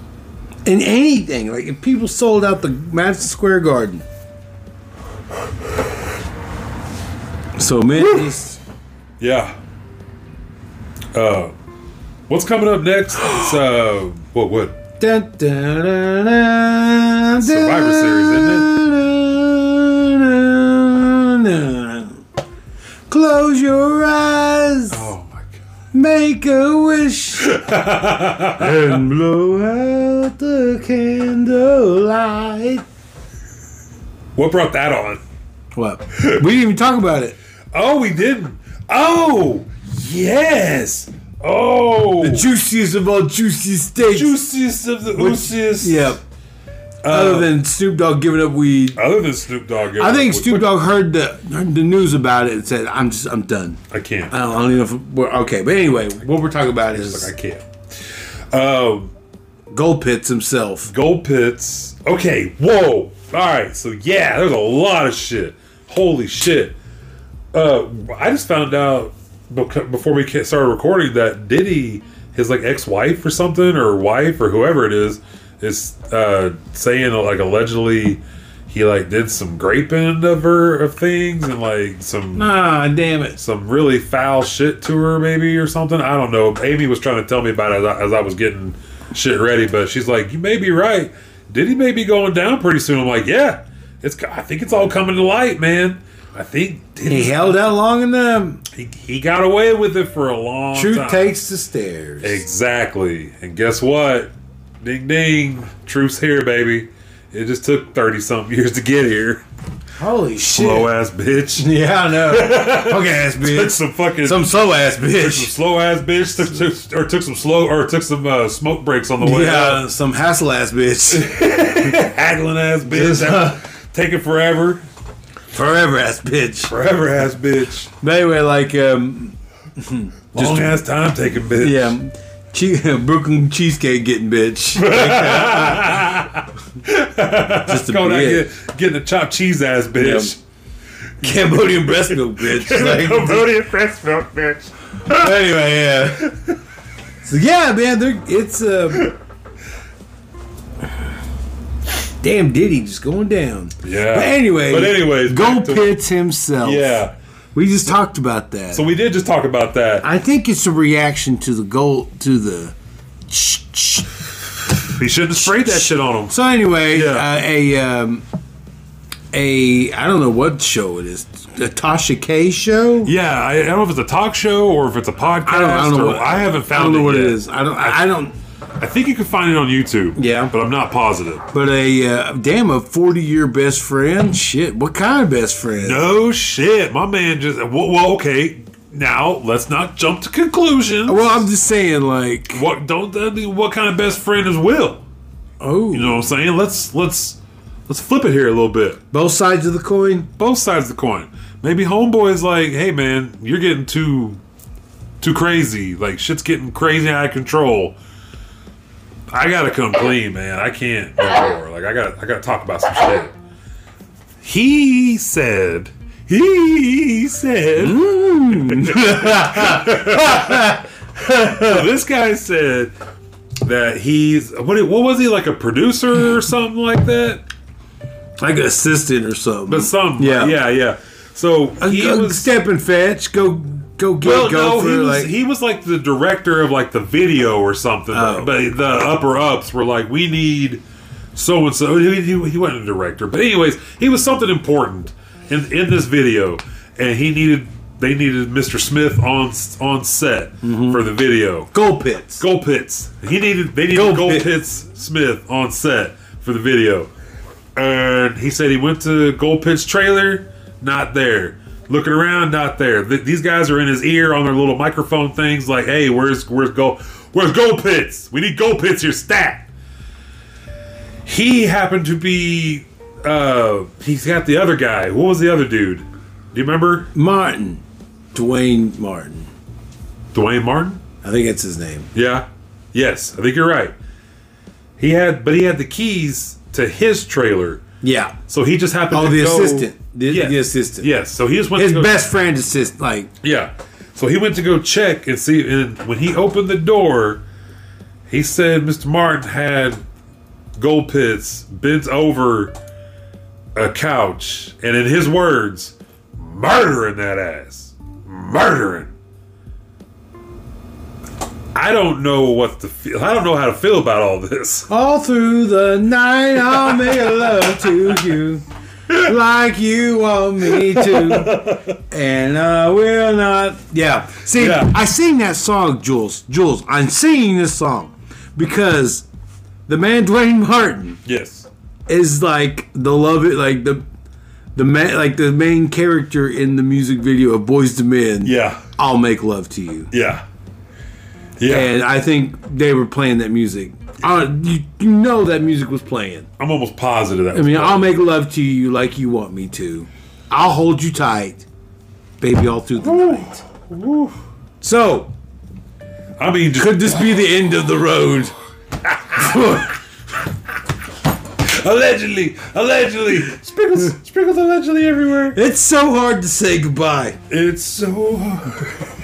in anything. Like if people sold out the Madison Square Garden. So man, it's- Yeah. Uh, what's coming up next? It's, uh, what would? dun, dun, dun, dun, Survivor Series, isn't it? Close your eyes, Oh my god. make a wish, and blow out the candlelight. What brought that on? What? We didn't even talk about it. Oh, we didn't. Oh, yes. Oh, The juiciest of all juicy steaks. juiciest of the oosiest. Yep. Uh, Other than Snoop Dogg giving up weed, Other than Snoop Dogg. I think Snoop Dogg heard the heard the news about it and said, "I'm just, I'm done. I can't. I don't, I don't even know if we're okay." But anyway, what we're talking about I is can't. Um. Gold Pits himself. Gold pits. Okay, whoa. Alright, so yeah, there's a lot of shit. Holy shit. Uh I just found out beca- before we ca- started recording that Diddy, his like ex-wife or something, or wife or whoever it is, is uh saying like allegedly he like did some graping of her of things and like some Ah, damn it! some really foul shit to her, maybe or something. I don't know. Amy was trying to tell me about it as I, as I was getting shit ready, but she's like, "You may be right. Did he may be going down pretty soon?" I'm like, "Yeah." It's co- I think it's all coming to light, man. I think He held out long enough. he, he got away with it for a long Truth time. takes the stairs. Exactly. And guess what? Ding ding. Truth's here, baby. It just took 30 something years to get here. Holy shit. Slow ass bitch. Yeah, I know. Fuck ass Took bitch. some fucking. Some slow ass took some bitch. slow ass bitch. Took, took, or took some slow. Or took some uh, smoke breaks on the way Yeah, up. some hassle ass bitch. Haggling ass bitch. Just, uh, taking forever. Forever ass bitch. Forever ass bitch. But anyway, like, um, Long ass time taking bitch. yeah, che- Brooklyn cheesecake getting bitch. Just to be Going out it. get, getting a chopped cheese ass bitch. Cambodian breast milk bitch. Like, Cambodian fresh milk bitch. anyway, yeah. So yeah, man, they're, it's uh, damn Diddy just going down. Yeah. But anyway, But anyways, Go back to- Pits himself. Yeah. we just talked about that. So we did just talk about that. I think it's a reaction to the goal to the. He shouldn't have sprayed that shit on him. So anyway, Yeah. uh, a um, a I don't know what show it is, a Tasha K show. Yeah, I, I don't know if it's a talk show or if it's a podcast. I don't, I don't know. or- What, I haven't found I don't know it what yet. it is. I don't. I, I don't. I think you can find it on YouTube. Yeah. but I'm not positive. But a uh, damn a forty year best friend. Shit, what kind of best friend? No Oh, shit, my man just. Well, well, okay. Now let's not jump to conclusions. Well, I'm just saying, like, what don't that be- what kind of best friend is Will? oh, You know what I'm saying? Let's let's let's flip it here a little bit. both sides of the coin. both sides of the coin. Maybe homeboy is like, hey man, you're getting too too crazy. Like shit's getting crazy out of control. I gotta come clean, man. I can't no more. Like I got I gotta talk about some shit. He said he said So this guy said that he's what what was he like a producer or something like that? Like an assistant or something. But some, Yeah. yeah, yeah, yeah. So he go, was. step and fetch. Go, go get, Well, go no, he for was, like. he was like the director of like the video or something. Oh. But the upper ups were like, we need so and so. He, he, he wasn't a director, but anyways, he was something important in in this video, and he needed they needed Mr. Smith on s- on set Mm-hmm. for the video. Gold pits. Gold Pits. He needed they needed Gold Gold, Pit. Pits Smith on set for the video. And he said he went to Gold Pits trailer, not there. Looking around, not there. Th- these guys are in his ear on their little microphone things, like, "Hey, where's where's Gold where's Gold Pits? We need Gold Pits here, stat." He happened to be. uh He's got the other guy. What was the other dude? Do you remember Martin, Dwayne Martin. Dwayne Martin? I think that's his name. Yeah. Yes, I think you're right. He had, but he had the keys to his trailer, Yeah. so he just happened. Oh, to the go- assistant. The, Yes. the assistant. Yes. So he just went. His to go, best friend assist. Like, Yeah. So he went to go check and see. And when he opened the door, he said Mr. Martin had gold pits bent over a couch, and in his words, murdering that ass, murdering. I don't know what to feel. I don't know how to feel about all this. all through the night, I'll make love to you. Like you want me to, and I will not. Yeah, see, Yeah. I sing that song, Jules. Jules, I'm singing this song because the man Dwayne Martin Yes. is like the love it like the the man like the main character in the music video of Boys to Men. Yeah. I'll make love to you. Yeah. Yeah. And I think they were playing that music. I, you, you know that music was playing. I'm almost positive that. I mean, I'll make love to you like you want me to. I'll hold you tight, baby, all through the night. So, I mean, just, could this be the end of the road? allegedly, allegedly, sprinkles, sprinkles, allegedly everywhere. It's so hard to say goodbye. It's so hard.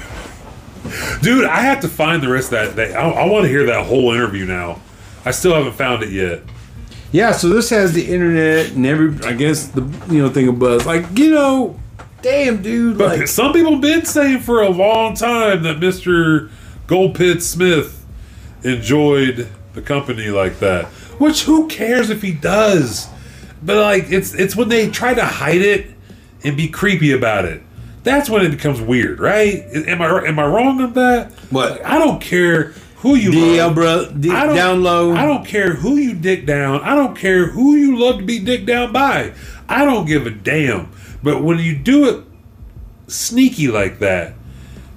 Dude, I have to find the rest of that. that I, I want to hear that whole interview now. I still haven't found it yet. Yeah, so this has the internet and every, I guess the you know thing of buzz. Like you know, damn dude, like Some people have been saying for a long time that Mr. Goldpit Smith enjoyed the company like that. Which, who cares if he does? But like it's it's when they try to hide it and be creepy about it. That's when it becomes weird, right? Am I am I wrong on that? What? Like, I don't care who you The love. umbrella, the I don't, down low. I don't care who you dick down. I don't care who you love to be dick down by. I don't give a damn. But when you do it sneaky like that,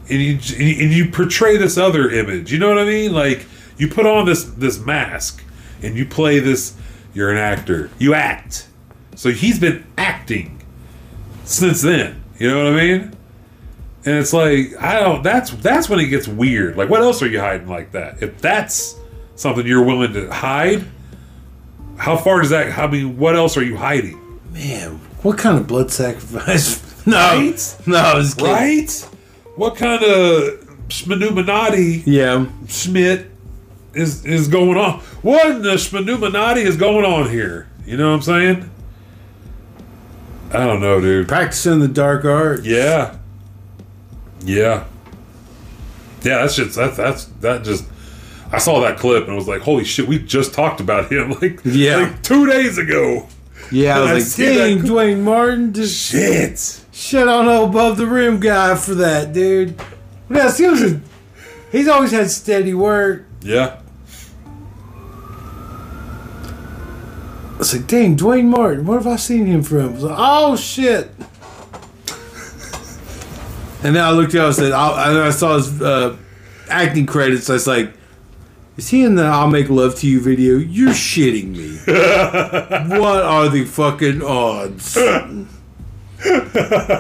and you and you portray this other image, you know what I mean? Like you put on this this mask and you play this. You're an actor. You act. So he's been acting since then. You know what I mean? And it's like I don't. That's that's when it gets weird. Like, what else are you hiding like that? If that's something you're willing to hide, how far does that? I mean, what else are you hiding? Man, what kind of blood sacrifice? No, Right? no, I was kidding. Right? What kind of Smanuminati Yeah, Schmidt is is going on? What in the Smanuminati is going on here? You know what I'm saying? I don't know, dude. practicing the dark art. Yeah. Yeah. Yeah, that's just that's that's that just I saw that clip and I was like, holy shit, we just talked about him like, Yeah. like two days ago. yeah. I I was see like, that dang, cl- Dwayne Martin just Shit. shit on old above the rim guy for that, dude. Yeah, see, he was a- he's always had steady work. Yeah. I was like, dang, Dwayne Martin, what have I seen him from? I was like, oh shit. And then I looked up and said, I, and then I saw his uh, acting credits. I was like, is he in the I'll Make Love to You video? You're shitting me. what are the fucking odds?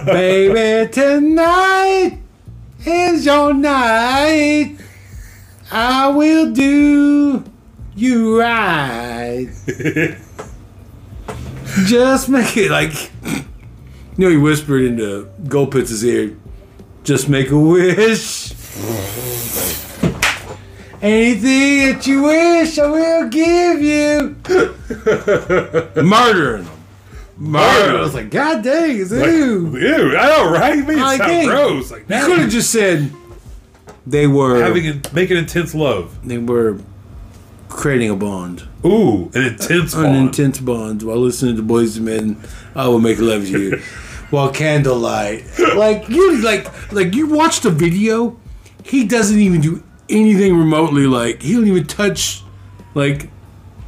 Baby, tonight is your night. I will do you right. Just make it like. You know, he whispered into Goldpitz's ear, just make a wish. Anything that you wish, I will give you. Murdering him. Murder. I was like, God dang, it's Like, you. Ew, I know, right? Man, Like, it hey, sounds gross. Like You could have just said they were having an, making intense love. they were creating a bond, Ooh, an intense an bond. intense bond, while listening to Boys and Men. I will make love to you, while candlelight. Like you, like like you watched the video. He doesn't even do anything remotely. Like he don't even touch, like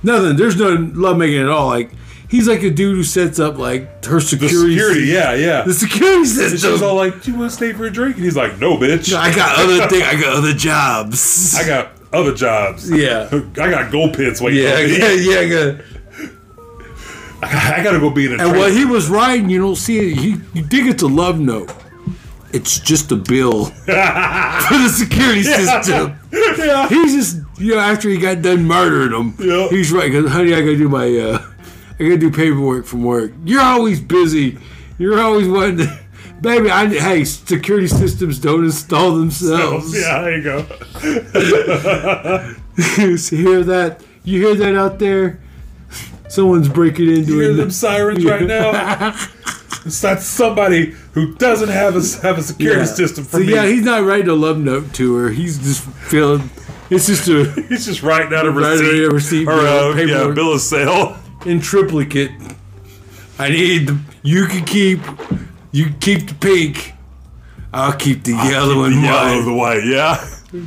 nothing. There's no love making at all. Like he's like a dude who sets up like her the security. security, yeah, yeah. The security She's all system. like, "Do you want to stay for a drink?" And he's like, "No, bitch. I got other thing. I got other jobs. I got other jobs. yeah. I got gold pits waiting Yeah, for me. yeah, yeah, yeah. I gotta go be in a And trade- while he was writing, you don't see it. He, you dig it's a love note. It's just a bill for the security system. Yeah. He's just, you know, after he got done murdering him, Yeah. he's right. Cause honey, I gotta do my, uh, I gotta do paperwork from work. You're always busy. You're always wanting to, baby. I hey, security systems don't install themselves. Yeah, there you go. you hear that? You hear that out there? Someone's breaking into You it. hear them sirens right now? It's not somebody who doesn't have a have a security system for so, me. Yeah, he's not writing a love note to her. He's just feeling. It's just a he's just writing out a Writing receipt, a receipt, or bill, a yeah, paperwork. bill of sale. in triplicate. I need the, you can keep you can keep the pink. I'll keep the yellow The and yellow, white. the white. Yeah.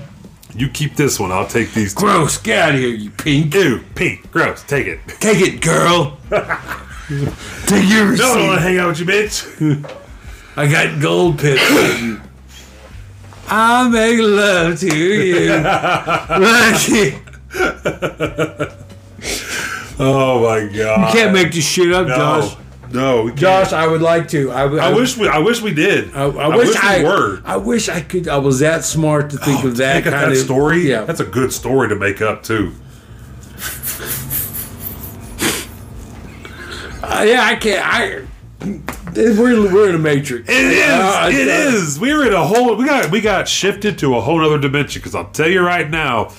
You keep this one. I'll take these. Two. Gross! Get out of here, you pink. Ew, pink, gross. Take it. Take it, girl. Take your receipt. No, I don't want to hang out with you, bitch. I got gold pits. I make love to you. Lucky. Oh my god. Can't make this shit up, no, Josh. No, we can't. Josh, I would like to. I, would. I wish we. I wish we did. I, I, wish, I we were. I wish I could. I was that smart to think of that Make up kind that of story. Yeah, that's a good story to make up too. Uh, yeah. I can't. I we're we're in a matrix. It is. Uh, it uh, is. We were in a whole. We got we got shifted to a whole other dimension. Because I'll tell you right now,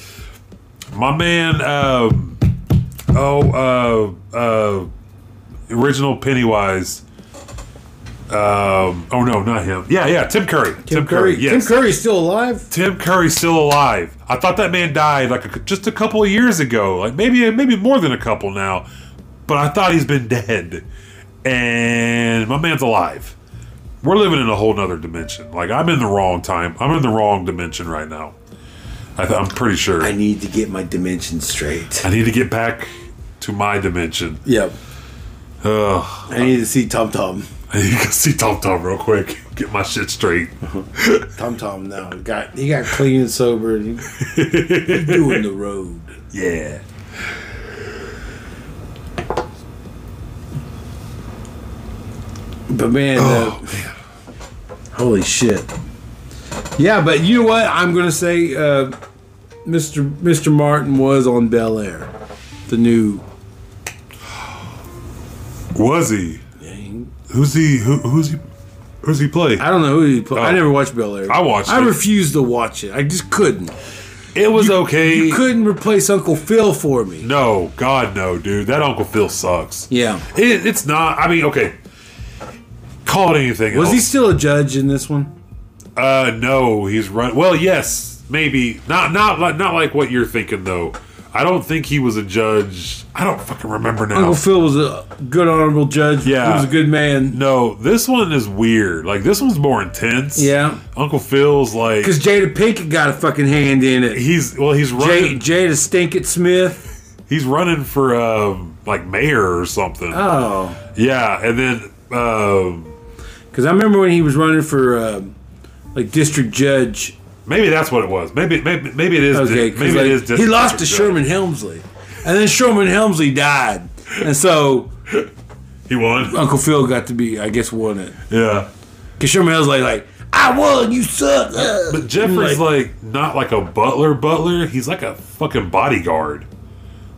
my man. Um, oh, uh, uh, original Pennywise. Um, oh no, not him. Yeah, yeah, Tim Curry. Tim, Curry. Yes. Tim Curry's still alive. Tim Curry's still alive. I thought that man died like a, just a couple of years ago, like maybe maybe more than a couple now. but I thought he's been dead. And my man's alive. We're living in a whole nother dimension. Like, I'm in the wrong time. I'm in the wrong dimension right now. I th- I'm pretty sure. I I, need to get my dimensions straight. need to get back to my dimension. Yep. Ugh. I need to see Tom Tom. You can see Tom Tom real quick. Get my shit straight. Tom Tom now got he got clean and sober. And he, he's doing the road. Yeah. But man, Oh, uh, holy shit. Yeah, but you know what? I'm gonna say, uh, Mr. Mr. Martin was on Bel Air, the new. Was he? Who's he? Who, who's he? Who's he play? I don't know who he played. I Oh. never watched Bel Air. I watched I it. refused to watch it. I just couldn't. It was okay. You couldn't replace Uncle Phil for me. No, God, no, dude. That Uncle Phil sucks. Yeah. It, it's not. I mean, okay. Call it anything. Was he else. still a judge in this one? Uh, no, he's run. Well, yes, maybe not. Not like not like what you're thinking though. I don't think he was a judge. I don't fucking remember now. Uncle Phil was a good honorable judge. Yeah. He was a good man. no, this one is weird. Like this one's more intense. Yeah. Uncle Phil's like Because Jada Pinkett got a fucking hand in it. he's well, he's Jay, running. Jada Stinkett Smith. He's running for um like mayor or something. Oh. yeah, and then um Because I remember when he was running for um, like district judge. maybe that's what it was. Maybe maybe maybe it is. Okay, maybe 'cause, like, it is. he district lost to judge. Sherman Helmsley, and then Sherman Helmsley died, and so He won. Uncle Phil got to be, I guess, won it. Yeah. Because Sherman Helmsley like, I won, you suck. uh." But Jeffrey's like, not like a butler butler. He's like a fucking bodyguard.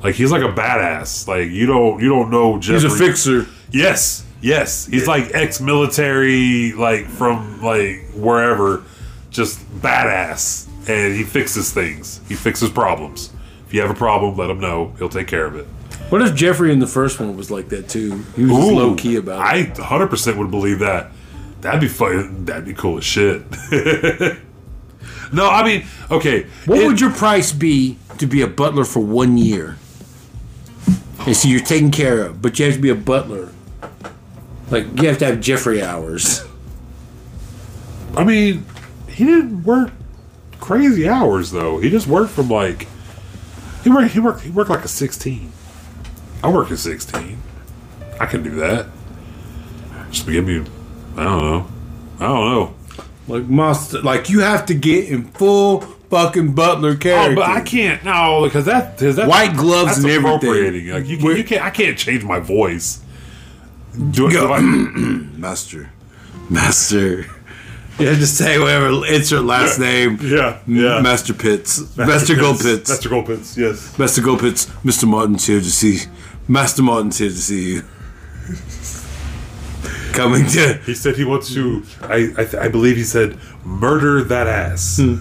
Like he's like a badass. Like you don't you don't know Jeffrey. he's a fixer. Yes, yes. He's like ex military, like from like wherever, just badass. And he fixes things. He fixes problems. If you have a problem, let him know. He'll take care of it. What if Jeffrey in the first one was like that too? He was just Ooh, low key about it. I 100 percent would believe that. That'd be fun. That'd be cool as shit. no, I mean, okay. What it- would your price be to be a butler for one year? And so you're taken care of, but you have to be a butler. Like you have to have Jeffrey hours. I mean, he didn't work crazy hours though. He just worked from like he worked he worked he worked like a sixteen. I work at sixteen. I can do that. Just give me I don't know. I don't know. Like must like you have to get in full fucking butler Oh, character. but I can't no because that because that White gloves that's and everything. appropriating. Like you, can, We're- you can't I can't change my voice. Do, do I, master, master. You have to say whatever. It's your last name. yeah yeah. Master Pitts. Master, Goldpits. Master Goldpits. Yes. Master Goldpits. Mr. Martin's here to see. Master Martin's here to see you. Coming to He said he wants to. I I, th- I believe he said murder that ass. Hmm.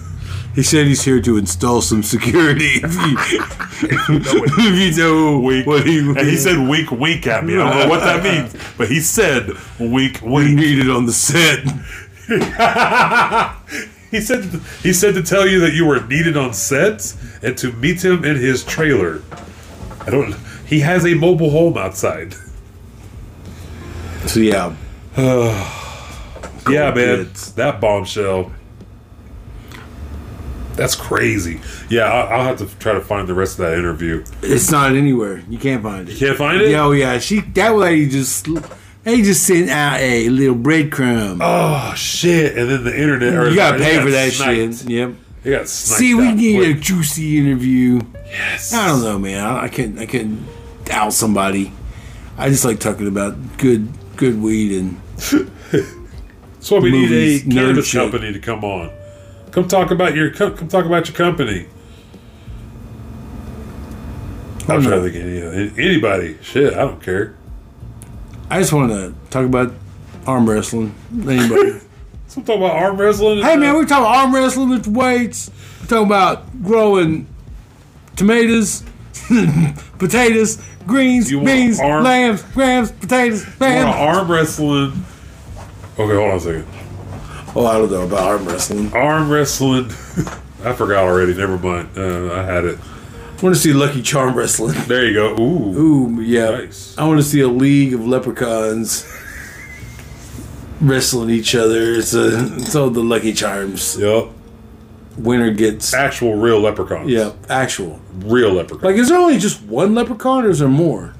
He said he's here to install some security. If you, if you know wink. what he, and he said wink wink at me. I don't know what that means, but he said wink we wink. needed on the set. he said he said to tell you that you were needed on sets and to meet him in his trailer. I don't. He has a mobile home outside. So yeah, yeah, man, kids. that bombshell. That's crazy. Yeah, I'll, I'll have to try to find the rest of that interview. it's not anywhere. You can't find it. Can't find it. Yeah, oh yeah, she that lady just they just sent out a little breadcrumb. Oh shit! And then the internet. Or you gotta they pay got for that sniped. shit. Yep. They got sniped See, we out need quick. a juicy interview. Yes. I don't know, man. I, I couldn't. I couldn't out somebody. I just like talking about good, good weed and So we Movies, need a nerd cannabis shit. company to come on. Come talk about your come, come talk about your company. no. I'm trying to think of any- anybody. Shit, I don't care. I just want to talk about arm wrestling. Anybody? So I'm talking about arm wrestling. hey, man, we're talking about arm wrestling with weights. We're talking about growing tomatoes, potatoes, greens, You want beans, arm- lambs, grams, potatoes, We're on lambs. arm wrestling. Okay, hold on a second. Oh, I don't know about arm wrestling. Arm wrestling. I forgot already. Never mind. Uh, I had it. want to see Lucky Charm wrestling. There you go. Ooh. Ooh, yeah. Nice. I want to see a league of leprechauns wrestling each other. It's, a, it's all the Lucky Charms. Yep. Winner gets. Actual real leprechauns. Yeah, actual. Real leprechauns. Like, is there only just one leprechaun, or is there more?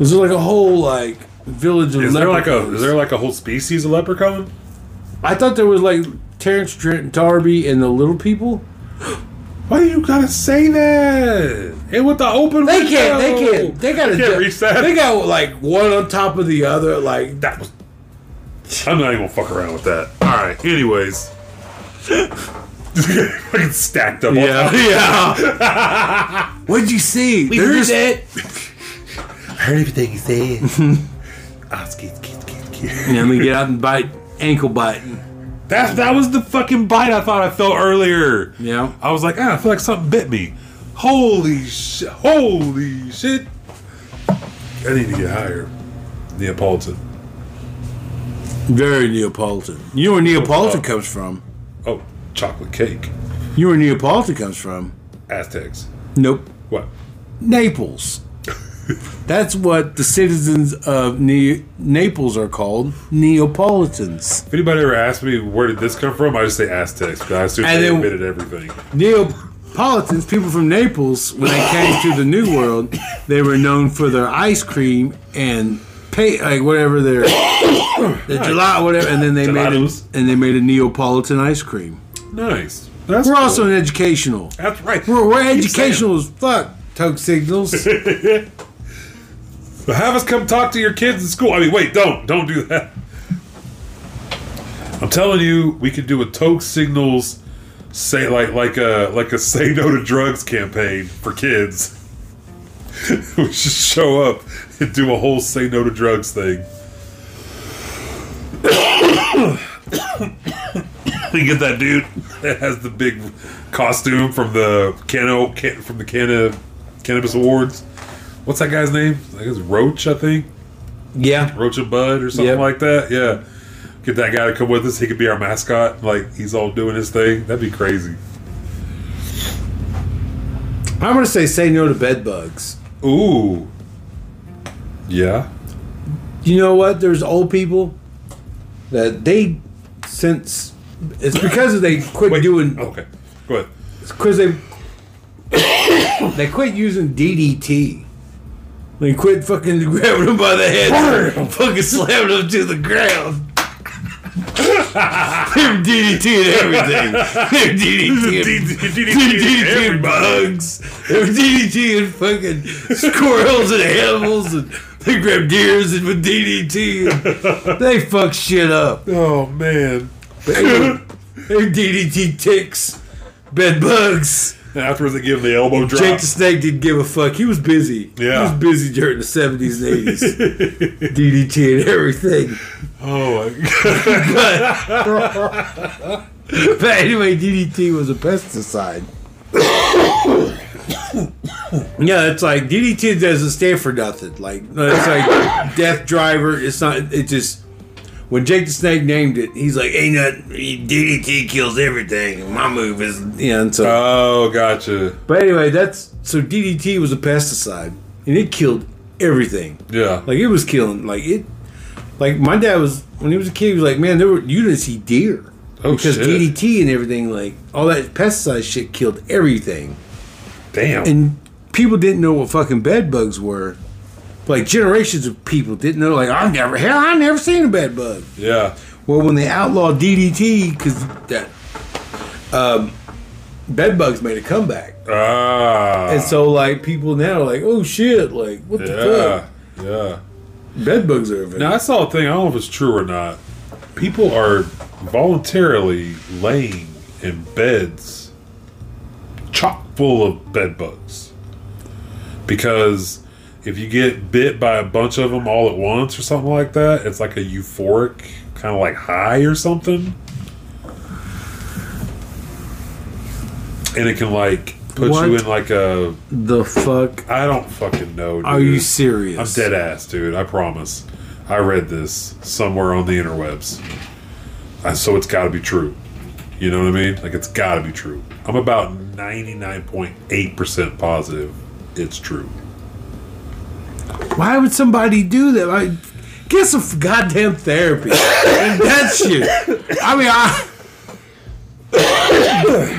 Is there like a whole like village of is there like leprechauns? a is there like a whole species of leprechaun? I thought there was like Terrence Trent Darby and the Little People. Why do you gotta say that? And with the open They window. can't. They can't. They got to Can't reach that. They got like one on top of the other. Like That was. I'm not even gonna fuck around with that. All right. Anyways. Fucking stacked up. Yeah. yeah. what'd you see? We heard it. heard everything you said. Mm-hmm. Ah, skid, skid, skid, skid. And then we get out and bite ankle biting. That that was the fucking bite I thought I felt earlier. Yeah. I was like, ah, I feel like something bit me. Holy shit! Holy shit! I need to get higher. Neapolitan. Very Neapolitan. You know where Neapolitan comes from. Oh, chocolate cake. You know where Neapolitan comes from. Aztecs. Nope. What? Naples. That's what the citizens of ne- Naples are called, Neapolitans. If anybody ever asked me where did this come from, I just say Aztecs. Because I assume And they then- invented everything. Neapolitans, people from Naples, when they came to the New World, they were known for their ice cream and pay, like whatever their the gelato, whatever, and then they made a, Gelatos. and they made a Neapolitan ice cream. Nice. That's We're cool. also an educational. That's right. We're, we're Keep educational as fuck. Toke signals. saying it. Have us come talk to your kids in school. I mean, wait, don't, don't do that. I'm telling you, we could do a Toke Signals, say like like a like a say no to drugs campaign for kids. we should show up and do a whole say no to drugs thing. you get that dude that has the big costume from the cano can, from the canna, cannabis awards. What's that guy's name? I think it's Roach, I think. yeah. Roach and Bud or something Yep. like that. Yeah. Get that guy to come with us. He could be our mascot. Like he's all doing his thing. That'd be crazy. I'm gonna say say no to bed bugs. Ooh. Yeah. You know what? There's old people that they since it's because they quit doing Okay. Go ahead. because they they quit using DDT. They quit fucking grabbing them by the head, and fucking slamming them to the ground. They're DDT and everything. They're DDT and DDT and bugs. They're DDT and fucking squirrels and animals and they grab deers and with DDT. and they fuck shit up. Oh man. They're DDT ticks, bed bugs. And afterwards they give him the elbow drop. Jake the Snake didn't give a fuck. He was busy. Yeah. He was busy during the 70s and 80s. DDT and everything. oh my god. But anyway, DDT was a pesticide. yeah, it's like DDT doesn't stand for nothing. Like it's like Death Driver. It's not. It just when Jake the Snake named it, he's like, "Ain't nothing. DDT kills everything." My move is yeah. And so, Oh, gotcha. but anyway, that's so DDT was a pesticide, and it killed everything. Yeah. Like it was killing. Like it. Like my dad was when he was a kid. He was like, man, there were you didn't see deer oh because shit. DDT and everything. Like all that pesticide shit killed everything, Damn. and people didn't know what fucking bed bugs were. Like generations of people didn't know. Like I've never hell, I never seen a bed bug. yeah. Well, when they outlawed DDT, because that um, bed bugs made a comeback, Ah. and so like people now are like, oh shit, like what the yeah. Yeah. fuck, bed bugs are. a thing. Now I saw a thing. I don't know if it's true or not. People are voluntarily laying in beds chock full of bed bugs because if you get bit by a bunch of them all at once or something like that, it's like a euphoric kind of like high or something, and it can like put What? you in like a The fuck I don't fucking know. are you dude. serious? I'm dead ass, dude. I promise. I read this somewhere on the interwebs. Uh, I, so it's got to be true. You know what I mean? Like it's got to be true. I'm about 99.8% positive it's true. Why would somebody do that? Like, get some goddamn therapy. and that shit. I mean, I,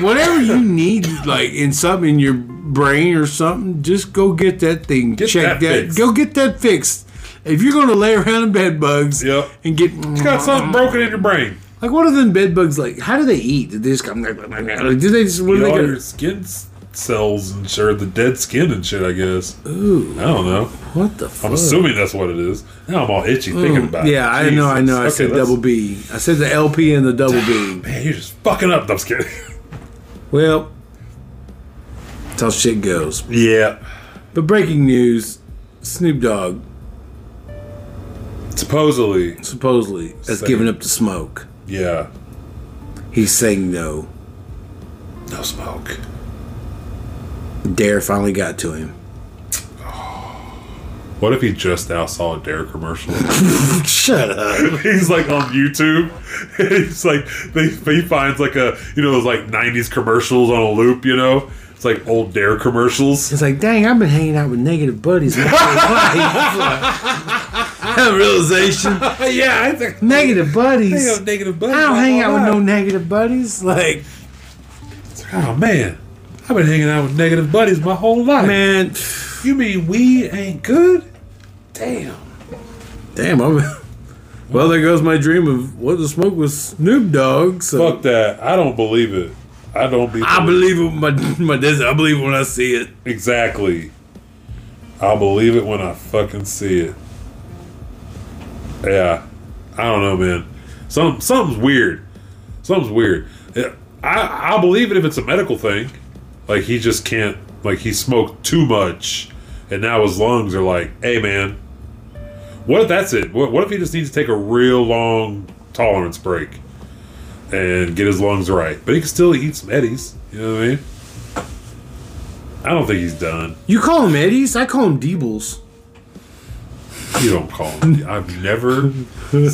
whatever you need, like in something in your brain or something, just go get that thing Get check that that. fixed. go get that fixed. If you're gonna lay around in bed bugs Yep. and get You got something broken in your brain. like what are them bed bugs like? How do they eat? Did they just come like, do they just what do You they all got- your skin s- cells and shit, or the dead skin and shit, I guess. Ooh, I don't know. what the I'm fuck? assuming that's what it is. Now I'm all itchy thinking about it. Mm. yeah, I know, I know. I Jesus. said Okay, that's- double B. I said the LP and the double B. Man, you're just fucking up. No, I'm just kidding. Well, that's how shit goes. yeah. But breaking news Snoop Dogg Supposedly. supposedly has Saying- given up the smoke. Yeah. He's saying no. No smoke. Dare finally got to him. What if he just now saw a Dare commercial? Shut up. he's like on YouTube. He's like they, he finds like a you know those like '90s commercials on a loop. You know, it's like old Dare commercials. It's like, dang, I've been hanging out with negative buddies my whole life. That realization. Oh, yeah, I think Negative buddies. I negative buddies. don't hang out with no negative buddies. Like, Oh man, I've been hanging out with negative buddies my whole life. man, You mean we ain't good? Damn. damn. I'm, well, there goes my dream of what the smoke was Snoop Dogg. So Fuck that. I don't believe it. I don't be. I believe it. My my desert. I believe it when I see it. Exactly. I'll believe it when I fucking see it. Yeah. I don't know, man. Some something's weird. Something's weird. Yeah, I I'll believe it if it's a medical thing. Like he just can't like he smoked too much and now his lungs are like, "Hey, man. What if that's it? What, what if he just needs to take a real long tolerance break and get his lungs right? But he can still eat some eddies, you know what I mean? I don't think he's done. You call him Eddies? I call him Deebles. You don't call him. I've never. I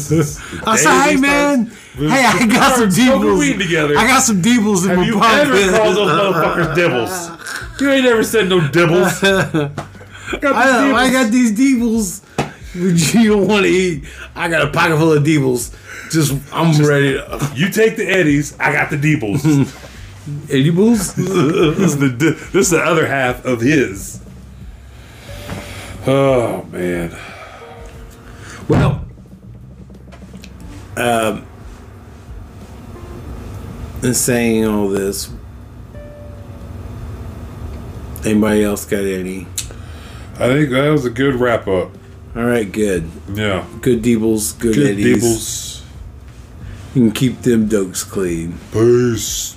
I said, hey man, hey, I got some smoking weed deebles. together. I got some deebles in Have my you ever pocket. called those motherfuckers dibbles? You ain't ever said no dibbles. Got these I, I dibbles. got these deebles. Which you don't want to eat. I got a pocket full of deebles. Just I'm ready. To, you take the eddies. I got the dibbles. edibles? this is the di- this is the other half of his. Oh man. well, um, and saying all this, anybody else got any? I think that was a good wrap up. All right, good, Yeah. good deebles, good, Good eddies. dibbles. You can keep them dokes clean. Peace.